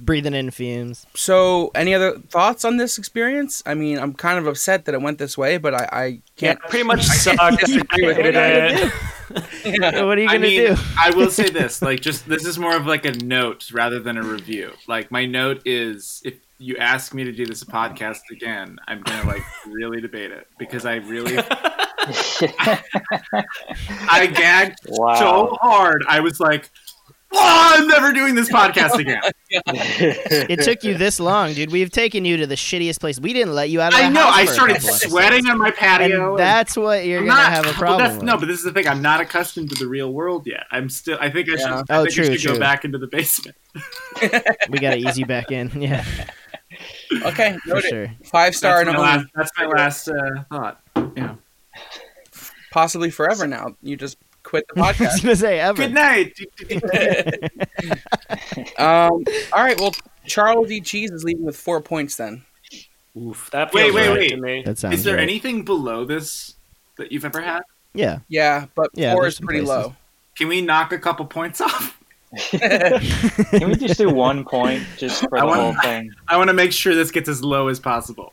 Speaker 4: breathing in
Speaker 5: [LAUGHS]
Speaker 4: fumes.
Speaker 1: So, any other thoughts on this experience? I mean, I'm kind of upset that it went this way, but I, I
Speaker 5: Yeah,
Speaker 1: can't.
Speaker 5: pretty much sucked.
Speaker 1: disagree with
Speaker 5: Hated
Speaker 4: [LAUGHS] you.
Speaker 5: [LAUGHS] it.
Speaker 4: What are you
Speaker 2: I
Speaker 4: gonna
Speaker 2: mean,
Speaker 4: do?
Speaker 2: I will
Speaker 4: [LAUGHS]
Speaker 2: say this: like, just this is more of like a note rather than a review. Like, my note is if you ask me to do this podcast again, I'm gonna like really debate it because I
Speaker 4: [LAUGHS]
Speaker 2: really I gagged so
Speaker 3: wow.
Speaker 2: hard. I was like, oh, I'm never doing this
Speaker 4: [LAUGHS]
Speaker 2: podcast again.
Speaker 4: It took you this long, dude. We've taken you to the shittiest place. We didn't let you out of the
Speaker 2: I know.
Speaker 4: house
Speaker 2: I
Speaker 4: for a
Speaker 2: started
Speaker 4: couple episodes.
Speaker 2: sweating on my patio.
Speaker 4: And that's what you're
Speaker 2: I'm
Speaker 4: gonna
Speaker 2: not- [LAUGHS]
Speaker 4: have a
Speaker 2: well,
Speaker 4: problem
Speaker 2: that's-
Speaker 4: with.
Speaker 2: No, but this is the thing. I'm not accustomed to the real world yet. I'm still. I think I should.
Speaker 1: Yeah.
Speaker 2: I
Speaker 4: Oh,
Speaker 2: think I
Speaker 4: true,
Speaker 2: should
Speaker 4: true.
Speaker 2: go back into the basement.
Speaker 4: we gotta ease you back in. [LAUGHS] Yeah,
Speaker 1: Okay,
Speaker 4: for
Speaker 1: noted.
Speaker 4: sure. [LAUGHS]
Speaker 1: Five star
Speaker 2: That's
Speaker 1: and
Speaker 2: my
Speaker 1: only,
Speaker 2: last, that's my last uh, thought. Yeah.
Speaker 1: possibly forever now. You just quit the
Speaker 4: I was
Speaker 1: podcast. [LAUGHS]
Speaker 4: gonna say ever.
Speaker 2: Good night.
Speaker 1: um, all right, well, Charles E. Cheese is leaving with four points then.
Speaker 5: Oof, that
Speaker 2: Wait,
Speaker 5: feels
Speaker 2: wait,
Speaker 5: right
Speaker 2: wait.
Speaker 5: to me.
Speaker 4: That sounds.
Speaker 2: is there
Speaker 4: right.
Speaker 2: anything below this that you've ever had?
Speaker 4: Yeah.
Speaker 1: Yeah, but
Speaker 4: Yeah,
Speaker 1: four
Speaker 4: there's
Speaker 1: is
Speaker 4: some
Speaker 1: pretty
Speaker 4: places.
Speaker 1: low.
Speaker 2: Can we knock a couple points [LAUGHS] off?
Speaker 1: [LAUGHS]
Speaker 3: [LAUGHS]
Speaker 4: [LAUGHS]
Speaker 3: Can we just do one point just for
Speaker 2: I
Speaker 3: the
Speaker 2: wanna-
Speaker 3: whole thing?
Speaker 2: I want to make sure this gets as low as possible.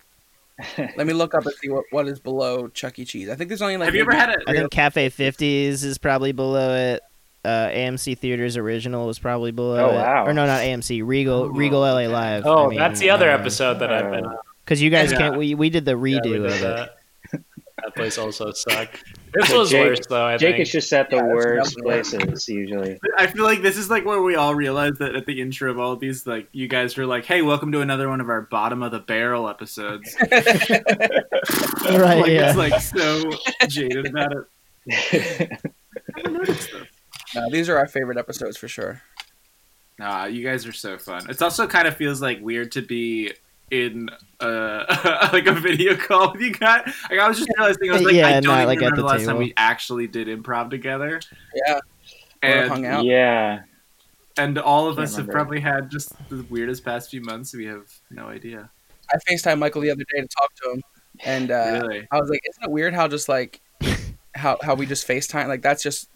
Speaker 1: Let me look up and see what, what is below Chuck E. Cheese. I think there's only like.
Speaker 2: Have you ever
Speaker 1: maybe-
Speaker 2: had a?
Speaker 4: I think Cafe Fifties is probably below it. Uh, AMC Theaters Original was probably below
Speaker 3: Oh,
Speaker 4: it.
Speaker 3: wow.
Speaker 4: Or no, not AMC. Regal,
Speaker 2: Oh,
Speaker 4: Regal LA Live.
Speaker 5: Oh, that's the other episode that I've been on.
Speaker 4: Because you guys
Speaker 2: Yeah.
Speaker 4: can't. We we did the
Speaker 5: Yeah,
Speaker 4: redo
Speaker 5: we did
Speaker 4: of it.
Speaker 5: that. That place also sucked. This was
Speaker 3: Jake-
Speaker 5: worse though. I
Speaker 3: Jake
Speaker 5: think.
Speaker 3: is just at the
Speaker 1: Yeah, that's
Speaker 3: worst
Speaker 1: definitely-
Speaker 3: places usually.
Speaker 1: [LAUGHS]
Speaker 2: I feel like this is like where we all realize that at the intro of all of these, like you guys were like, "Hey, welcome to another one of our bottom of the barrel episodes."
Speaker 4: [LAUGHS]
Speaker 2: [LAUGHS]
Speaker 4: [LAUGHS] Right.
Speaker 2: like
Speaker 4: yeah.
Speaker 2: it's
Speaker 1: [LAUGHS]
Speaker 2: like so jaded about it. I never noticed this.
Speaker 1: No, Uh, these are our favorite episodes for sure.
Speaker 2: Nah, you guys are so fun. It's also kind of feels like weird to be in uh like a [LAUGHS] video call with you guys. Like I was just realizing I was like,
Speaker 4: Yeah,
Speaker 2: I don't
Speaker 4: not
Speaker 2: even
Speaker 4: like at
Speaker 2: remember
Speaker 4: the
Speaker 2: the last time
Speaker 4: table.
Speaker 2: we actually did improv together.
Speaker 1: Yeah, or
Speaker 2: And
Speaker 1: hung out.
Speaker 3: Yeah.
Speaker 2: and all of
Speaker 3: Can't
Speaker 2: us have
Speaker 3: remember.
Speaker 2: probably had just the weirdest past few months. We have no idea.
Speaker 1: I FaceTimed Michael the other day to talk to him, and uh,
Speaker 2: really.
Speaker 1: I was like, "Isn't it weird how just
Speaker 3: [LAUGHS]
Speaker 1: like how how we just FaceTime like that's just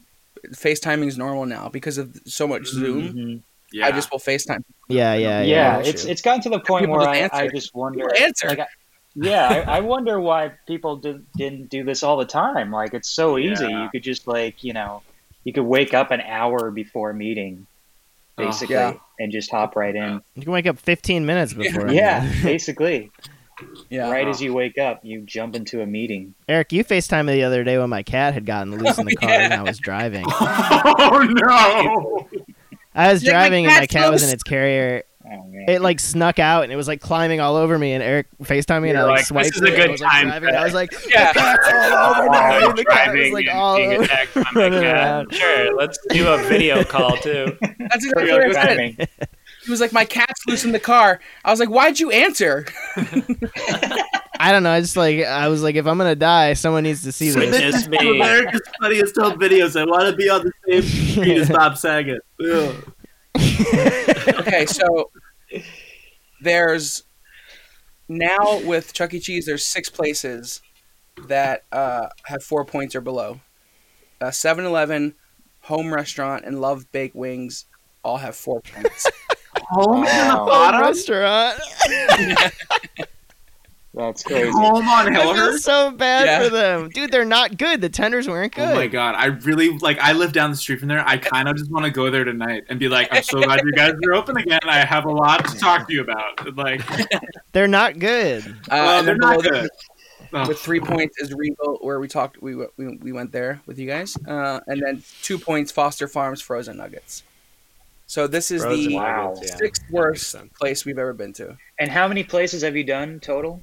Speaker 1: FaceTiming is normal now because of so much Zoom.
Speaker 3: Mhm.
Speaker 2: Yeah.
Speaker 1: I just will FaceTime.
Speaker 4: Yeah, yeah, yeah.
Speaker 3: yeah,
Speaker 1: no
Speaker 3: it's
Speaker 1: issue.
Speaker 3: it's gotten to the point
Speaker 1: people
Speaker 3: where I,
Speaker 1: just
Speaker 3: I
Speaker 1: answer.
Speaker 3: just wonder.
Speaker 1: People answer.
Speaker 3: Like I, yeah, I, I wonder why people did, didn't do this all the time. Like it's so easy.
Speaker 2: Yeah.
Speaker 3: You could just like you know, you could wake up an hour before a meeting,
Speaker 2: Oh,
Speaker 3: basically,
Speaker 1: yeah.
Speaker 3: and just hop right in.
Speaker 4: You can wake up 15 minutes before. it.
Speaker 3: Yeah, basically,
Speaker 1: Yeah.
Speaker 3: right as you wake up, you jump into a meeting.
Speaker 4: Eric, you FaceTime me the other day when my cat had gotten loose in the car and I was driving.
Speaker 2: [LAUGHS] oh
Speaker 1: [LAUGHS]
Speaker 2: no!
Speaker 4: I was
Speaker 1: You're like,
Speaker 4: driving and
Speaker 1: "My
Speaker 4: my
Speaker 1: cat's
Speaker 4: cat was in
Speaker 1: loose."
Speaker 4: its carrier.
Speaker 3: Oh, man.
Speaker 4: It like snuck out and it was like climbing all over me. And Eric FaceTimed me and I
Speaker 5: You're
Speaker 4: like,
Speaker 5: like,
Speaker 4: swiped
Speaker 5: "This is
Speaker 4: it
Speaker 5: a
Speaker 4: and
Speaker 5: good
Speaker 4: I was, like,
Speaker 5: time
Speaker 4: driving.
Speaker 5: for
Speaker 4: I was like,
Speaker 1: Yeah.
Speaker 4: the cat's all over
Speaker 5: Oh,
Speaker 4: now. And the cat was
Speaker 5: driving
Speaker 4: like
Speaker 5: and
Speaker 4: all
Speaker 5: being [LAUGHS]
Speaker 4: over.
Speaker 5: attacked by my
Speaker 4: running
Speaker 5: cat.
Speaker 4: around.
Speaker 5: Sure, let's do a video call too.
Speaker 1: [LAUGHS] That's exactly
Speaker 3: You're
Speaker 1: what I said.
Speaker 3: driving.
Speaker 1: He was like, "My cat's loose in the car." I was like, "Why'd you answer?"
Speaker 4: I don't know. I just like I was like, if I'm gonna die, someone needs to see this.
Speaker 5: Witness
Speaker 2: Two
Speaker 5: me.
Speaker 2: America's funniest home videos. I want to be on the same
Speaker 4: [LAUGHS]
Speaker 2: [LAUGHS] screen as Bob Saget. Ugh.
Speaker 1: Okay, so there's now with Chuck E. Cheese, there's six places that uh, have four points or below. Uh, 7-Eleven, Home Restaurant, and Love Bake Wings all have four points. Uh,
Speaker 2: Home in the
Speaker 3: Wow.
Speaker 4: Home
Speaker 2: bottom.
Speaker 4: restaurant.
Speaker 3: That's crazy.
Speaker 2: Home on
Speaker 4: I feel
Speaker 2: Hellhurst.
Speaker 4: so bad
Speaker 1: Yeah.
Speaker 4: for them, dude. They're not good. The tenders weren't good.
Speaker 2: Oh my god! I really like. I live down the street from there. I kind of just want to go there tonight and be like, "I'm so glad you guys are open again. I have a lot to talk to you about." And, Like,
Speaker 4: They're not good.
Speaker 1: Uh,
Speaker 2: well,
Speaker 1: and
Speaker 2: they're
Speaker 1: then
Speaker 2: not
Speaker 1: below
Speaker 2: good.
Speaker 1: that,
Speaker 2: Oh,
Speaker 1: with three points is Regal, where we talked. We w- we, we went there with you guys, uh, and then two points Foster Farms Frozen Nuggets. So this is
Speaker 5: Frozen
Speaker 1: the
Speaker 3: Wow.
Speaker 5: nuggets, yeah.
Speaker 1: sixth
Speaker 5: That makes
Speaker 1: worst
Speaker 5: sense.
Speaker 1: place we've ever been to.
Speaker 3: And how many places have you done total?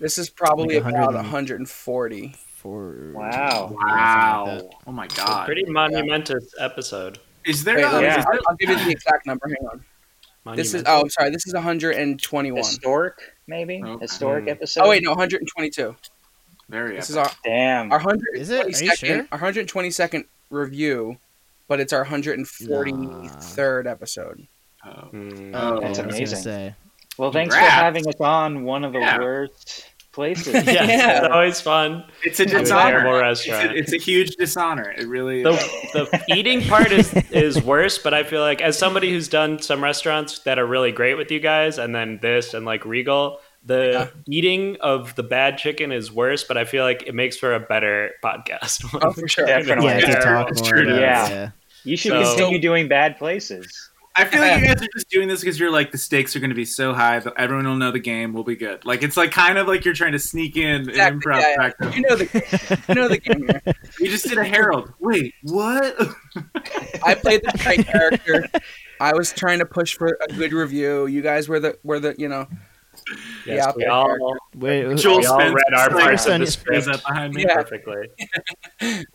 Speaker 1: This is probably
Speaker 4: Like
Speaker 1: about
Speaker 4: 100 and-
Speaker 1: 140.
Speaker 4: For
Speaker 3: Wow.
Speaker 2: wow! Oh my god!
Speaker 5: Pretty monumentous episode.
Speaker 2: Is there?
Speaker 1: Wait, let me-
Speaker 3: yeah.
Speaker 1: I'll, I'll give you the exact number. Hang on. This is.
Speaker 5: Monumental.
Speaker 1: Oh, I'm sorry. This is 121.
Speaker 3: Historic, maybe?
Speaker 2: Okay.
Speaker 3: Historic episode?
Speaker 1: Oh wait, no, 122.
Speaker 2: Very.
Speaker 1: This is our
Speaker 3: Damn.
Speaker 1: our
Speaker 4: Is it? Are you
Speaker 1: 122nd
Speaker 4: sure?
Speaker 1: our 122nd review, but it's our 143rd episode.
Speaker 2: episode.
Speaker 1: [LAUGHS]
Speaker 5: Hmm.
Speaker 4: Uh,
Speaker 2: Oh,
Speaker 3: that's
Speaker 4: I was gonna
Speaker 3: amazing.
Speaker 4: say.
Speaker 3: Well, thanks
Speaker 2: Congrats.
Speaker 3: for having us on one of the
Speaker 2: Yeah.
Speaker 3: worst
Speaker 2: [LAUGHS]
Speaker 3: places. [LAUGHS]
Speaker 5: Yeah,
Speaker 1: Yeah.
Speaker 5: it's always fun.
Speaker 2: It's a
Speaker 5: to a
Speaker 2: dishonor.
Speaker 5: terrible
Speaker 2: It's a,
Speaker 5: restaurant.
Speaker 2: it's a huge dishonor. It really.
Speaker 5: the,
Speaker 2: Is.
Speaker 5: the eating part is is worse, but I feel like as somebody who's done some restaurants that are really great with you guys, and then this and like Regal, the eating of the bad chicken is worse, but I feel like it makes for a better podcast.
Speaker 1: Oh, for sure.
Speaker 3: Definitely.
Speaker 4: Yeah, to
Speaker 5: Yeah,
Speaker 4: talk
Speaker 2: it's
Speaker 4: more.
Speaker 2: true.
Speaker 4: about it,
Speaker 3: Yeah.
Speaker 4: yeah.
Speaker 3: You should
Speaker 5: So-
Speaker 3: continue doing bad places.
Speaker 2: I feel
Speaker 1: [LAUGHS]
Speaker 2: like you guys are just doing this because you're like the stakes are going to be so high that everyone will know the game. We'll be good. Like it's like kind of like you're trying to sneak in an
Speaker 1: Exactly.
Speaker 2: improv
Speaker 1: yeah, yeah.
Speaker 2: practice.
Speaker 1: You know the you know the game here.
Speaker 2: You just did a herald. Wait, what? [LAUGHS]
Speaker 1: I played the right character. I was trying to push for a good review. You guys were the were the you know
Speaker 5: [LAUGHS] Yes,
Speaker 1: Yeah.
Speaker 5: we all,
Speaker 4: Wait, who-
Speaker 2: Joel
Speaker 5: we all
Speaker 2: Spence
Speaker 5: read our
Speaker 2: is like-
Speaker 5: parts of the
Speaker 4: First
Speaker 2: is
Speaker 5: script
Speaker 2: that behind me?
Speaker 1: Yeah.
Speaker 5: perfectly.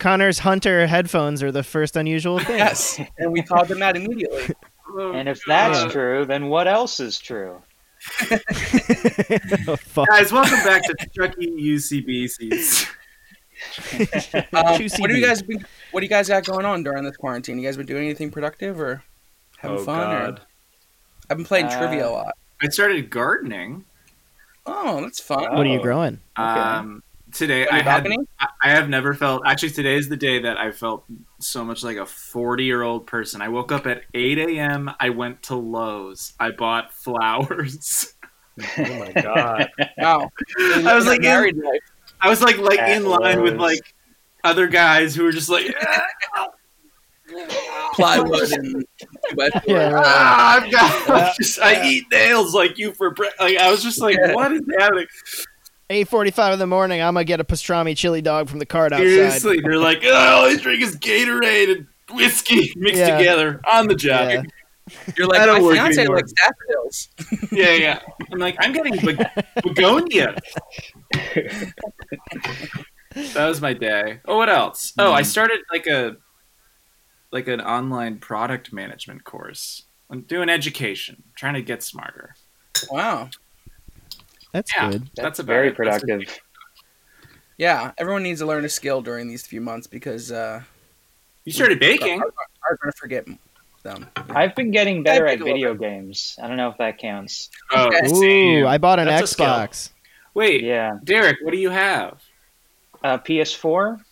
Speaker 4: Connor's hunter headphones are the first unusual thing. [LAUGHS]
Speaker 1: yes, and we called them out immediately.
Speaker 2: Oh,
Speaker 3: And if
Speaker 2: God.
Speaker 3: that's true, then what else is true?
Speaker 4: Oh, fuck.
Speaker 2: guys, welcome back to Chucky E, UCBCs.
Speaker 1: Um,
Speaker 4: Juicy
Speaker 1: what do you
Speaker 4: meat.
Speaker 1: guys been, What do you guys got going on during this quarantine? You guys been doing anything productive or having
Speaker 5: Oh
Speaker 1: fun? Or?
Speaker 5: God,
Speaker 1: I've been playing
Speaker 3: Uh,
Speaker 1: trivia a lot.
Speaker 2: I started gardening.
Speaker 1: Oh, that's fun.
Speaker 4: What are you
Speaker 3: Oh.
Speaker 4: growing?
Speaker 2: Um, today
Speaker 1: On
Speaker 2: I
Speaker 1: your
Speaker 2: had
Speaker 1: balcony?
Speaker 2: I I have never felt. Actually, today is the day that I felt so much like a 40 year old person. I woke up at 8 a.m. I went to Lowe's. I bought flowers.
Speaker 5: oh my God,
Speaker 2: [LAUGHS]
Speaker 1: Wow.
Speaker 2: I was like, in,
Speaker 1: married life.
Speaker 2: I was like, like
Speaker 3: At
Speaker 2: in line with
Speaker 3: Lowe's.
Speaker 2: like other guys who were just like,
Speaker 1: plywood and [LAUGHS] wet.
Speaker 4: Yeah, right.
Speaker 2: ah, I've got, I'm [LAUGHS] just, I eat nails like you for breakfast. Like I was just like,
Speaker 1: Yeah.
Speaker 2: what is happening?
Speaker 4: Eight forty-five in the morning. I'm gonna get a pastrami chili dog from the cart outside.
Speaker 2: Seriously, they're like, oh, all I drink is Gatorade and whiskey [LAUGHS] mixed
Speaker 4: Yeah.
Speaker 2: together on the job.
Speaker 4: Yeah.
Speaker 1: You're like,
Speaker 2: I don't
Speaker 1: my
Speaker 2: work
Speaker 1: fiance
Speaker 2: anymore.
Speaker 1: likes daffodils.
Speaker 2: [LAUGHS] yeah, yeah. I'm like, I'm getting beg- begonia. that was my day. Oh, what else? Oh, I started like a like an online product management course. I'm doing education, trying to get smarter.
Speaker 1: Wow.
Speaker 4: That's
Speaker 2: Yeah.
Speaker 4: good.
Speaker 2: That's, about
Speaker 3: very
Speaker 2: it. That's-
Speaker 3: productive.
Speaker 1: Yeah, everyone needs to learn a skill during these few months because uh,
Speaker 2: you started baking.
Speaker 1: Are, are going to forget them.
Speaker 3: I've been getting better
Speaker 1: I
Speaker 3: at
Speaker 1: think a
Speaker 3: video
Speaker 1: little
Speaker 3: games. I don't know if that counts.
Speaker 2: Oh,
Speaker 1: Okay.
Speaker 4: Ooh, I bought an
Speaker 5: That's a skill.
Speaker 4: Xbox.
Speaker 2: wait,
Speaker 3: Yeah.
Speaker 2: Derek, what do you have?
Speaker 3: Uh, PS4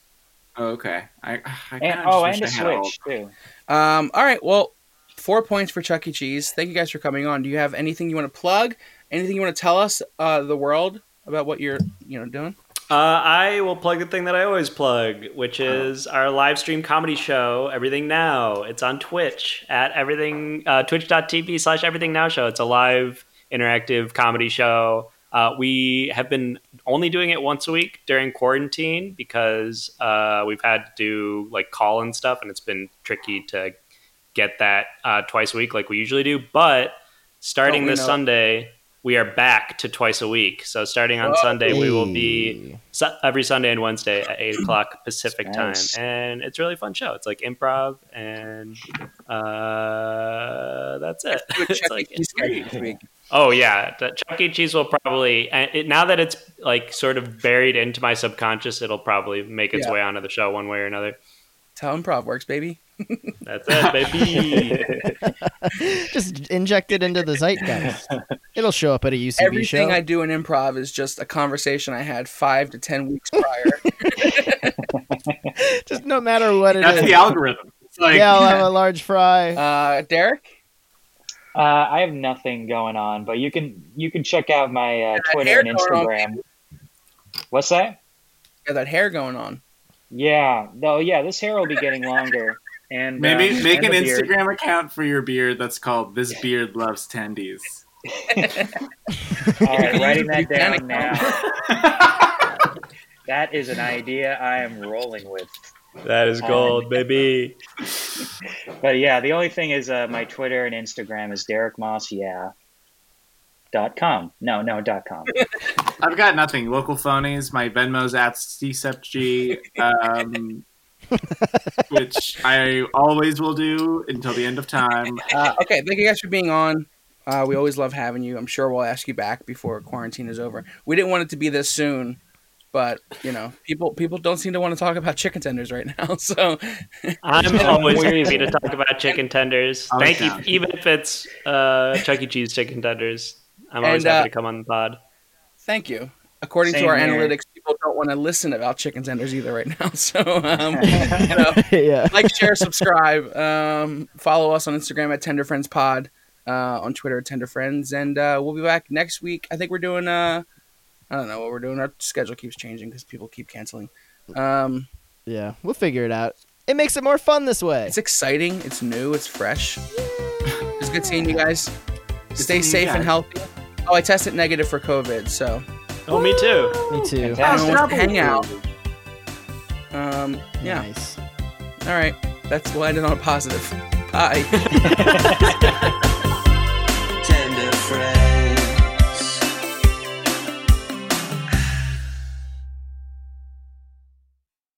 Speaker 2: Oh, okay. I, I kinda
Speaker 3: and
Speaker 2: just
Speaker 3: oh,
Speaker 2: wish
Speaker 3: and a
Speaker 2: I had all-
Speaker 3: Switch too.
Speaker 1: Um, all right. Well, four points for Chuck E. Cheese. Thank you guys for coming on. Do you have anything you want to plug? Anything you want to tell us, uh, the world, about what you're you know doing?
Speaker 5: Uh, I will plug the thing that I always plug, which
Speaker 1: Uh-huh.
Speaker 5: is our live stream comedy show, Everything Now. It's on Twitch at everything uh, twitch.tv slash everything now show. It's a live interactive comedy show. Uh, we have been only doing it once a week during quarantine because uh, we've had to do like call and stuff, and it's been tricky to get that uh, twice a week like we usually do. But starting
Speaker 1: Don't we
Speaker 5: this
Speaker 1: know.
Speaker 5: Sunday, we are back to twice a week. So starting on Sunday, we will be su- every Sunday and Wednesday
Speaker 1: [CLEARS THROAT]
Speaker 5: at eight o'clock Pacific
Speaker 3: Nice.
Speaker 5: time, and it's a really fun show. It's like improv, and uh, that's it.
Speaker 1: Good
Speaker 5: [LAUGHS] It's
Speaker 1: Chuck E.
Speaker 5: like-
Speaker 1: Cheese schedule this week.
Speaker 5: oh yeah, the Chuck E. Cheese will probably and it, now that it's like sort of buried into my subconscious, it'll probably make its
Speaker 1: Yeah.
Speaker 5: way onto the show one way or another.
Speaker 1: That's how improv works, baby.
Speaker 5: That's
Speaker 1: [LAUGHS]
Speaker 5: it, baby.
Speaker 3: [LAUGHS]
Speaker 4: [LAUGHS] Just inject it into the zeitgeist. It'll show up at a UCB
Speaker 1: Everything
Speaker 4: show.
Speaker 1: I do in improv is just a conversation I had five to ten weeks prior.
Speaker 4: Just no matter what it
Speaker 2: [LAUGHS] That's
Speaker 4: is.
Speaker 2: the algorithm. It's like,
Speaker 4: yeah, I'll
Speaker 3: [LAUGHS]
Speaker 4: have a large
Speaker 1: [LAUGHS]
Speaker 4: fry. [LAUGHS]
Speaker 1: uh, Derek,
Speaker 3: Uh, I have nothing going on, but you can you can check out my uh, Twitter
Speaker 1: hair
Speaker 3: and
Speaker 1: going on,
Speaker 3: Instagram. What's that?
Speaker 1: got that hair going on.
Speaker 3: Yeah, though. Yeah, this hair will be getting longer. And
Speaker 2: Maybe
Speaker 3: um,
Speaker 2: make
Speaker 3: and
Speaker 2: an
Speaker 3: the beard.
Speaker 2: Instagram account for your beard that's called "This Beard Loves Tendies."
Speaker 3: All right, writing that
Speaker 1: Panic
Speaker 3: down now.
Speaker 2: [LAUGHS]
Speaker 3: That is an idea I am rolling with.
Speaker 5: that is
Speaker 1: Oh
Speaker 5: gold, baby.
Speaker 3: But yeah, the only thing is uh, my Twitter and Instagram is Derek Moss. Yeah. Dot com. No, no. Dot com.
Speaker 2: I've got nothing. Local phonies. My Venmo's at CSEPG, um, which I always will do until the end of time.
Speaker 1: Uh, okay, thank you guys for being on. Uh, we always love having you. I'm sure we'll ask you back before quarantine is over. We didn't want it to be this soon, but you know, people people don't seem to want to talk about chicken tenders right now. [LAUGHS] So
Speaker 5: I'm
Speaker 3: Yeah,
Speaker 5: always
Speaker 3: where is
Speaker 5: happy to
Speaker 3: it?
Speaker 5: talk about chicken tenders.
Speaker 2: I was
Speaker 5: Thank you,
Speaker 2: down.
Speaker 5: even if it's uh, Chuck E. Cheese chicken tenders. I'm always
Speaker 1: And, uh,
Speaker 5: happy to come on the pod.
Speaker 1: thank you. According to
Speaker 3: Same
Speaker 1: our
Speaker 3: here.
Speaker 1: analytics, people don't want to listen about chicken tenders either right now. [LAUGHS] So um, you know,
Speaker 4: yeah.
Speaker 1: like, share, subscribe, um, follow us on Instagram at Tender Friends Pod, uh, on Twitter at Tender Friends, and uh, we'll be back next week. I think we're doing. Uh, I don't know what we're doing. Our schedule keeps changing because people keep canceling. Um,
Speaker 4: Yeah. We'll figure it out. It makes it more fun this way.
Speaker 1: It's exciting. It's new. It's fresh. It's good seeing you guys. Stay
Speaker 2: seeing you
Speaker 1: safe and
Speaker 2: guys.
Speaker 1: healthy. Oh, I tested negative for COVID, so
Speaker 5: Oh, me too.
Speaker 4: Me too.
Speaker 1: I
Speaker 3: Fantastic.
Speaker 1: don't want to hang out. Um, yeah.
Speaker 4: Nice.
Speaker 1: All right. That's we'll end it on a positive. Bye.